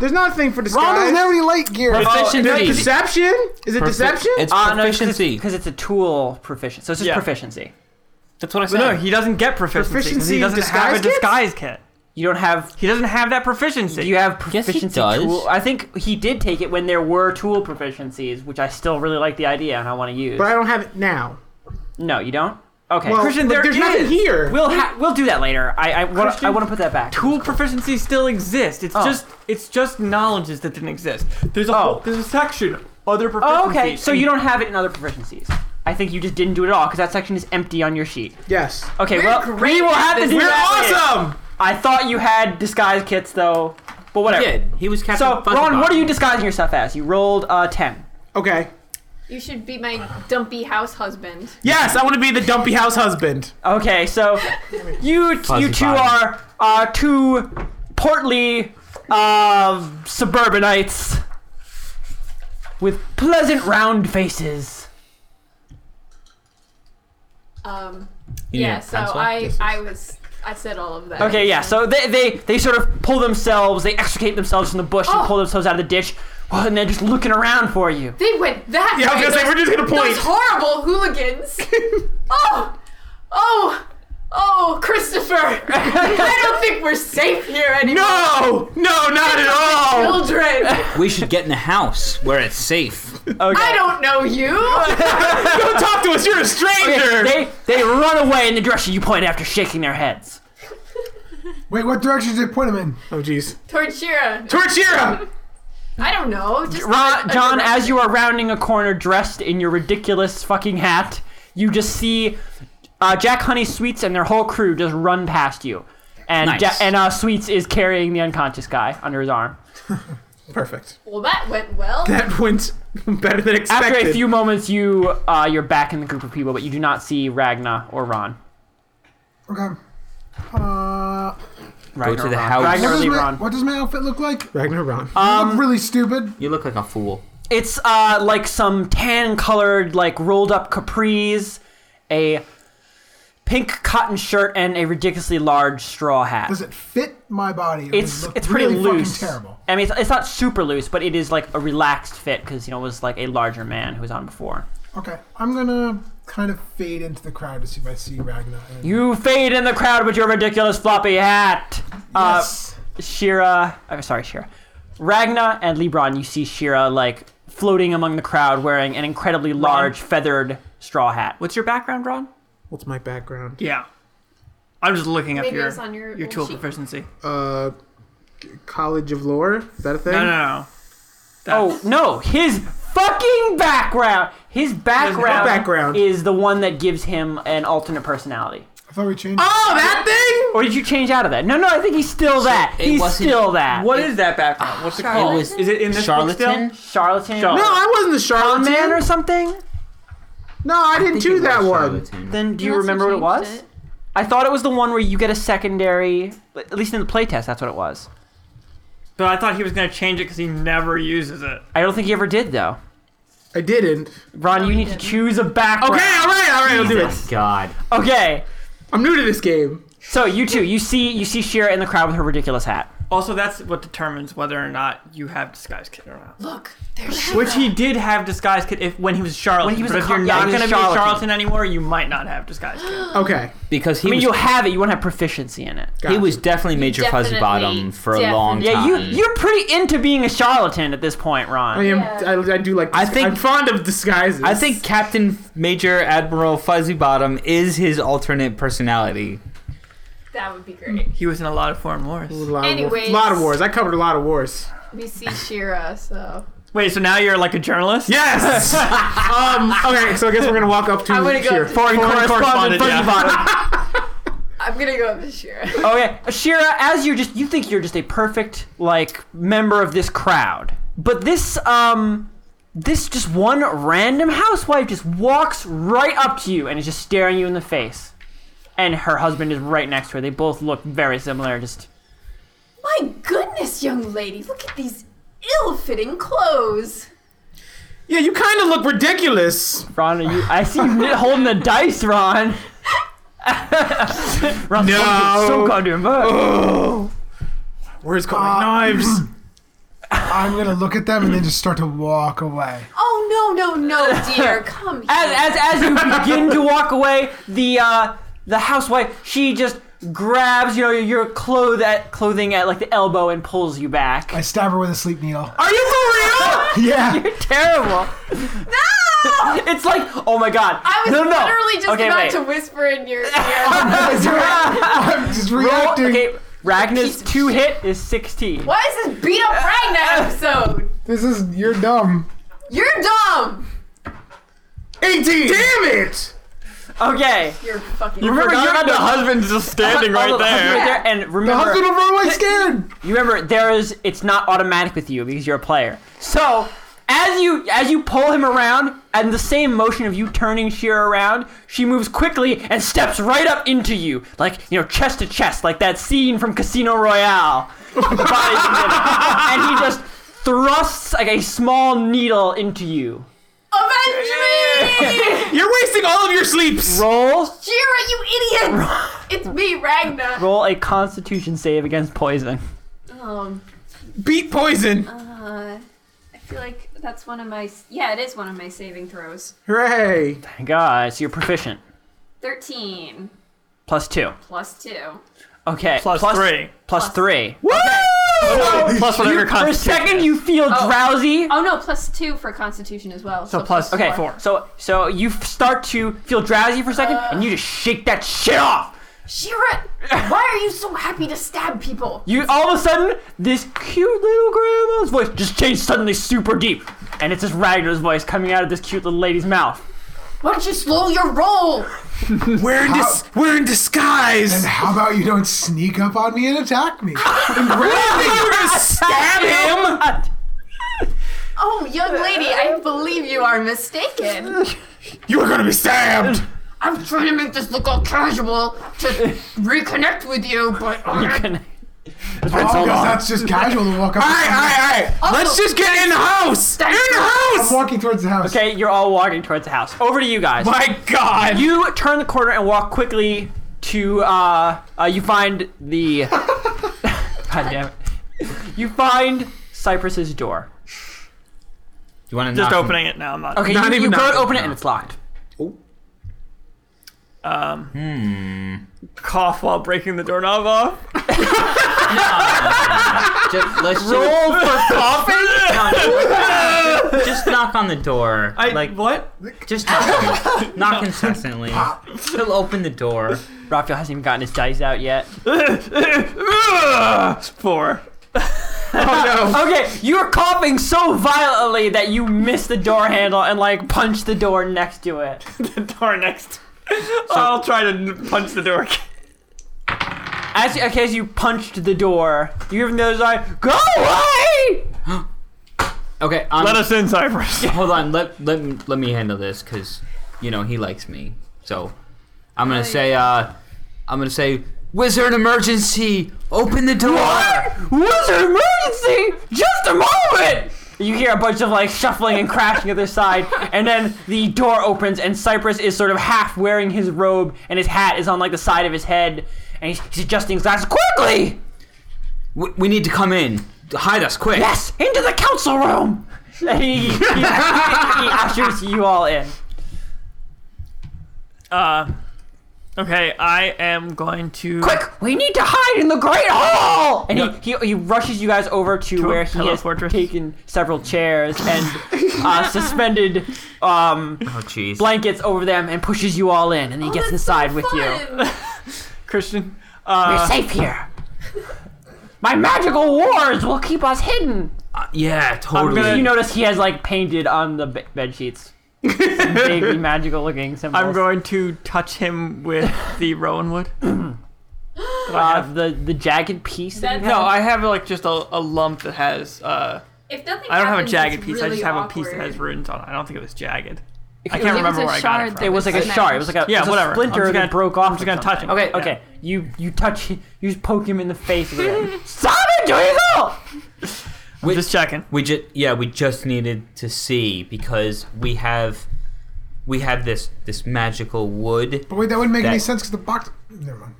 [SPEAKER 5] There's not a thing for disguise. Oh,
[SPEAKER 2] Ron doesn't have any light gear.
[SPEAKER 5] Is it
[SPEAKER 6] Proficiency.
[SPEAKER 5] deception? Is it
[SPEAKER 6] Profi-
[SPEAKER 5] deception? Oh,
[SPEAKER 6] It's
[SPEAKER 1] Uh, no,
[SPEAKER 6] proficiency.
[SPEAKER 1] because it's, a tool proficiency. So it's just
[SPEAKER 3] Yeah.
[SPEAKER 1] proficiency.
[SPEAKER 6] That's what I
[SPEAKER 3] But
[SPEAKER 6] said.
[SPEAKER 3] no, he doesn't get proficiency. 'cause
[SPEAKER 5] Proficiency
[SPEAKER 3] he doesn't
[SPEAKER 5] disguise
[SPEAKER 3] have a
[SPEAKER 5] kit?
[SPEAKER 3] disguise kit.
[SPEAKER 1] You don't have.
[SPEAKER 3] He doesn't have that proficiency.
[SPEAKER 1] Do you have
[SPEAKER 6] Yes, he
[SPEAKER 1] proficiency
[SPEAKER 6] does.
[SPEAKER 1] tool? I think he did take it when there were tool proficiencies, which I still really like the idea and I want to use.
[SPEAKER 5] but I don't have it now.
[SPEAKER 1] no, you don't. Okay,
[SPEAKER 5] Well,
[SPEAKER 3] Christian,
[SPEAKER 5] but
[SPEAKER 3] there
[SPEAKER 5] there's nothing
[SPEAKER 3] is.
[SPEAKER 5] here.
[SPEAKER 1] we'll ha- we'll do that later. I I want
[SPEAKER 3] Christian?
[SPEAKER 1] I want to put that back.
[SPEAKER 3] tool proficiency still exists. It's
[SPEAKER 1] Oh.
[SPEAKER 3] just it's just knowledges that didn't exist. There's a
[SPEAKER 1] Oh.
[SPEAKER 3] whole, there's a section other proficiencies.
[SPEAKER 1] Oh, okay. So
[SPEAKER 3] and-
[SPEAKER 1] you don't have it in other proficiencies. I think you just didn't do it at all because that section is empty on your sheet.
[SPEAKER 5] yes.
[SPEAKER 1] Okay,
[SPEAKER 4] We're
[SPEAKER 1] well,
[SPEAKER 4] great
[SPEAKER 1] we will
[SPEAKER 4] at
[SPEAKER 1] have to
[SPEAKER 4] this.
[SPEAKER 1] do
[SPEAKER 5] We're
[SPEAKER 1] that later.
[SPEAKER 5] awesome.
[SPEAKER 1] I thought you had disguise kits though, but whatever.
[SPEAKER 6] He did. He was Captain
[SPEAKER 1] So,
[SPEAKER 6] Funky
[SPEAKER 1] Ron, what
[SPEAKER 6] Bot.
[SPEAKER 1] are you disguising yourself as? You rolled uh, ten.
[SPEAKER 5] Okay.
[SPEAKER 4] You should be my dumpy house husband.
[SPEAKER 5] Yes, I want to be the dumpy house husband.
[SPEAKER 1] Okay, so you you
[SPEAKER 6] Fuzzy
[SPEAKER 1] two
[SPEAKER 6] bottom.
[SPEAKER 1] are uh, two portly uh, suburbanites with pleasant round faces.
[SPEAKER 4] Um.
[SPEAKER 6] You need
[SPEAKER 4] yeah.
[SPEAKER 6] a
[SPEAKER 4] So
[SPEAKER 6] pencil?
[SPEAKER 4] I
[SPEAKER 6] This is-
[SPEAKER 4] I was I said all of that.
[SPEAKER 1] Okay, yeah. So they, they they sort of pull themselves, they extricate themselves from the bush and
[SPEAKER 4] Oh.
[SPEAKER 1] pull themselves out of the ditch, oh, and they're just looking around for you.
[SPEAKER 4] they went that.
[SPEAKER 5] Yeah, I was
[SPEAKER 4] way.
[SPEAKER 5] gonna say,
[SPEAKER 4] Those-
[SPEAKER 5] we're just gonna point.
[SPEAKER 4] Those horrible hooligans. oh, oh, oh, Christopher! I don't think we're safe here anymore.
[SPEAKER 5] No, no, not at all.
[SPEAKER 4] Children,
[SPEAKER 6] We should get in a house where it's safe.
[SPEAKER 4] I don't know you.
[SPEAKER 5] Don't talk to us. You're a stranger.
[SPEAKER 1] They they run away in the direction you point after shaking their heads.
[SPEAKER 2] Wait, what direction did they point him in?
[SPEAKER 5] oh, jeez.
[SPEAKER 4] Torchira.
[SPEAKER 5] Torchira.
[SPEAKER 4] I don't know. Just
[SPEAKER 1] Ron,
[SPEAKER 4] a- a
[SPEAKER 1] John,
[SPEAKER 4] direction.
[SPEAKER 1] as you are rounding a corner dressed in your ridiculous fucking hat, you just see uh, Jack Honey Sweets and their whole crew just run past you. And
[SPEAKER 6] Nice.
[SPEAKER 1] Ja- and uh, Sweets is carrying the unconscious guy under his arm.
[SPEAKER 5] Perfect.
[SPEAKER 4] Well, that went well.
[SPEAKER 5] That went better than expected.
[SPEAKER 1] After a few moments, you uh, you're back in the group of people, but you do not see Ragna or Ron.
[SPEAKER 2] Okay. Uh,
[SPEAKER 1] Ragnar
[SPEAKER 6] to the
[SPEAKER 1] Ron.
[SPEAKER 6] house.
[SPEAKER 1] Ragnar
[SPEAKER 2] what, does
[SPEAKER 1] Lee
[SPEAKER 2] my,
[SPEAKER 1] Ron. Um,
[SPEAKER 2] what does my outfit look like?
[SPEAKER 5] Ragnarok.
[SPEAKER 2] I look really stupid.
[SPEAKER 6] You look like a fool.
[SPEAKER 1] It's uh, like some tan-colored, like rolled-up capris, a pink cotton shirt, and a ridiculously large straw hat.
[SPEAKER 2] Does it fit my body? or does
[SPEAKER 1] It's
[SPEAKER 2] it look
[SPEAKER 1] it's pretty
[SPEAKER 2] really
[SPEAKER 1] loose.
[SPEAKER 2] Fucking terrible.
[SPEAKER 1] I mean, it's, it's not super loose, but it is like a relaxed fit because you know it was like a larger man who was on before.
[SPEAKER 2] Okay, I'm gonna kind of fade into the crowd to see if I see Ragna. And
[SPEAKER 1] You fade in the crowd with your ridiculous floppy hat. Uh,
[SPEAKER 2] yes.
[SPEAKER 1] Shira, I'm sorry, Shira. Ragna and Lebron, you see Shira like floating among the crowd wearing an incredibly large feathered straw hat.
[SPEAKER 3] What's your background, Ron?
[SPEAKER 5] What's my background?
[SPEAKER 3] Yeah. I'm just looking up
[SPEAKER 4] Maybe it
[SPEAKER 3] your
[SPEAKER 4] was on your old
[SPEAKER 3] tool
[SPEAKER 4] sheet.
[SPEAKER 3] proficiency.
[SPEAKER 5] Uh, College of Lore. Is that a thing?
[SPEAKER 3] No, no, no.
[SPEAKER 1] Oh,
[SPEAKER 3] That's-
[SPEAKER 1] no, his fucking background. His background,
[SPEAKER 5] background.
[SPEAKER 1] is the one that gives him an alternate personality.
[SPEAKER 2] I thought we changed.
[SPEAKER 1] Ah!
[SPEAKER 5] Oh, that thing.
[SPEAKER 1] Or did you change out of that? No, no, I think he's still that.
[SPEAKER 6] it
[SPEAKER 1] He's
[SPEAKER 6] wasn't- Ah,
[SPEAKER 1] still that.
[SPEAKER 3] What is that background? What's it called?
[SPEAKER 6] was-
[SPEAKER 3] is it in this
[SPEAKER 6] Charlatan?
[SPEAKER 3] book
[SPEAKER 1] charlatan?
[SPEAKER 5] No, I wasn't the charlatan.
[SPEAKER 1] man or something?
[SPEAKER 5] no, I didn't do that one.
[SPEAKER 6] Charlatan.
[SPEAKER 1] Then do you
[SPEAKER 7] also
[SPEAKER 1] remember what it
[SPEAKER 7] changed
[SPEAKER 1] was?
[SPEAKER 7] it.
[SPEAKER 1] I thought it was the one where you get a secondary. At least in the playtest, that's what it was.
[SPEAKER 3] still? But I thought he was going to change it because he never uses it.
[SPEAKER 1] I don't think he ever did though.
[SPEAKER 5] I didn't.
[SPEAKER 1] Ron, you need to choose a background.
[SPEAKER 5] Okay, all right, all right, I'll do it.
[SPEAKER 6] Jesus God.
[SPEAKER 1] Okay.
[SPEAKER 5] I'm new to this game.
[SPEAKER 1] So you two, you see, you see Shira in the crowd with her ridiculous hat. Also, that's what determines whether or not you have disguise kit or not.
[SPEAKER 4] Look, there's
[SPEAKER 1] Which he did have disguise kit if when he was a charlatan.
[SPEAKER 3] When he was
[SPEAKER 1] but
[SPEAKER 3] a
[SPEAKER 1] if
[SPEAKER 3] co-
[SPEAKER 1] you're
[SPEAKER 3] yeah,
[SPEAKER 1] not
[SPEAKER 3] he was
[SPEAKER 1] going
[SPEAKER 3] a
[SPEAKER 1] to be a
[SPEAKER 3] charlatan.
[SPEAKER 1] charlatan anymore, you might not have disguise kit.
[SPEAKER 5] Okay.
[SPEAKER 6] because he
[SPEAKER 3] I mean, you'll
[SPEAKER 6] was
[SPEAKER 3] have it. You won't have proficiency in it.
[SPEAKER 6] he was definitely major fuzzy
[SPEAKER 4] Definitely,
[SPEAKER 6] bottom for a long
[SPEAKER 3] Yeah,
[SPEAKER 6] time.
[SPEAKER 3] you you're pretty into being a charlatan at this point,
[SPEAKER 5] I
[SPEAKER 3] Ron.
[SPEAKER 5] am.
[SPEAKER 4] Yeah.
[SPEAKER 5] I, I do like.
[SPEAKER 6] I
[SPEAKER 5] disgu-
[SPEAKER 6] think-
[SPEAKER 5] I'm fond of disguises.
[SPEAKER 6] I think Captain Major Admiral Fuzzy Bottom is his alternate personality.
[SPEAKER 4] that would be great.
[SPEAKER 1] He was in a lot of foreign wars.
[SPEAKER 5] A lot,
[SPEAKER 4] Anyways.
[SPEAKER 5] of wars. a lot of wars. I covered a lot of wars.
[SPEAKER 4] We see Shira, so
[SPEAKER 1] Wait, so now you're like a journalist?
[SPEAKER 5] Yes. um. Okay. So I guess we're gonna walk up to.
[SPEAKER 4] I'm gonna go
[SPEAKER 5] here.
[SPEAKER 4] up to-
[SPEAKER 1] Foreign, correspondent.
[SPEAKER 3] Correspondent Fuzzy
[SPEAKER 1] yeah.
[SPEAKER 3] Bottom.
[SPEAKER 4] I'm gonna go with Shira.
[SPEAKER 3] okay, Shira, as you're just you think you're just a perfect like member of this crowd, but this um this just one random housewife just walks right up to you and is just staring you in the face, and her husband is right next to her. They both look very similar. Just
[SPEAKER 4] My goodness, young lady, look at these ill-fitting clothes.
[SPEAKER 5] Yeah, you kind of look ridiculous.
[SPEAKER 3] Ron, are you, I see you holding the dice, Ron. Ron,
[SPEAKER 5] No.
[SPEAKER 3] so goddamn bad.
[SPEAKER 5] Oh. Where's got my
[SPEAKER 2] Uh,
[SPEAKER 5] knives?
[SPEAKER 2] I'm gonna look at them and then just start to walk away.
[SPEAKER 4] Oh no, no, no, dear, come here.
[SPEAKER 3] as, as, as you begin to walk away, the uh, the housewife she just grabs you know your cloth at clothing at like the elbow and pulls you back.
[SPEAKER 2] I stab her with a sleep needle.
[SPEAKER 3] Are you for real?
[SPEAKER 2] Yeah.
[SPEAKER 3] You're terrible.
[SPEAKER 4] no!
[SPEAKER 3] It's like oh my god.
[SPEAKER 4] I was
[SPEAKER 3] no, no, no.
[SPEAKER 4] literally just
[SPEAKER 3] okay,
[SPEAKER 4] about
[SPEAKER 3] wait.
[SPEAKER 4] to whisper in your ear.
[SPEAKER 2] I'm just
[SPEAKER 3] Roll,
[SPEAKER 2] reacting.
[SPEAKER 3] okay, Ragnar's
[SPEAKER 4] Piece of
[SPEAKER 3] two
[SPEAKER 4] shit.
[SPEAKER 3] hit is sixteen.
[SPEAKER 4] Why is this beat up Ragnar episode?
[SPEAKER 2] This is you're dumb.
[SPEAKER 4] You're dumb.
[SPEAKER 5] 18. Damn it.
[SPEAKER 3] Okay.
[SPEAKER 4] You're fucking.
[SPEAKER 3] Remember,
[SPEAKER 1] Forgot
[SPEAKER 3] you're
[SPEAKER 1] about the husband's just standing
[SPEAKER 3] Oh,
[SPEAKER 1] right
[SPEAKER 3] the husband
[SPEAKER 1] there.
[SPEAKER 3] right there, And
[SPEAKER 2] The
[SPEAKER 3] remember,
[SPEAKER 2] husband will run away scared.
[SPEAKER 3] You remember there is it's not automatic with you because you're a player. So as you as you pull him around, and the same motion of you turning Shira around, she moves quickly and steps right up into you, like you know, chest to chest, like that scene from Casino Royale. Bodies together. and he just thrusts like a small needle into you.
[SPEAKER 4] Avenge me!
[SPEAKER 5] You're wasting all of your sleeps.
[SPEAKER 3] Roll
[SPEAKER 4] Jira, you idiot! It's me, Ragna.
[SPEAKER 3] roll a Constitution save against poison.
[SPEAKER 4] Um,
[SPEAKER 5] Beat poison.
[SPEAKER 4] uh, I feel like that's one of my. Yeah, it is one of my saving throws.
[SPEAKER 5] Hooray.
[SPEAKER 3] Guys, you're proficient.
[SPEAKER 4] Thirteen
[SPEAKER 3] Plus two.
[SPEAKER 4] plus two.
[SPEAKER 3] Okay.
[SPEAKER 1] Plus three.
[SPEAKER 3] Plus, plus three.
[SPEAKER 5] Woo!
[SPEAKER 1] Plus whatever
[SPEAKER 3] For a
[SPEAKER 1] constitution
[SPEAKER 3] second,
[SPEAKER 1] is.
[SPEAKER 3] you feel
[SPEAKER 4] Oh.
[SPEAKER 3] drowsy.
[SPEAKER 4] Oh no, plus two for Constitution as well. So,
[SPEAKER 1] plus-
[SPEAKER 3] Okay,
[SPEAKER 1] Four.
[SPEAKER 3] so so you f- start to feel drowsy for a second, and you just shake that shit off.
[SPEAKER 4] Jira, why are you so happy to stab people?
[SPEAKER 3] You all of a sudden, this cute little grandma's voice just changed suddenly super deep, and it's this Ragnar's voice coming out of this cute little lady's mouth.
[SPEAKER 4] Why don't you slow Oh, your roll?
[SPEAKER 5] We're in dis- we're in disguise.
[SPEAKER 2] And how about you don't sneak up on me and attack me?
[SPEAKER 5] I think you were gonna stab him.
[SPEAKER 4] Oh, young lady, I believe you are mistaken.
[SPEAKER 5] You were gonna be stabbed.
[SPEAKER 4] I'm trying to make this look all casual to reconnect with you, but
[SPEAKER 2] Oh, because that's just casual to walk up.
[SPEAKER 5] All right, all right, all right. Let's just get in the house. In the
[SPEAKER 2] I'm
[SPEAKER 5] house.
[SPEAKER 2] walking towards the house.
[SPEAKER 3] okay, you're all walking towards the house. Over to you guys.
[SPEAKER 5] My God.
[SPEAKER 3] You turn the corner and walk quickly to. Uh, uh, you find the. God damn it! You find Cypress's door.
[SPEAKER 6] You want to
[SPEAKER 1] Just opening it now. I'm not.
[SPEAKER 3] Okay,
[SPEAKER 5] Not
[SPEAKER 3] you,
[SPEAKER 5] even
[SPEAKER 3] you go
[SPEAKER 5] knocking.
[SPEAKER 3] to open it and it's locked.
[SPEAKER 1] um,
[SPEAKER 3] Hmm.
[SPEAKER 1] Cough while breaking the doorknob off.
[SPEAKER 6] Just, let's just-
[SPEAKER 3] Roll for
[SPEAKER 6] No, no, just, just knock on the door.
[SPEAKER 1] I,
[SPEAKER 6] like
[SPEAKER 1] what?
[SPEAKER 6] just knock, knock incessantly. He'll open the door.
[SPEAKER 3] Raphael hasn't even gotten his dice out yet.
[SPEAKER 1] Four.
[SPEAKER 5] Oh
[SPEAKER 3] Okay, you're coughing so violently that you miss the door handle and like punch the door next to it.
[SPEAKER 1] Door next. I'll try to n- punch the door.
[SPEAKER 3] As okay, as you punched the door, you hear from the other side, "Go away!"
[SPEAKER 6] Okay, um,
[SPEAKER 1] Let us in, Cypress.
[SPEAKER 6] hold on. Let let me- let me handle this because you know he likes me. So I'm gonna say uh, I'm gonna say wizard emergency. Open the door.
[SPEAKER 3] What's an emergency? Just a moment! You hear a bunch of like shuffling and crashing other side, and then the door opens, and Cypress is sort of half wearing his robe, and his hat is on like the side of his head, and he's, he's adjusting his glasses quickly.
[SPEAKER 6] We, we need to come in. Hide us quick.
[SPEAKER 1] Yes, into the council room. And he, he, he ushers you all in.
[SPEAKER 3] Uh, okay, I am going to.
[SPEAKER 1] Quick, we need to hide in the great hall. And he, he, he rushes you guys over to,
[SPEAKER 3] Oh! a
[SPEAKER 1] where he
[SPEAKER 3] pillow
[SPEAKER 1] has
[SPEAKER 3] fortress.
[SPEAKER 1] taken several chairs and uh, suspended um,
[SPEAKER 6] Oh jeez.
[SPEAKER 1] blankets over them and pushes you all in. And he gets inside with you.
[SPEAKER 3] Christian. Uh,
[SPEAKER 1] We're safe here. My magical wards will keep us hidden.
[SPEAKER 6] yeah, totally.
[SPEAKER 3] gonna-
[SPEAKER 1] You notice he has like painted on the be- bed sheets, some baby magical looking symbols.
[SPEAKER 3] I'm going to touch him with the rowan wood.
[SPEAKER 1] Uh, the the jagged piece. That
[SPEAKER 4] That-
[SPEAKER 1] you
[SPEAKER 3] No,
[SPEAKER 1] have.
[SPEAKER 3] I have like just a, a lump that has. Uh,
[SPEAKER 4] If nothing
[SPEAKER 3] I don't have a
[SPEAKER 4] happens,
[SPEAKER 3] jagged
[SPEAKER 4] it's
[SPEAKER 3] piece. I
[SPEAKER 4] really
[SPEAKER 3] just have a piece that
[SPEAKER 4] awkward.
[SPEAKER 3] has runes on it. I don't think it was jagged. I
[SPEAKER 1] It
[SPEAKER 3] can't
[SPEAKER 1] was-
[SPEAKER 3] remember
[SPEAKER 7] a
[SPEAKER 3] where I got it
[SPEAKER 7] shard
[SPEAKER 3] from.
[SPEAKER 7] that
[SPEAKER 1] It was like a
[SPEAKER 7] Smashed.
[SPEAKER 1] shard. It was like a,
[SPEAKER 3] Yeah,
[SPEAKER 1] it was a
[SPEAKER 3] whatever. I'm
[SPEAKER 1] splinter
[SPEAKER 3] just
[SPEAKER 1] that
[SPEAKER 3] gonna-
[SPEAKER 1] broke off.
[SPEAKER 3] I'm just gonna
[SPEAKER 1] or
[SPEAKER 3] touch
[SPEAKER 1] something.
[SPEAKER 3] him.
[SPEAKER 1] Okay,
[SPEAKER 3] Yeah.
[SPEAKER 1] okay. You you touch you just poke him in the face with it. Simon Dweezil!
[SPEAKER 3] I'm just checking.
[SPEAKER 6] we just yeah we just needed to see because we have we have this this magical wood
[SPEAKER 2] But wait, that wouldn't make any
[SPEAKER 6] That-
[SPEAKER 2] sense because the box. Never mind.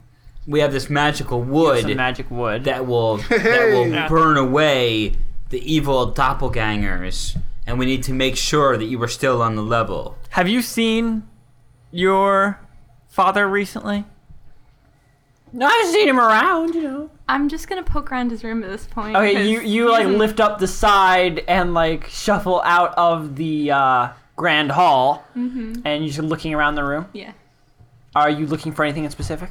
[SPEAKER 6] we have this magical
[SPEAKER 1] Some
[SPEAKER 6] wood
[SPEAKER 1] magic wood.
[SPEAKER 6] that will that will
[SPEAKER 3] Hey.
[SPEAKER 6] burn away the evil doppelgangers and we need to make sure that you were still on the level
[SPEAKER 3] Have you seen your father recently?
[SPEAKER 1] no, I've seen him around. You know.
[SPEAKER 7] I'm just gonna poke around his room at this point.
[SPEAKER 1] Okay,
[SPEAKER 7] 'cause
[SPEAKER 1] you you like
[SPEAKER 7] he's in-
[SPEAKER 1] lift up the side and like shuffle out of the uh, grand hall,
[SPEAKER 7] Mm-hmm.
[SPEAKER 1] and you're just looking around the room.
[SPEAKER 7] Yeah.
[SPEAKER 1] Are you looking for anything in specific?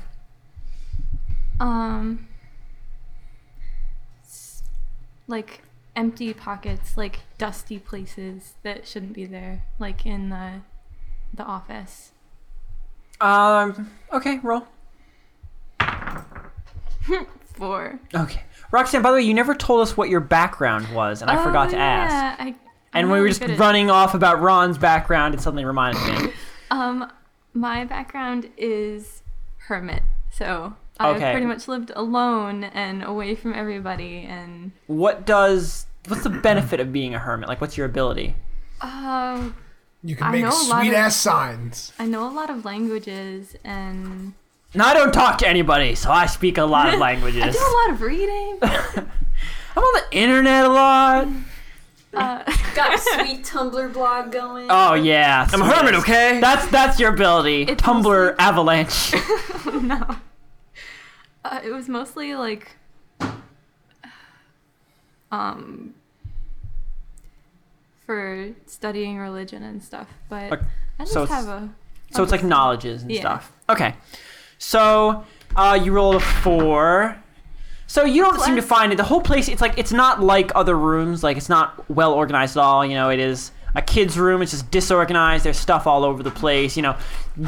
[SPEAKER 7] Um. s- Like empty pockets, like dusty places that shouldn't be there, like in the the office.
[SPEAKER 1] Um. Okay, roll.
[SPEAKER 7] Four.
[SPEAKER 1] Okay, Roxanne. By the way, you never told us what your background was,
[SPEAKER 4] Oh,
[SPEAKER 1] and I forgot to ask.
[SPEAKER 7] Oh, Yeah, I.
[SPEAKER 1] And
[SPEAKER 7] I'm
[SPEAKER 1] we were
[SPEAKER 7] really
[SPEAKER 1] just
[SPEAKER 7] good at-
[SPEAKER 1] running off about Ron's background, it suddenly reminded me.
[SPEAKER 7] Um, my background is hermit, so I
[SPEAKER 1] Okay.
[SPEAKER 7] pretty much lived alone and away from everybody, and
[SPEAKER 1] what does? What's the benefit of being a hermit? Like, what's your ability?
[SPEAKER 7] um,
[SPEAKER 2] You can
[SPEAKER 7] I
[SPEAKER 2] make
[SPEAKER 7] know a lot of-
[SPEAKER 2] sweet ass signs.
[SPEAKER 7] I know a lot of languages and
[SPEAKER 1] Now I don't talk to anybody, so I speak a lot of languages.
[SPEAKER 7] I do a lot of reading.
[SPEAKER 1] I'm on the internet a lot.
[SPEAKER 7] Uh,
[SPEAKER 4] Got a sweet Tumblr blog going.
[SPEAKER 1] Oh yeah,
[SPEAKER 3] I'm a hermit, okay?
[SPEAKER 1] That's that's your ability.
[SPEAKER 7] It's
[SPEAKER 1] Tumblr
[SPEAKER 7] mostly-
[SPEAKER 1] avalanche.
[SPEAKER 7] no, uh, it was mostly like, um, for studying religion and stuff. But
[SPEAKER 1] Okay,
[SPEAKER 7] I just
[SPEAKER 1] so it's-
[SPEAKER 7] have a
[SPEAKER 1] so it's like knowledges and
[SPEAKER 7] Yeah.
[SPEAKER 1] stuff. Okay, so uh, you rolled a four. So you don't seem to
[SPEAKER 7] Plus-
[SPEAKER 1] find it. The whole place, it's like it's not like other rooms. Like it's not well organized at all. You know, it is a kid's room. It's just disorganized. There's stuff all over the place. You know,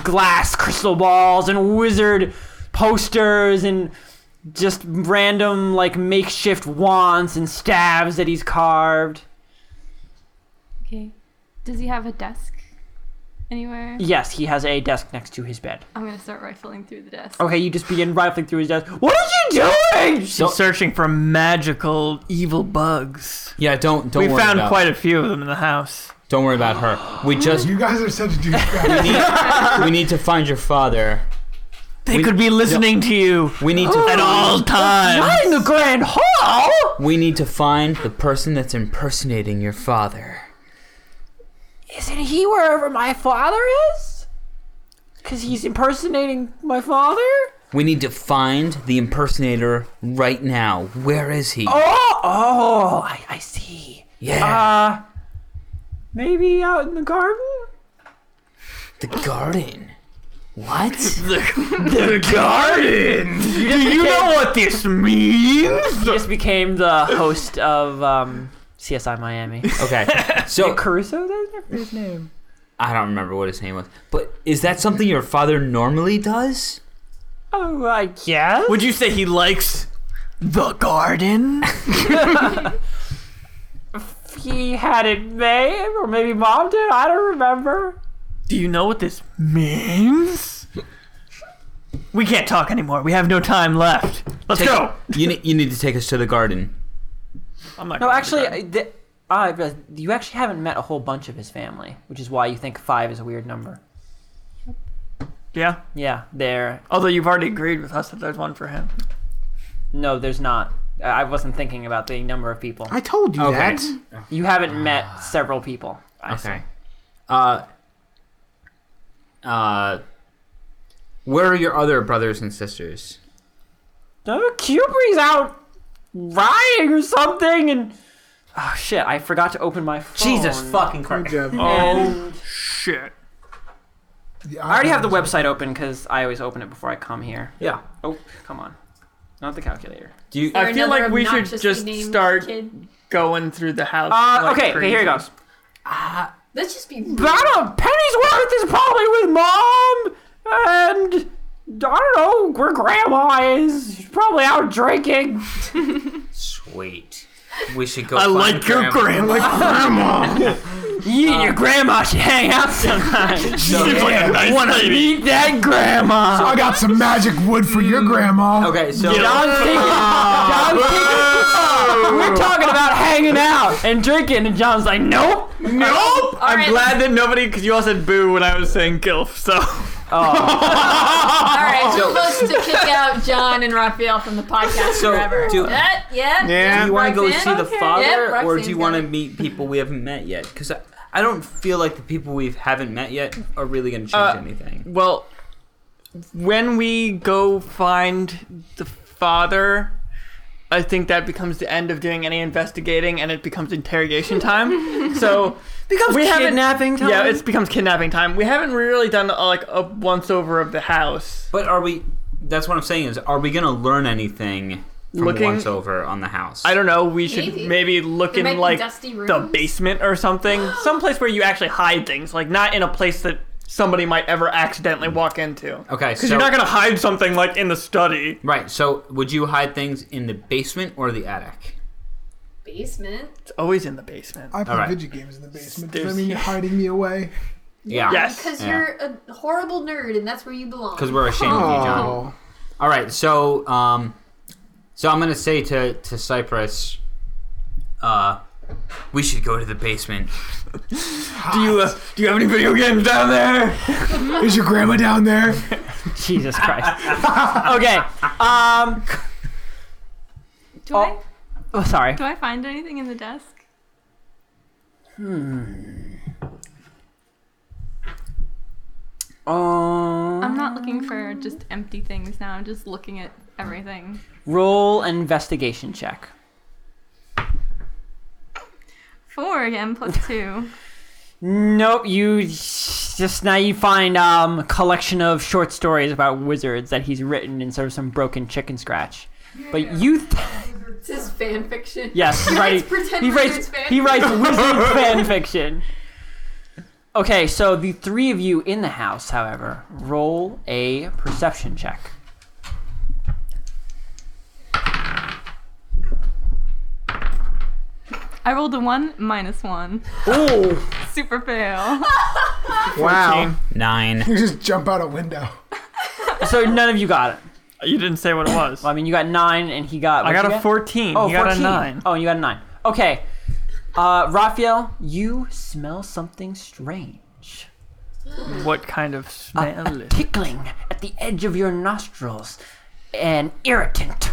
[SPEAKER 1] glass crystal balls and wizard posters and just random like makeshift wands and staves that he's carved.
[SPEAKER 7] okay. Does he have a desk anywhere?
[SPEAKER 1] Yes, he has a desk next to his bed.
[SPEAKER 7] I'm gonna start rifling through the desk.
[SPEAKER 1] Okay, you just begin rifling through his desk. What are you doing?
[SPEAKER 3] She's searching for magical evil bugs.
[SPEAKER 6] yeah don't don't
[SPEAKER 3] we
[SPEAKER 6] worry
[SPEAKER 3] found
[SPEAKER 6] about,
[SPEAKER 3] quite a few of them in the house.
[SPEAKER 6] don't worry about her we just
[SPEAKER 2] You guys are such douchebags.
[SPEAKER 6] need, we need to find your father
[SPEAKER 3] They
[SPEAKER 6] We-
[SPEAKER 3] could be listening to you
[SPEAKER 6] we need to
[SPEAKER 3] at
[SPEAKER 6] find,
[SPEAKER 3] all times.
[SPEAKER 1] Not in the grand hall.
[SPEAKER 6] we need to find the person that's impersonating your father
[SPEAKER 1] Isn't he wherever my father is? Because he's impersonating my father.
[SPEAKER 6] We need to find the impersonator right now. Where is he?
[SPEAKER 1] Oh, oh, I, I see.
[SPEAKER 6] yeah,
[SPEAKER 1] Uh, maybe out in the garden.
[SPEAKER 6] the garden. What?
[SPEAKER 3] the garden. Do you know what this
[SPEAKER 1] He
[SPEAKER 3] means?
[SPEAKER 1] just became the host of um, CSI Miami.
[SPEAKER 6] okay, so
[SPEAKER 1] Caruso, that's never his name.
[SPEAKER 6] I don't remember what his name was, but is that something your father normally does?
[SPEAKER 1] Oh, I guess.
[SPEAKER 3] Would you say he likes the garden?
[SPEAKER 1] he had it made, or maybe mom did. I don't remember.
[SPEAKER 3] Do you know what this means? We can't talk anymore. We have no time left. Let's go.
[SPEAKER 6] You ne- you need to take us to the garden.
[SPEAKER 3] I'm not
[SPEAKER 1] No,
[SPEAKER 3] going to the
[SPEAKER 1] actually,
[SPEAKER 3] garden.
[SPEAKER 1] I- the, I- but you actually haven't met a whole bunch of his family, which is why you think five is a weird number.
[SPEAKER 3] yeah.
[SPEAKER 1] Yeah, there.
[SPEAKER 3] Although you've already agreed with us that there's one for him.
[SPEAKER 1] No, there's not. I wasn't thinking about the number of people.
[SPEAKER 5] I told you
[SPEAKER 6] Okay.
[SPEAKER 5] that.
[SPEAKER 1] You haven't met several people. I see.
[SPEAKER 6] Okay. Uh, uh, where are your other brothers and sisters?
[SPEAKER 1] Oh, Kubri's out riding or something, and oh shit, I forgot to open my phone.
[SPEAKER 6] fucking
[SPEAKER 5] Oh, Good job.
[SPEAKER 1] And
[SPEAKER 3] Shit.
[SPEAKER 1] I already have the website open because I always open it before I come here.
[SPEAKER 6] Yeah.
[SPEAKER 1] Oh, come on, not the calculator.
[SPEAKER 6] Do you?
[SPEAKER 3] I
[SPEAKER 4] Or
[SPEAKER 3] feel like
[SPEAKER 4] another
[SPEAKER 3] we should
[SPEAKER 4] obnoxiously
[SPEAKER 3] just
[SPEAKER 4] named
[SPEAKER 3] start-
[SPEAKER 4] kid.
[SPEAKER 3] Going through the house.
[SPEAKER 1] Uh,
[SPEAKER 3] like
[SPEAKER 1] okay, okay, here
[SPEAKER 3] crazy.
[SPEAKER 1] it goes.
[SPEAKER 4] Let's just be.
[SPEAKER 1] About a penny's worth is probably with mom, and I don't know where grandma is. She's probably out drinking.
[SPEAKER 6] Sweet. We should go.
[SPEAKER 3] I
[SPEAKER 6] find
[SPEAKER 3] like your
[SPEAKER 6] grandma.
[SPEAKER 3] grandma.
[SPEAKER 1] You and your grandma should hang out sometimes.
[SPEAKER 3] She's like
[SPEAKER 2] Yeah.
[SPEAKER 3] a nice
[SPEAKER 1] Wanna
[SPEAKER 3] lady.
[SPEAKER 1] meet that grandma?
[SPEAKER 2] I got some magic wood for
[SPEAKER 5] Hmm.
[SPEAKER 2] your grandma.
[SPEAKER 6] Okay, so
[SPEAKER 3] Yeah.
[SPEAKER 1] Don Pink- Don Pink- We're talking about hanging out and drinking, and John's like, nope.
[SPEAKER 3] Nope. I'm
[SPEAKER 4] right.
[SPEAKER 3] glad that nobody, because you all said boo when I was saying gilf. So
[SPEAKER 4] All right, we're supposed to kick out John and Raphael from the podcast
[SPEAKER 6] So,
[SPEAKER 4] forever.
[SPEAKER 6] do-
[SPEAKER 4] yeah, yeah.
[SPEAKER 5] Yeah.
[SPEAKER 6] do you want to go see the
[SPEAKER 4] Roxanne?
[SPEAKER 6] father,
[SPEAKER 4] Yep,
[SPEAKER 6] or
[SPEAKER 4] Roxanne's
[SPEAKER 6] do you
[SPEAKER 4] got
[SPEAKER 6] want to
[SPEAKER 4] it.
[SPEAKER 6] meet people we haven't met yet? Because I, I don't feel like the people we haven't met yet are really going to change
[SPEAKER 3] Uh,
[SPEAKER 6] anything.
[SPEAKER 3] well, when we go find the father, I think that becomes the end of doing any investigating, and it becomes interrogation time. so
[SPEAKER 1] Becomes
[SPEAKER 3] we haven't-
[SPEAKER 1] kidnapping time.
[SPEAKER 3] yeah, it becomes kidnapping time. We haven't really done uh, like a once over of the house.
[SPEAKER 6] But are we? That's what I'm saying. Is are we going to learn anything from
[SPEAKER 3] Looking-
[SPEAKER 6] once over on the house?
[SPEAKER 3] I don't know. We should
[SPEAKER 4] Maybe.
[SPEAKER 3] maybe, look
[SPEAKER 4] There might
[SPEAKER 3] in
[SPEAKER 4] be
[SPEAKER 3] like
[SPEAKER 4] dusty
[SPEAKER 3] the
[SPEAKER 4] rooms.
[SPEAKER 3] basement or something, someplace where you actually hide things, like not in a place that somebody might ever accidentally walk into.
[SPEAKER 6] Okay,
[SPEAKER 3] because
[SPEAKER 6] so
[SPEAKER 3] you're not gonna hide something like in the study.
[SPEAKER 6] right. So would you hide things in the basement or the attic?
[SPEAKER 4] basement.
[SPEAKER 3] It's always in the basement.
[SPEAKER 2] I play
[SPEAKER 6] Alright.
[SPEAKER 2] video games in the basement. Does
[SPEAKER 3] There's-
[SPEAKER 2] that mean you're hiding me away?
[SPEAKER 6] Yeah.
[SPEAKER 3] Yes.
[SPEAKER 4] Because
[SPEAKER 6] Yeah.
[SPEAKER 4] you're a horrible nerd, and that's where you belong.
[SPEAKER 6] Because we're ashamed of you, John.
[SPEAKER 5] Oh.
[SPEAKER 6] All right, so um, so I'm gonna say to to Cypress, uh, we should go to the basement.
[SPEAKER 3] Do you uh, do you have any video games down there?
[SPEAKER 2] Is your grandma down there?
[SPEAKER 1] Jesus Christ. okay. Um.
[SPEAKER 7] Do I
[SPEAKER 1] Oh. Oh, sorry.
[SPEAKER 7] do I find anything in the desk?
[SPEAKER 1] Um.
[SPEAKER 7] I'm not looking for just empty things now. I'm just looking at everything.
[SPEAKER 1] Roll an investigation check.
[SPEAKER 7] Four again, plus two.
[SPEAKER 1] Nope. You just now you find um a collection of short stories about wizards that he's written in sort of some broken chicken scratch. But you, th-
[SPEAKER 4] it's his fan fiction.
[SPEAKER 1] yes, he's writing-
[SPEAKER 4] pretend
[SPEAKER 1] he
[SPEAKER 4] wizards
[SPEAKER 1] writes
[SPEAKER 4] fan
[SPEAKER 1] he writes wizard fan fiction. Okay, so the three of you in the house, however, roll a perception check.
[SPEAKER 7] I rolled a one minus one.
[SPEAKER 1] Ooh,
[SPEAKER 7] Super fail.
[SPEAKER 5] Wow.
[SPEAKER 6] Nine.
[SPEAKER 2] You just jump out a window.
[SPEAKER 1] uh, so none of you got it.
[SPEAKER 3] You didn't say what it was.
[SPEAKER 1] Well, I mean, you got nine, and he got.
[SPEAKER 3] I
[SPEAKER 1] what'd
[SPEAKER 3] got
[SPEAKER 1] you
[SPEAKER 3] a
[SPEAKER 1] get?
[SPEAKER 3] 14.
[SPEAKER 1] Oh,
[SPEAKER 3] you got
[SPEAKER 1] 14.
[SPEAKER 3] a nine.
[SPEAKER 1] Oh, you got a nine. Okay, uh, Raphael, you smell something strange.
[SPEAKER 3] What kind
[SPEAKER 1] Uh,
[SPEAKER 3] of smell? is
[SPEAKER 1] Tickling at the edge of your nostrils, an irritant.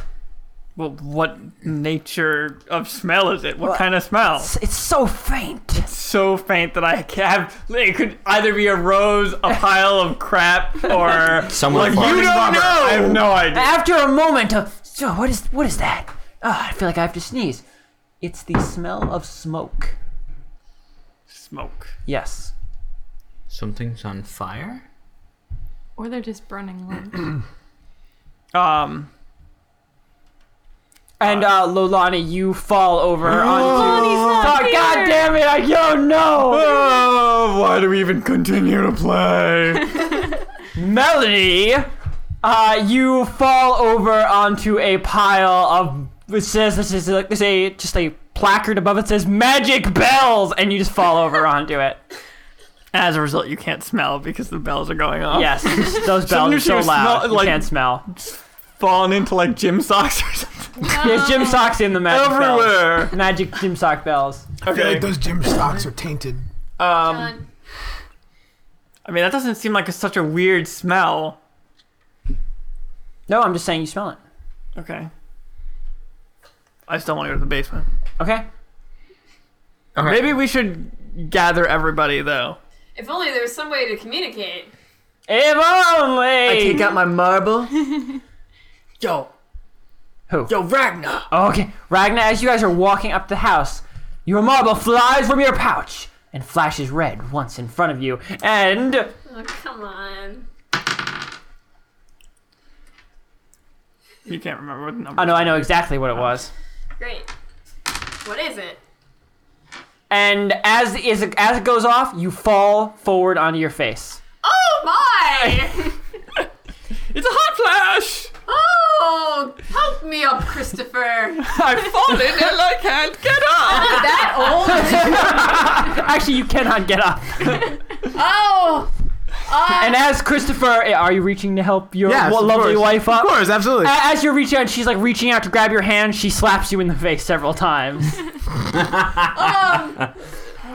[SPEAKER 3] well, what nature of smell is it? What kind of smell?
[SPEAKER 1] It's, it's so faint.
[SPEAKER 3] so faint that I can have. It could either be a rose, a pile of crap, or
[SPEAKER 6] Someone
[SPEAKER 3] like
[SPEAKER 6] farted.
[SPEAKER 3] you don't know. I have no idea.
[SPEAKER 1] After a moment of so, what is what is that? Ah, I feel like I have to sneeze. It's the smell of smoke.
[SPEAKER 3] Smoke.
[SPEAKER 1] Yes.
[SPEAKER 6] Something's on fire.
[SPEAKER 7] or they're just burning low.
[SPEAKER 3] Um.
[SPEAKER 1] And uh, Lolani, you fall over onto.
[SPEAKER 7] Lonnie's not
[SPEAKER 1] Oh, God
[SPEAKER 7] here!
[SPEAKER 1] damn it! I don't know.
[SPEAKER 3] Oh, why do we even continue to play?
[SPEAKER 1] Melody, uh, you fall over onto a pile of. It says this is like there's a just a placard above it says magic bells, and you just fall over onto it.
[SPEAKER 3] As a result, you can't smell because the bells are going off.
[SPEAKER 1] Yes, those bells are
[SPEAKER 3] Sometimes
[SPEAKER 1] so
[SPEAKER 3] you
[SPEAKER 1] loud
[SPEAKER 3] smell-
[SPEAKER 1] you
[SPEAKER 3] like-
[SPEAKER 1] can't smell.
[SPEAKER 3] Falling into like gym socks or something.
[SPEAKER 1] There's gym socks in the magic bells.
[SPEAKER 3] Everywhere.
[SPEAKER 1] Magic gym sock bells.
[SPEAKER 2] I feel
[SPEAKER 3] Okay.
[SPEAKER 2] like those gym stocks are tainted.
[SPEAKER 3] Um.
[SPEAKER 4] John,
[SPEAKER 3] I mean, that doesn't seem like it's such a weird smell.
[SPEAKER 1] No, I'm just saying you smell it.
[SPEAKER 3] Okay. I still want to go to the basement.
[SPEAKER 1] Okay.
[SPEAKER 6] Okay.
[SPEAKER 3] Maybe we should gather everybody though.
[SPEAKER 4] If only there was some way to communicate.
[SPEAKER 1] If
[SPEAKER 3] I take
[SPEAKER 1] only.
[SPEAKER 3] out my marble. yo.
[SPEAKER 1] Who?
[SPEAKER 3] Yo, Ragnar.
[SPEAKER 5] Oh,
[SPEAKER 1] Okay, Ragnar, as you guys are walking up the house, your marble flies from your pouch and flashes red once in front of you. And
[SPEAKER 4] Oh, come on.
[SPEAKER 3] You can't remember what the number.
[SPEAKER 1] oh no, I know exactly what it was.
[SPEAKER 4] Great. What is it?
[SPEAKER 1] And as is as it goes off, you fall forward onto your face.
[SPEAKER 4] Oh my!
[SPEAKER 3] It's a hot flash.
[SPEAKER 4] oh, help me up, Christopher.
[SPEAKER 3] I've fallen and I can't get up.
[SPEAKER 4] that old?
[SPEAKER 1] Actually, you cannot get up.
[SPEAKER 4] Oh. Uh,
[SPEAKER 1] And as Christopher, eh, are you reaching to help your
[SPEAKER 5] Yes,
[SPEAKER 1] wa-
[SPEAKER 5] of
[SPEAKER 1] lovely
[SPEAKER 5] course.
[SPEAKER 1] wife up?
[SPEAKER 5] Of course, absolutely.
[SPEAKER 1] A- As you're reaching out, she's like reaching out to grab your hand. She slaps you in the face several times.
[SPEAKER 4] um,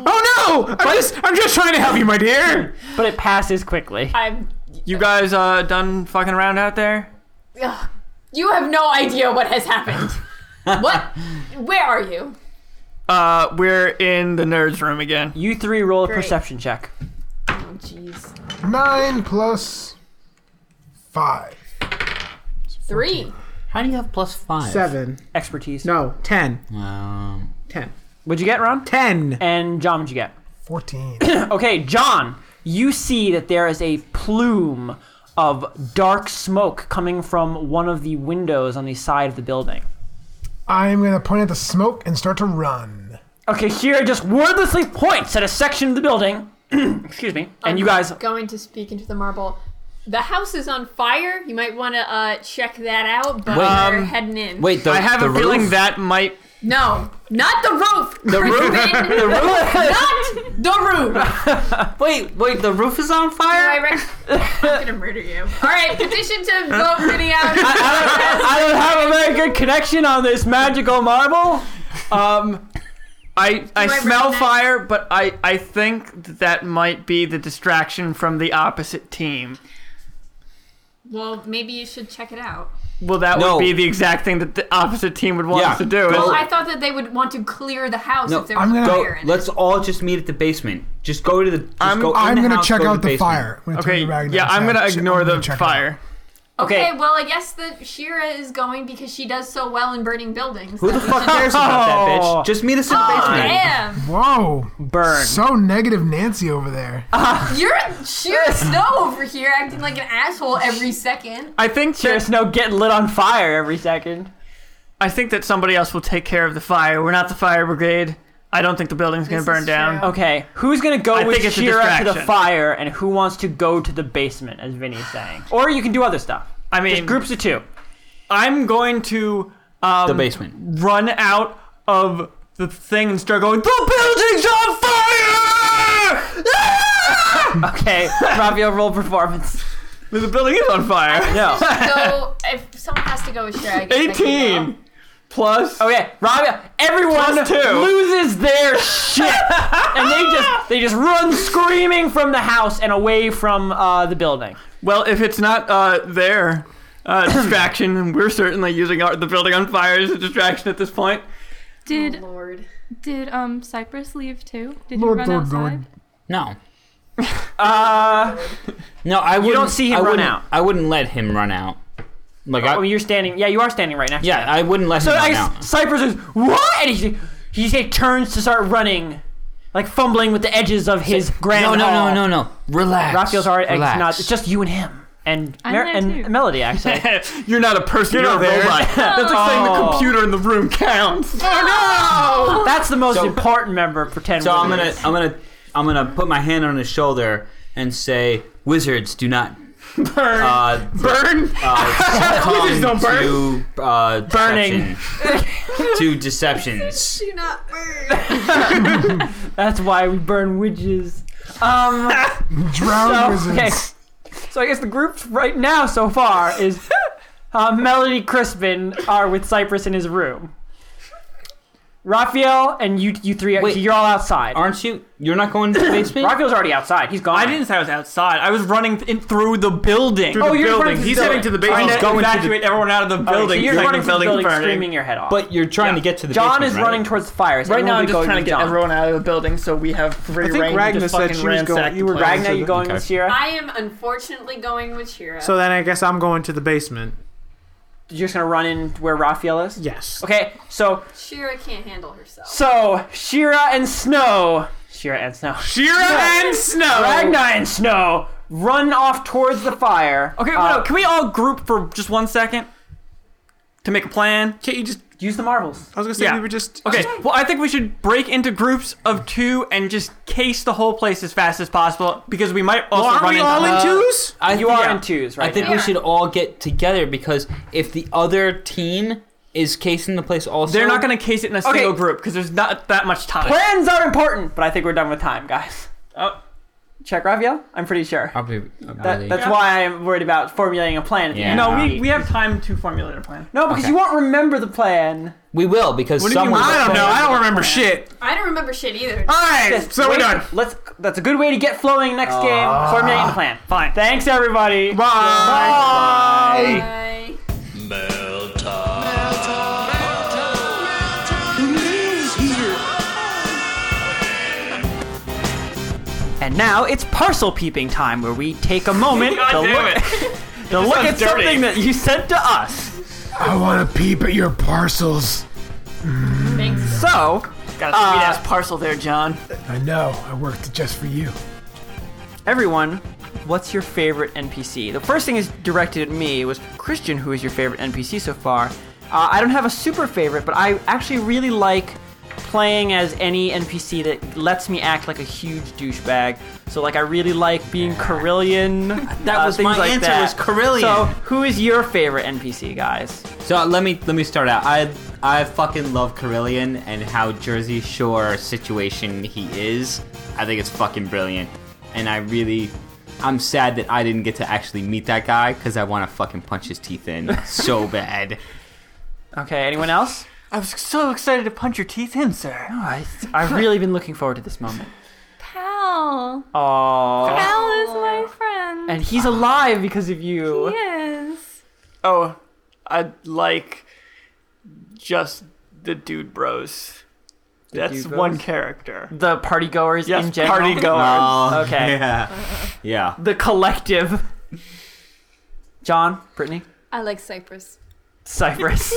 [SPEAKER 5] oh no! I'm just, I'm just trying to help you, my dear.
[SPEAKER 1] but it passes quickly.
[SPEAKER 4] I'm.
[SPEAKER 3] You guys uh done fucking around out there?
[SPEAKER 4] Ugh. You have no idea what has happened. what? Where are you?
[SPEAKER 3] Uh, we're in the nerds room again.
[SPEAKER 1] You three roll a
[SPEAKER 4] Great.
[SPEAKER 1] perception check.
[SPEAKER 4] Oh, jeez.
[SPEAKER 2] Nine plus five.
[SPEAKER 4] Three.
[SPEAKER 6] How do you have plus five?
[SPEAKER 5] Seven.
[SPEAKER 1] Expertise.
[SPEAKER 5] No, Oh, ten.
[SPEAKER 6] Um,
[SPEAKER 5] Ten.
[SPEAKER 1] What'd you get, Ron?
[SPEAKER 5] Ten.
[SPEAKER 1] And John, what'd you get?
[SPEAKER 2] Fourteen.
[SPEAKER 1] Okay, John, you see that there is a plume of dark smoke coming from one of the windows on the side of the building.
[SPEAKER 2] I'm gonna point at the smoke and start to run.
[SPEAKER 1] Okay, Shira just wordlessly points at a section of the building. Excuse me. And you guys.
[SPEAKER 4] Going to speak into the marble. The house is on fire. You might want to uh, check that out, but
[SPEAKER 6] Wait.
[SPEAKER 4] we're
[SPEAKER 6] Um,
[SPEAKER 4] heading in.
[SPEAKER 6] wait, the,
[SPEAKER 3] I have
[SPEAKER 6] the
[SPEAKER 3] a feeling
[SPEAKER 6] roof?
[SPEAKER 3] that might.
[SPEAKER 4] No, not the roof. The
[SPEAKER 6] roof.
[SPEAKER 4] the
[SPEAKER 1] roof.
[SPEAKER 4] Not the roof.
[SPEAKER 6] Wait, wait, the roof is on fire.
[SPEAKER 4] I am gonna murder you. All right, petition to vote Vinny out.
[SPEAKER 1] I don't have a very good connection on this magical marble.
[SPEAKER 3] Um, I I
[SPEAKER 4] Do I
[SPEAKER 3] smell
[SPEAKER 4] recognize-
[SPEAKER 3] fire, but I I think that that might be the distraction from the opposite team.
[SPEAKER 4] well, maybe you should check it out.
[SPEAKER 3] Well, that
[SPEAKER 6] No.
[SPEAKER 3] would be the exact thing that the opposite team would want
[SPEAKER 6] Yeah.
[SPEAKER 3] us to do.
[SPEAKER 6] Well,
[SPEAKER 4] Well,
[SPEAKER 3] is-
[SPEAKER 4] I thought that they would want to clear the house
[SPEAKER 6] No,
[SPEAKER 4] if there was
[SPEAKER 2] I'm gonna-
[SPEAKER 6] Go,
[SPEAKER 4] fire in it.
[SPEAKER 6] let's all just meet at the basement. Just go to the. Just
[SPEAKER 3] I'm-
[SPEAKER 6] go in
[SPEAKER 2] I'm
[SPEAKER 6] the
[SPEAKER 2] gonna
[SPEAKER 6] house,
[SPEAKER 2] check
[SPEAKER 6] go to
[SPEAKER 2] out the,
[SPEAKER 6] basement.
[SPEAKER 2] fire. I'm gonna turn
[SPEAKER 3] Okay,
[SPEAKER 2] to Ragnar
[SPEAKER 3] yeah,
[SPEAKER 2] and
[SPEAKER 3] I'm
[SPEAKER 2] say,
[SPEAKER 3] gonna
[SPEAKER 2] "Shit,
[SPEAKER 3] ignore
[SPEAKER 2] I'm gonna
[SPEAKER 3] the
[SPEAKER 2] check it out."
[SPEAKER 3] fire.
[SPEAKER 4] Okay.
[SPEAKER 1] Okay.
[SPEAKER 4] well, I guess that Shira is going because she does so well in burning buildings.
[SPEAKER 6] Who the fuck cares about that bitch? Just meet us in the
[SPEAKER 4] Oh,
[SPEAKER 6] basement.
[SPEAKER 4] damn.
[SPEAKER 2] Whoa!
[SPEAKER 1] Burn.
[SPEAKER 2] So negative, Nancy over there.
[SPEAKER 4] You're Shira Snow over here acting like an asshole every second.
[SPEAKER 3] I think that,
[SPEAKER 1] There's no getting lit on fire every second.
[SPEAKER 3] I think that somebody else will take care of the fire. We're not the fire brigade. I don't think the building's gonna
[SPEAKER 4] This
[SPEAKER 3] burn
[SPEAKER 4] is
[SPEAKER 3] down.
[SPEAKER 4] true.
[SPEAKER 1] Okay, who's gonna go
[SPEAKER 3] I
[SPEAKER 1] with
[SPEAKER 3] think it's a
[SPEAKER 1] Shira to the
[SPEAKER 3] distraction.
[SPEAKER 1] fire, and who wants to go to the basement, as Vinny's saying? Or you can do other stuff.
[SPEAKER 3] I mean,
[SPEAKER 1] Just groups of two.
[SPEAKER 3] I'm going to um,
[SPEAKER 6] The basement.
[SPEAKER 3] run out of the thing and start going. The building's on fire! Ah!
[SPEAKER 1] Okay, Raphael roll performance.
[SPEAKER 3] the building is on fire.
[SPEAKER 1] No.
[SPEAKER 4] So if someone has to go with Shira, I guess I can go.
[SPEAKER 3] Oh. Eighteen plus.
[SPEAKER 1] Okay, Raphael. Everyone
[SPEAKER 3] Plus two.
[SPEAKER 1] loses their shit, and they just they just run screaming from the house and away from uh, the building.
[SPEAKER 3] Well, if it's not uh, their uh, distraction, we're certainly using our, the building on fire as a distraction at this point.
[SPEAKER 7] Did
[SPEAKER 4] Oh, Lord.
[SPEAKER 7] did um Cypress leave too? Did
[SPEAKER 2] Lord,
[SPEAKER 7] he run
[SPEAKER 2] Lord,
[SPEAKER 7] outside?
[SPEAKER 2] Lord.
[SPEAKER 6] No.
[SPEAKER 1] Uh,
[SPEAKER 6] No, I wouldn't.
[SPEAKER 1] don't see him
[SPEAKER 6] I
[SPEAKER 1] run
[SPEAKER 6] wouldn't-
[SPEAKER 1] out.
[SPEAKER 6] I wouldn't let him run out. Like
[SPEAKER 1] well,
[SPEAKER 6] I,
[SPEAKER 1] you're standing. Yeah, you are standing right next.
[SPEAKER 6] yeah,
[SPEAKER 1] to him.
[SPEAKER 6] I wouldn't let
[SPEAKER 1] So
[SPEAKER 6] him
[SPEAKER 1] I
[SPEAKER 6] run
[SPEAKER 1] guess
[SPEAKER 6] out.
[SPEAKER 1] Cypress is what? And he he just, like, turns to start running, like fumbling with the edges of his grand
[SPEAKER 6] No, no,
[SPEAKER 1] hall.
[SPEAKER 6] no, no, no. Relax.
[SPEAKER 1] Raphael's already
[SPEAKER 6] Relax.
[SPEAKER 1] not. It's just you and him and
[SPEAKER 7] I'm
[SPEAKER 1] Mer-
[SPEAKER 7] there
[SPEAKER 1] and
[SPEAKER 7] too.
[SPEAKER 1] Melody actually.
[SPEAKER 3] you're not a person. You're,
[SPEAKER 5] not
[SPEAKER 3] a
[SPEAKER 5] there.
[SPEAKER 3] robot. That's like saying the
[SPEAKER 1] Oh.
[SPEAKER 3] computer in the room counts.
[SPEAKER 1] That's the most
[SPEAKER 6] So-
[SPEAKER 1] important member. of Pretend.
[SPEAKER 6] So I'm
[SPEAKER 1] Wizard.
[SPEAKER 6] gonna, I'm gonna, I'm gonna put my hand on his shoulder and say, "Wizards, do not
[SPEAKER 3] Burn.
[SPEAKER 6] uh,
[SPEAKER 3] burn.
[SPEAKER 6] uh, succumb
[SPEAKER 5] Wizards don't burn.
[SPEAKER 6] to uh,
[SPEAKER 1] Burning.
[SPEAKER 6] deception. to deceptions."
[SPEAKER 4] Do not burn.
[SPEAKER 1] That's why we burn witches. Um.
[SPEAKER 2] Drown
[SPEAKER 1] So,
[SPEAKER 2] wizards.
[SPEAKER 1] okay. So I guess the group right now so far is uh, Melody Crispin are with Cypress in his room. Raphael and you you three are
[SPEAKER 6] Wait.
[SPEAKER 1] you're all outside.
[SPEAKER 6] Aren't you? You're not going to the basement?
[SPEAKER 1] Raphael's already outside. He's gone.
[SPEAKER 3] I didn't say I was outside. I was running th- in through the building.
[SPEAKER 1] Oh, you're running through
[SPEAKER 3] building.
[SPEAKER 1] the
[SPEAKER 3] He's
[SPEAKER 1] building.
[SPEAKER 3] heading to the basement.
[SPEAKER 6] He's going to the-
[SPEAKER 3] evacuate everyone out of the
[SPEAKER 1] Okay, so
[SPEAKER 3] building.
[SPEAKER 1] you're
[SPEAKER 3] taking
[SPEAKER 1] running through the building,
[SPEAKER 3] burning.
[SPEAKER 1] screaming your head off.
[SPEAKER 6] but you're trying to get to the
[SPEAKER 1] John
[SPEAKER 6] basement.
[SPEAKER 1] is running towards the fires.
[SPEAKER 3] Right now, I'm just
[SPEAKER 1] going
[SPEAKER 3] trying to get
[SPEAKER 1] John.
[SPEAKER 3] everyone out of the building, so we have free
[SPEAKER 5] I think
[SPEAKER 3] reign to
[SPEAKER 5] Ragna
[SPEAKER 3] just
[SPEAKER 5] said
[SPEAKER 3] fucking
[SPEAKER 5] she was going-
[SPEAKER 3] ransack
[SPEAKER 5] you
[SPEAKER 3] the
[SPEAKER 5] were
[SPEAKER 3] place.
[SPEAKER 5] Ragna-
[SPEAKER 1] Ragnar, you going
[SPEAKER 6] Okay.
[SPEAKER 1] with Sierra?
[SPEAKER 4] I am unfortunately going with Shira.
[SPEAKER 5] So then I guess I'm going to the basement.
[SPEAKER 1] You're just gonna run in where Raphael is.
[SPEAKER 5] Yes.
[SPEAKER 1] Okay, so
[SPEAKER 4] Shira can't handle herself.
[SPEAKER 1] so Shira and Snow, Shira and Snow,
[SPEAKER 5] Shira and Snow.
[SPEAKER 1] Ragnar and Snow run off towards the fire.
[SPEAKER 3] Okay,
[SPEAKER 1] Uh,
[SPEAKER 3] wait, can we all group for just one second to make a plan?
[SPEAKER 5] Can't you just?
[SPEAKER 1] use the marbles.
[SPEAKER 5] I was gonna say
[SPEAKER 3] Yeah.
[SPEAKER 5] we were just.
[SPEAKER 3] Okay, well, I think we should break into groups of two and just case the whole place as fast as possible because we might also
[SPEAKER 5] Well, aren't
[SPEAKER 3] run
[SPEAKER 5] we
[SPEAKER 3] into. Uh,
[SPEAKER 5] all in twos?
[SPEAKER 6] I,
[SPEAKER 1] You are
[SPEAKER 3] Yeah.
[SPEAKER 1] in twos right
[SPEAKER 6] I think
[SPEAKER 1] now.
[SPEAKER 6] we
[SPEAKER 4] Yeah.
[SPEAKER 6] should all get together because if the other team is casing the place also,
[SPEAKER 3] They're not going to case it in a
[SPEAKER 1] Okay.
[SPEAKER 3] single group because there's not that much time.
[SPEAKER 1] Plans are important, but I think we're done with time, guys.
[SPEAKER 3] Oh.
[SPEAKER 1] Check Raphael. I'm pretty sure.
[SPEAKER 6] Probably. uh,
[SPEAKER 1] That, that's why I'm worried about formulating a plan. At the
[SPEAKER 6] Yeah.
[SPEAKER 1] end.
[SPEAKER 3] No,
[SPEAKER 1] of the
[SPEAKER 3] we,
[SPEAKER 1] week.
[SPEAKER 3] we have time to formulate a plan.
[SPEAKER 1] no, because
[SPEAKER 6] Okay.
[SPEAKER 1] you won't remember the plan.
[SPEAKER 6] we will because
[SPEAKER 3] do you
[SPEAKER 6] someone.
[SPEAKER 3] mean?
[SPEAKER 5] I don't know. I don't remember
[SPEAKER 3] Yeah.
[SPEAKER 5] shit.
[SPEAKER 4] I don't remember shit either.
[SPEAKER 5] All right,
[SPEAKER 1] Yes,
[SPEAKER 5] so we're
[SPEAKER 1] wait,
[SPEAKER 5] done.
[SPEAKER 1] Let's. That's a good way to get flowing next game. Formulating a plan.
[SPEAKER 3] Fine.
[SPEAKER 1] Thanks everybody.
[SPEAKER 5] Bye.
[SPEAKER 4] Bye.
[SPEAKER 1] And now it's parcel peeping time, where we take a moment to look, to look at
[SPEAKER 3] sounds dirty.
[SPEAKER 1] something that you sent to us.
[SPEAKER 2] I want to peep at your parcels.
[SPEAKER 4] Thanks.
[SPEAKER 1] So,
[SPEAKER 3] Got a sweet ass parcel there, John.
[SPEAKER 2] I know. I worked it just for you.
[SPEAKER 1] everyone, what's your favorite NPC? The first thing is directed at me was Christian, who is your favorite NPC so far. Uh, I don't have a super favorite, but I actually really like playing as any NPC that lets me act like a huge douchebag. So, like, I really like being Carillion.
[SPEAKER 6] That
[SPEAKER 1] uh,
[SPEAKER 6] was
[SPEAKER 1] things
[SPEAKER 6] my
[SPEAKER 1] like
[SPEAKER 6] answer
[SPEAKER 1] that.
[SPEAKER 6] was Carillion.
[SPEAKER 1] So, who is your favorite NPC, guys?
[SPEAKER 6] So let me let me start out. I I fucking love Carillion and how Jersey Shore situation he is. I think it's fucking brilliant, and I really. I'm sad that I didn't get to actually meet that guy because I want to fucking punch his teeth in so bad.
[SPEAKER 1] Okay, anyone else?
[SPEAKER 3] I was so excited to punch your teeth in, sir.
[SPEAKER 1] I, I've really been looking forward to this moment.
[SPEAKER 7] Pal.
[SPEAKER 1] Aww.
[SPEAKER 7] Pal is my friend.
[SPEAKER 1] And he's alive because of you.
[SPEAKER 7] he is.
[SPEAKER 3] Oh, I'd like just the dude bros. That's
[SPEAKER 1] dude bros?
[SPEAKER 3] one character.
[SPEAKER 1] The party goers
[SPEAKER 3] Yes,
[SPEAKER 1] in general.
[SPEAKER 3] party goers.
[SPEAKER 6] Oh,
[SPEAKER 1] Okay.
[SPEAKER 6] Yeah. Yeah.
[SPEAKER 1] The collective. John, Brittany,
[SPEAKER 4] I like Cypress.
[SPEAKER 1] Cypress.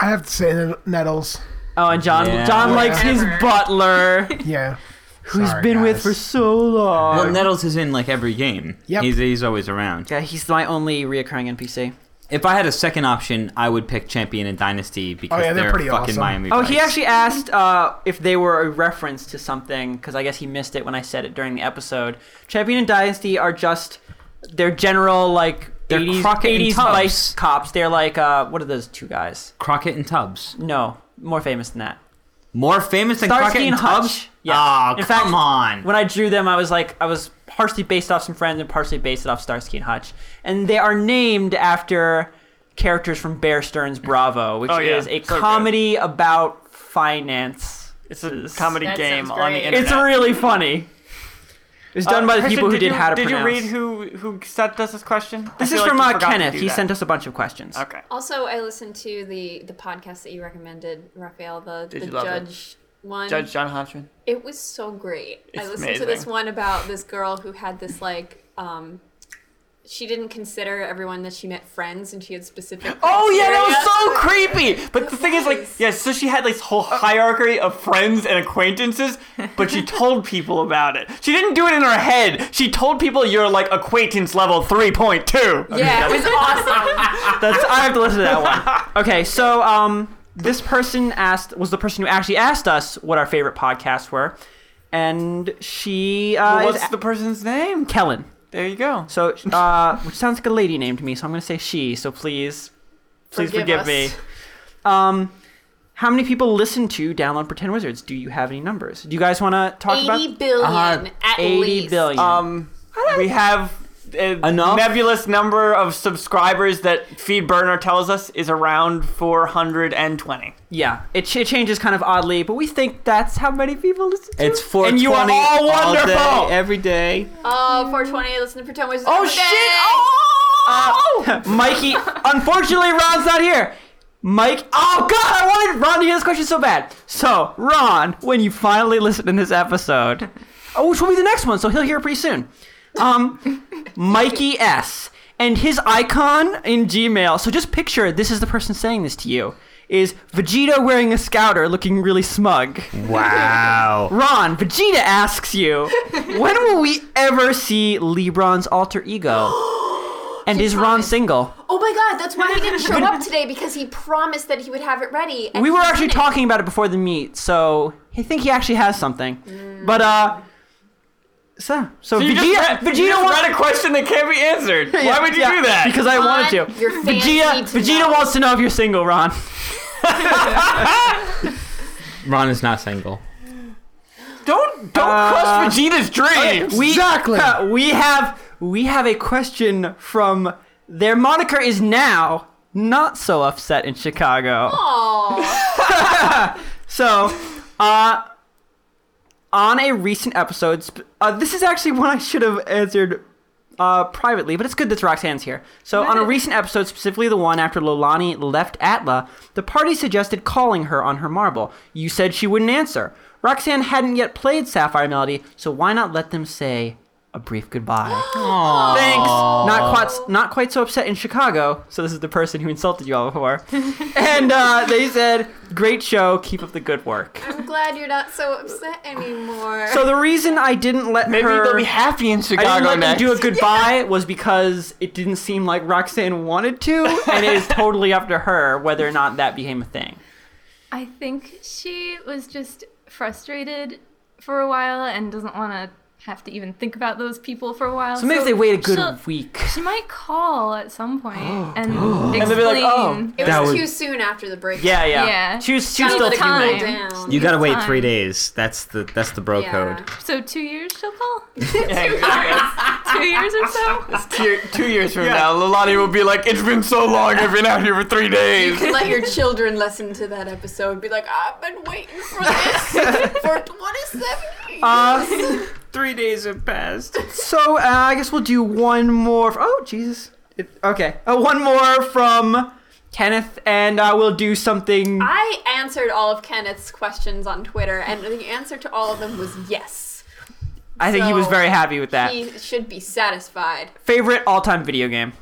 [SPEAKER 2] I have to say, Ned- Nettles.
[SPEAKER 1] oh, and John.
[SPEAKER 6] Yeah.
[SPEAKER 1] John likes his
[SPEAKER 4] Whatever.
[SPEAKER 1] butler,
[SPEAKER 2] Yeah.
[SPEAKER 1] who's
[SPEAKER 2] Sorry,
[SPEAKER 1] been with
[SPEAKER 2] guys.
[SPEAKER 1] for so long.
[SPEAKER 6] Well, Nettles is in like every game.
[SPEAKER 2] Yep.
[SPEAKER 6] He's, he's always around.
[SPEAKER 1] yeah, he's my only reoccurring NPC.
[SPEAKER 6] If I had a second option, I would pick Champion and Dynasty because
[SPEAKER 2] Oh, yeah,
[SPEAKER 6] they're,
[SPEAKER 2] they're pretty
[SPEAKER 6] fucking
[SPEAKER 2] awesome.
[SPEAKER 6] Miami
[SPEAKER 1] Oh, he
[SPEAKER 6] Vice.
[SPEAKER 1] actually asked uh, if they were a reference to something because I guess he missed it when I said it during the episode. Champion and Dynasty are just they're general like
[SPEAKER 6] They're
[SPEAKER 1] 80s,
[SPEAKER 6] Crockett and
[SPEAKER 1] 80s
[SPEAKER 6] Tubbs.
[SPEAKER 1] vice cops. They're like uh, what are those two guys?
[SPEAKER 6] Crockett and Tubbs.
[SPEAKER 1] No, more famous than that.
[SPEAKER 6] More famous than
[SPEAKER 1] Starsky
[SPEAKER 6] Crockett
[SPEAKER 1] and
[SPEAKER 6] and,
[SPEAKER 1] Hutch.
[SPEAKER 6] Tubbs?
[SPEAKER 1] Yeah.
[SPEAKER 6] Ah,
[SPEAKER 1] In
[SPEAKER 6] come
[SPEAKER 1] fact,
[SPEAKER 6] on.
[SPEAKER 1] When I drew them, I was like I was partially based off some friends and partially based it off Starsky and Hutch, and they are named after characters from Bear Stearns Bravo, which
[SPEAKER 3] Oh, yeah.
[SPEAKER 1] is a
[SPEAKER 3] So good.
[SPEAKER 1] comedy about finance.
[SPEAKER 3] It's a comedy
[SPEAKER 4] That
[SPEAKER 3] game
[SPEAKER 4] sounds
[SPEAKER 3] on the
[SPEAKER 4] great.
[SPEAKER 3] internet.
[SPEAKER 1] It's really funny. It was done
[SPEAKER 3] Uh,
[SPEAKER 1] by the
[SPEAKER 3] Christian,
[SPEAKER 1] people who did,
[SPEAKER 3] you,
[SPEAKER 1] How to
[SPEAKER 3] Did
[SPEAKER 1] Pronounce.
[SPEAKER 3] you read who who sent us this question? I
[SPEAKER 1] This
[SPEAKER 3] feel
[SPEAKER 1] is
[SPEAKER 3] like
[SPEAKER 1] from
[SPEAKER 3] you
[SPEAKER 1] uh,
[SPEAKER 3] forgot to
[SPEAKER 1] Kenneth.
[SPEAKER 3] do
[SPEAKER 1] He
[SPEAKER 3] that. Uh,
[SPEAKER 1] sent us a bunch of questions.
[SPEAKER 3] Okay.
[SPEAKER 4] Also, I listened to the the podcast that you recommended, Raphael, the,
[SPEAKER 3] Did
[SPEAKER 4] the
[SPEAKER 3] you love it?
[SPEAKER 4] judge one.
[SPEAKER 3] Judge John Hodgman.
[SPEAKER 4] It was so great. I
[SPEAKER 3] It's
[SPEAKER 4] listened to this
[SPEAKER 3] amazing.
[SPEAKER 4] one about this girl who had this like um she didn't consider everyone that she met friends and she had specific
[SPEAKER 3] Oh yeah,
[SPEAKER 4] criteria.
[SPEAKER 3] that was so creepy. But the thing is, like,
[SPEAKER 4] was.
[SPEAKER 3] yeah, so she had this whole
[SPEAKER 4] Uh,
[SPEAKER 3] hierarchy of friends and acquaintances, but she told people about it. She didn't do it in her head. She told people you're like acquaintance level three point two.
[SPEAKER 4] Yeah, it was awesome.
[SPEAKER 1] That's I have to listen to that one. Okay, so um, this person asked was the person who actually asked us what our favorite podcasts were, and she uh, is
[SPEAKER 3] What's
[SPEAKER 1] a-
[SPEAKER 3] the person's name?
[SPEAKER 1] Kellen.
[SPEAKER 3] There you go.
[SPEAKER 1] So uh, which sounds like a lady name to me, so I'm gonna say she. So please, please forgive,
[SPEAKER 4] Forgive
[SPEAKER 1] me.
[SPEAKER 4] us.
[SPEAKER 1] Um, how many people listen to Download Pretend Wizards? Do you have any numbers? Do you guys want to talk about
[SPEAKER 4] Uh-huh. Eighty billion
[SPEAKER 6] Uh,
[SPEAKER 4] at
[SPEAKER 1] 80
[SPEAKER 4] least.
[SPEAKER 1] billion.
[SPEAKER 3] Um, we have a
[SPEAKER 6] Enough?
[SPEAKER 3] nebulous number of subscribers that Feed Burner tells us is around 420.
[SPEAKER 1] Yeah, it, ch- it changes kind of oddly, but we think that's how many people listen to
[SPEAKER 6] It's
[SPEAKER 1] it.
[SPEAKER 6] four.
[SPEAKER 3] And you are all wonderful.
[SPEAKER 6] day, every day.
[SPEAKER 4] Oh, 420, listen to Pretend Voices.
[SPEAKER 1] Oh, shit! Oh! Mikey, unfortunately, Ron's not here. Mike, oh god, I wanted Ron to hear this question so bad. So, Ron, when you finally listen to this episode, oh, which will be the next one, so he'll hear it pretty soon. Um, Mikey S. And his icon in Gmail, so just picture this is the person saying this to you, is Vegeta wearing a scouter looking really smug.
[SPEAKER 6] Wow.
[SPEAKER 1] Ron, Vegeta asks you, when will we ever see LeBron's alter ego? And is Ron
[SPEAKER 4] promised.
[SPEAKER 1] single?
[SPEAKER 4] Oh my god, that's why he didn't show up today because he promised that he would have it ready. and
[SPEAKER 1] We
[SPEAKER 4] Oh, he
[SPEAKER 1] were actually
[SPEAKER 4] didn't.
[SPEAKER 1] talking about it before the meet, so I think he actually has something. But uh, so so,
[SPEAKER 3] You
[SPEAKER 1] Vegeta,
[SPEAKER 3] just read,
[SPEAKER 1] Vegeta
[SPEAKER 3] you just
[SPEAKER 1] wants
[SPEAKER 3] read a question that can't be answered. Why would you
[SPEAKER 1] yeah,
[SPEAKER 3] do that?
[SPEAKER 1] Because I wanted
[SPEAKER 4] Ron,
[SPEAKER 1] to.
[SPEAKER 4] your fans
[SPEAKER 1] Vegeta
[SPEAKER 4] need to
[SPEAKER 1] Vegeta
[SPEAKER 4] know.
[SPEAKER 1] wants to know if you're single, Ron.
[SPEAKER 6] Ron is not single.
[SPEAKER 3] don't don't
[SPEAKER 1] Uh,
[SPEAKER 3] crush Vegeta's dreams.
[SPEAKER 1] We, uh,
[SPEAKER 2] Exactly.
[SPEAKER 1] we have we have a question from their moniker is now not so upset in Chicago.
[SPEAKER 4] Aw.
[SPEAKER 1] So, uh, on a recent episode, sp- uh, this is actually one I should have answered uh, privately, but it's good that Roxanne's here. So, on a recent episode, specifically the one after Lolani left Atla, the party suggested calling her on her marble. You said she wouldn't answer. Roxanne hadn't yet played Sapphire Melody, so why not let them say a brief goodbye? Thanks. Not quite, not quite so upset in Chicago. So this is the person who insulted you all before, and uh, they said, "Great show, keep up the good work."
[SPEAKER 4] I'm glad you're not so upset anymore.
[SPEAKER 1] So the reason I didn't let
[SPEAKER 3] Maybe
[SPEAKER 1] her,
[SPEAKER 3] they'll be happy in
[SPEAKER 1] I didn't
[SPEAKER 3] Chicago
[SPEAKER 1] let them
[SPEAKER 3] next.
[SPEAKER 1] do a goodbye was because it didn't seem like Roxanne wanted to, and it is totally up to her whether or not that became a thing.
[SPEAKER 7] I think she was just frustrated for a while and doesn't want to have to even think about those people for a while.
[SPEAKER 1] So maybe if they wait a good
[SPEAKER 7] she'll-
[SPEAKER 1] week.
[SPEAKER 7] She might call at some point and explain.
[SPEAKER 3] they'll be like, "Oh,
[SPEAKER 4] it
[SPEAKER 6] That
[SPEAKER 4] was
[SPEAKER 6] would-
[SPEAKER 4] too soon after the break.
[SPEAKER 1] Yeah, yeah.
[SPEAKER 7] Yeah.
[SPEAKER 1] She was, she was
[SPEAKER 4] Gotta
[SPEAKER 1] still
[SPEAKER 4] let it
[SPEAKER 1] too
[SPEAKER 7] time.
[SPEAKER 4] cool
[SPEAKER 1] late.
[SPEAKER 4] down.
[SPEAKER 6] You gotta wait
[SPEAKER 7] Fine.
[SPEAKER 6] three days. That's the that's the bro
[SPEAKER 4] Yeah.
[SPEAKER 6] code.
[SPEAKER 7] So two years she'll call?
[SPEAKER 3] Yeah,
[SPEAKER 7] two years or so?
[SPEAKER 3] two, two years from now, Lilani will be like, "It's been so long. I've been out here for three
[SPEAKER 4] You
[SPEAKER 3] days."
[SPEAKER 4] can let your children listen to that episode. Be like, I've been waiting for this for 27 years.
[SPEAKER 1] Uh,
[SPEAKER 3] three days have passed.
[SPEAKER 1] So uh, I guess we'll do one more. F- oh Jesus! It, okay, uh, one more from Kenneth, and uh, we'll do something.
[SPEAKER 4] I answered all of Kenneth's questions on Twitter, and the answer to all of them was yes.
[SPEAKER 1] I think he was
[SPEAKER 4] so-
[SPEAKER 1] very happy with that.
[SPEAKER 4] He should be satisfied.
[SPEAKER 1] Favorite all-time video game?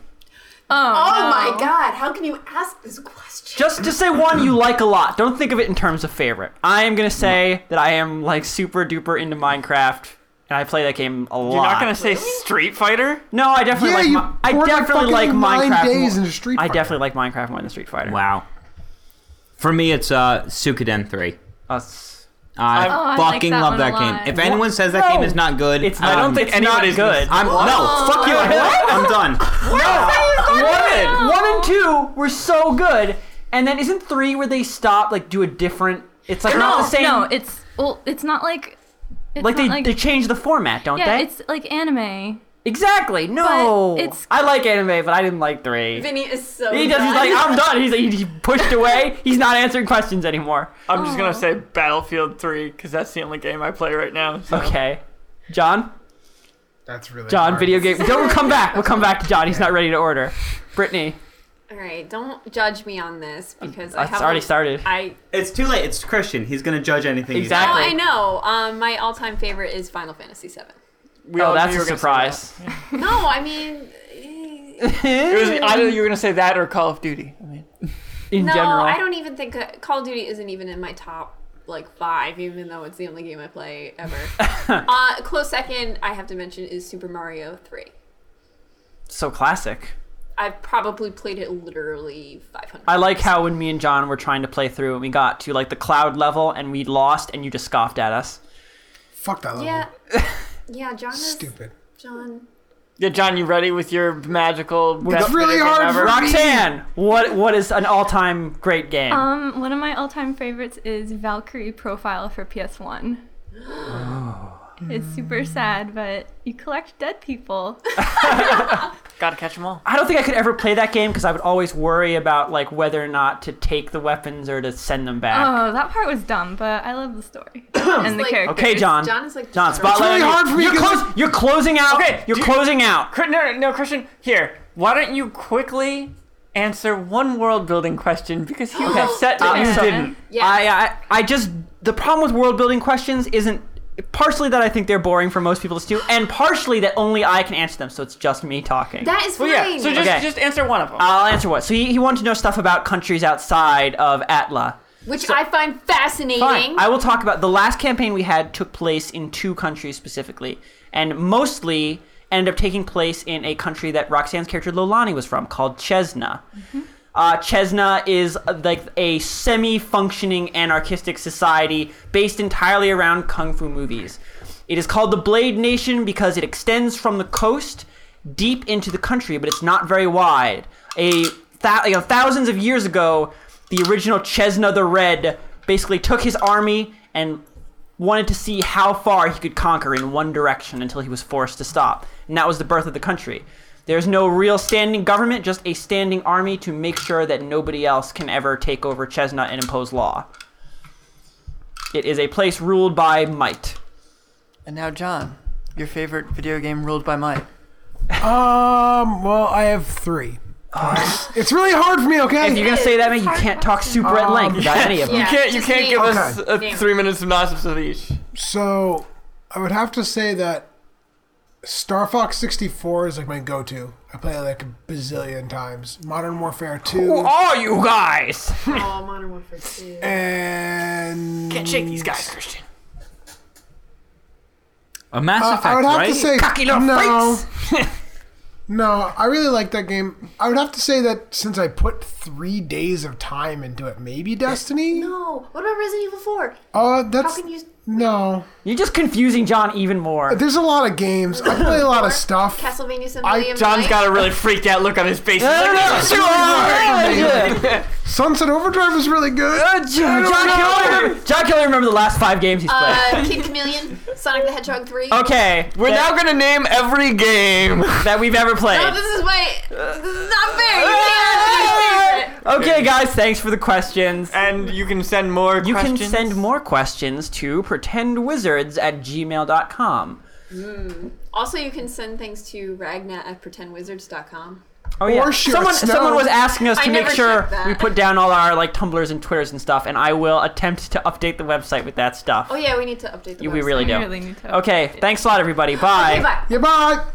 [SPEAKER 7] Oh,
[SPEAKER 4] Oh
[SPEAKER 7] no.
[SPEAKER 4] my god, how can you ask this question?
[SPEAKER 1] Just just say one you like a lot. Don't think of it in terms of favorite. I am gonna say that I am like super duper into Minecraft, and I play that game a lot.
[SPEAKER 3] You're not gonna say Street Fighter?
[SPEAKER 1] No, I definitely
[SPEAKER 2] Yeah,
[SPEAKER 1] like.
[SPEAKER 2] you
[SPEAKER 1] Mi- I
[SPEAKER 2] poured your
[SPEAKER 1] definitely
[SPEAKER 2] fucking
[SPEAKER 1] like
[SPEAKER 2] nine
[SPEAKER 1] Minecraft.
[SPEAKER 2] days
[SPEAKER 1] more-
[SPEAKER 2] into Street
[SPEAKER 1] I
[SPEAKER 2] Fighter.
[SPEAKER 1] definitely like Minecraft more than Street Fighter.
[SPEAKER 6] Wow. For me, it's uh, Suikoden three.
[SPEAKER 1] Us.
[SPEAKER 6] I
[SPEAKER 3] Oh,
[SPEAKER 7] I like
[SPEAKER 6] fucking
[SPEAKER 7] that
[SPEAKER 6] love
[SPEAKER 7] one
[SPEAKER 6] that
[SPEAKER 7] a
[SPEAKER 6] game.
[SPEAKER 7] lot.
[SPEAKER 6] If anyone says that game is not good,
[SPEAKER 1] It's
[SPEAKER 6] I
[SPEAKER 1] not-
[SPEAKER 6] don't think
[SPEAKER 1] it's not
[SPEAKER 3] anybody's
[SPEAKER 1] good.
[SPEAKER 6] I'm no. Fuck you. I'm done.
[SPEAKER 1] one, one and two were so good, and then isn't three where they stop like do a different? It's like not the same.
[SPEAKER 7] No, it's well, it's not like it's
[SPEAKER 1] like
[SPEAKER 7] not
[SPEAKER 1] they,
[SPEAKER 7] like,
[SPEAKER 1] they change the format, don't
[SPEAKER 7] yeah,
[SPEAKER 1] they?
[SPEAKER 7] it's like anime.
[SPEAKER 1] exactly. No,
[SPEAKER 7] But it's-
[SPEAKER 1] I like anime, but I didn't like three.
[SPEAKER 4] Vinny is so.
[SPEAKER 1] He does. He's
[SPEAKER 4] done.
[SPEAKER 1] like, I'm done. He's like, he pushed away. He's not answering questions anymore.
[SPEAKER 3] I'm just
[SPEAKER 7] Oh.
[SPEAKER 3] gonna say Battlefield 3 because that's the only game I play right now. so-
[SPEAKER 1] Okay, John.
[SPEAKER 2] That's really
[SPEAKER 1] John,
[SPEAKER 2] hard.
[SPEAKER 1] video game. Don't we'll come back. We'll come back to John. He's not ready to order. Brittany,
[SPEAKER 4] All right, don't judge me on this because I
[SPEAKER 1] "Ah." that's
[SPEAKER 4] have
[SPEAKER 1] already started.
[SPEAKER 4] I
[SPEAKER 6] It's too late. It's Christian. He's gonna judge anything.
[SPEAKER 1] he's Exactly.
[SPEAKER 4] no, I know. Um, my all-time favorite is Final Fantasy VII.
[SPEAKER 3] We all
[SPEAKER 1] oh,
[SPEAKER 3] knew
[SPEAKER 1] that's
[SPEAKER 3] you
[SPEAKER 1] a
[SPEAKER 3] were gonna say
[SPEAKER 1] surprise.
[SPEAKER 4] No, I mean, eh,
[SPEAKER 3] that. It was either you were gonna say that or Call of Duty. I mean,
[SPEAKER 1] In
[SPEAKER 4] no,
[SPEAKER 1] general,
[SPEAKER 4] I don't even think that- Call of Duty isn't even in my top like five, even though it's the only game I play ever. uh, close second, I have to mention is Super Mario Three.
[SPEAKER 1] so classic.
[SPEAKER 4] I've probably played it literally 500.
[SPEAKER 1] I like how when me and John were trying to play through, and we got to like the cloud level, and we lost, and you just scoffed at us.
[SPEAKER 2] Fuck that level.
[SPEAKER 4] Yeah, yeah, John is
[SPEAKER 2] Stupid.
[SPEAKER 4] John.
[SPEAKER 3] yeah, John, you ready with your magical? best
[SPEAKER 2] it's really
[SPEAKER 3] video game
[SPEAKER 2] hard
[SPEAKER 3] ever?
[SPEAKER 2] for Rock-
[SPEAKER 1] Roxanne, what what is an all-time great game?
[SPEAKER 7] Um, one of my all-time favorites is Valkyrie Profile for PS1. It's super sad, but you collect dead people.
[SPEAKER 3] Gotta catch them all.
[SPEAKER 1] I don't think I could ever play that game because I would always worry about like whether or not to take the weapons or to send them back.
[SPEAKER 7] Oh, that part was dumb, but I love the story and the
[SPEAKER 4] like-
[SPEAKER 7] characters.
[SPEAKER 1] okay, John.
[SPEAKER 4] John is like
[SPEAKER 1] John, spotlight.
[SPEAKER 3] really
[SPEAKER 1] on you.
[SPEAKER 3] hard for me
[SPEAKER 1] You're,
[SPEAKER 3] 'cause-
[SPEAKER 7] Uh,
[SPEAKER 1] close- you're closing out.
[SPEAKER 3] Okay,
[SPEAKER 1] you're
[SPEAKER 3] do you-
[SPEAKER 1] closing out.
[SPEAKER 3] Cri- No, no, Christian. Here, why don't you quickly answer one world building question because you have set
[SPEAKER 1] Uh,
[SPEAKER 3] that you
[SPEAKER 7] Yeah.
[SPEAKER 3] didn't.
[SPEAKER 4] Yeah.
[SPEAKER 1] I, I I just the problem with world building questions isn't partially that I think they're boring for most people to do, and partially that only I can answer them, so it's just me talking.
[SPEAKER 4] That is
[SPEAKER 3] Well, yeah.
[SPEAKER 4] fine.
[SPEAKER 3] So just
[SPEAKER 1] Okay.
[SPEAKER 3] just answer one of them.
[SPEAKER 1] I'll answer what. So he, he wanted to know stuff about countries outside of Atla.
[SPEAKER 4] which I find fascinating.
[SPEAKER 1] Fine. I will talk about the last campaign we had took place in two countries specifically, and mostly ended up taking place in a country that Roxanne's character Lolani was from, called Chesna. Uh, Chesna is uh, like a semi-functioning anarchistic society based entirely around kung fu movies. It is called the Blade Nation because it extends from the coast deep into the country, but it's not very wide. A thou- you know, thousands of years ago, the original Chesna the Red basically took his army and wanted to see how far he could conquer in one direction until he was forced to stop. And that was the birth of the country. There's no real standing government, just a standing army to make sure that nobody else can ever take over Chesnut and impose law. It is a place ruled by might.
[SPEAKER 3] and now, John, your favorite video game ruled by might.
[SPEAKER 2] Um. Well, I have three. it's really hard for me. Okay.
[SPEAKER 1] If you're gonna say that, man, you can't talk super at length about any of them.
[SPEAKER 4] Yeah,
[SPEAKER 3] you can't. You
[SPEAKER 4] just
[SPEAKER 3] can't
[SPEAKER 4] name
[SPEAKER 3] give
[SPEAKER 4] them.
[SPEAKER 3] us a
[SPEAKER 4] Name them.
[SPEAKER 3] three minute synopsis of each.
[SPEAKER 2] So I would have to say that Star Fox 64 is like my go to. I play it like a bazillion times. Modern Warfare 2
[SPEAKER 1] are you guys?
[SPEAKER 4] Oh, Modern Warfare 2.
[SPEAKER 2] and
[SPEAKER 3] Can't shake these guys, Christian.
[SPEAKER 6] A Mass
[SPEAKER 2] Uh,
[SPEAKER 6] Effect,
[SPEAKER 2] I would have
[SPEAKER 6] right?
[SPEAKER 2] to say
[SPEAKER 1] Cocky little
[SPEAKER 2] no.
[SPEAKER 1] freaks.
[SPEAKER 2] no, I really like that game. I would have to say that since I put 3 days of time into it, maybe Destiny?
[SPEAKER 4] No, what about Resident Evil 4?
[SPEAKER 2] Uh that's
[SPEAKER 4] How can you?
[SPEAKER 2] No.
[SPEAKER 1] You're just confusing John even more.
[SPEAKER 2] There's a lot of games. I play a lot of stuff.
[SPEAKER 4] Castlevania Symphony
[SPEAKER 2] I-
[SPEAKER 4] of
[SPEAKER 3] John's
[SPEAKER 4] Night?
[SPEAKER 3] got a really freaked out look on his face. He's
[SPEAKER 1] No, no,
[SPEAKER 3] like,
[SPEAKER 1] no,
[SPEAKER 3] "This is
[SPEAKER 1] John,
[SPEAKER 2] John-
[SPEAKER 1] John,
[SPEAKER 2] Sunset Overdrive is really good.
[SPEAKER 1] John, John,
[SPEAKER 2] know.
[SPEAKER 1] can only remember- John can only remember the last five games he's played.
[SPEAKER 4] uh, Kid Chameleon, Sonic the Hedgehog 3.
[SPEAKER 1] okay,
[SPEAKER 3] We're
[SPEAKER 1] that,
[SPEAKER 3] now gonna name every game.
[SPEAKER 1] that we've ever played.
[SPEAKER 4] No, Oh, this is why. This is not fair. You can't have my favorite.
[SPEAKER 1] Okay, guys, thanks for the questions.
[SPEAKER 3] And you can send more
[SPEAKER 1] You
[SPEAKER 3] Uh, questions.
[SPEAKER 1] can send more questions to pretendwizards at gmail.com.
[SPEAKER 4] Also, you can send things to ragna at pretendwizards.com.
[SPEAKER 1] Oh, yeah.
[SPEAKER 2] Or share
[SPEAKER 1] someone,
[SPEAKER 2] snow.
[SPEAKER 1] someone was asking us to
[SPEAKER 4] I
[SPEAKER 1] make
[SPEAKER 4] never
[SPEAKER 1] sure
[SPEAKER 4] checked that.
[SPEAKER 1] we put down all our like tumblers and twitters and stuff, and I will attempt to update the website with that stuff.
[SPEAKER 4] Oh yeah, we need to update the.
[SPEAKER 1] we really
[SPEAKER 7] I
[SPEAKER 1] do.
[SPEAKER 7] really need to.
[SPEAKER 1] Okay, thanks a lot, everybody. Bye.
[SPEAKER 4] Okay, bye.
[SPEAKER 2] Yeah, bye.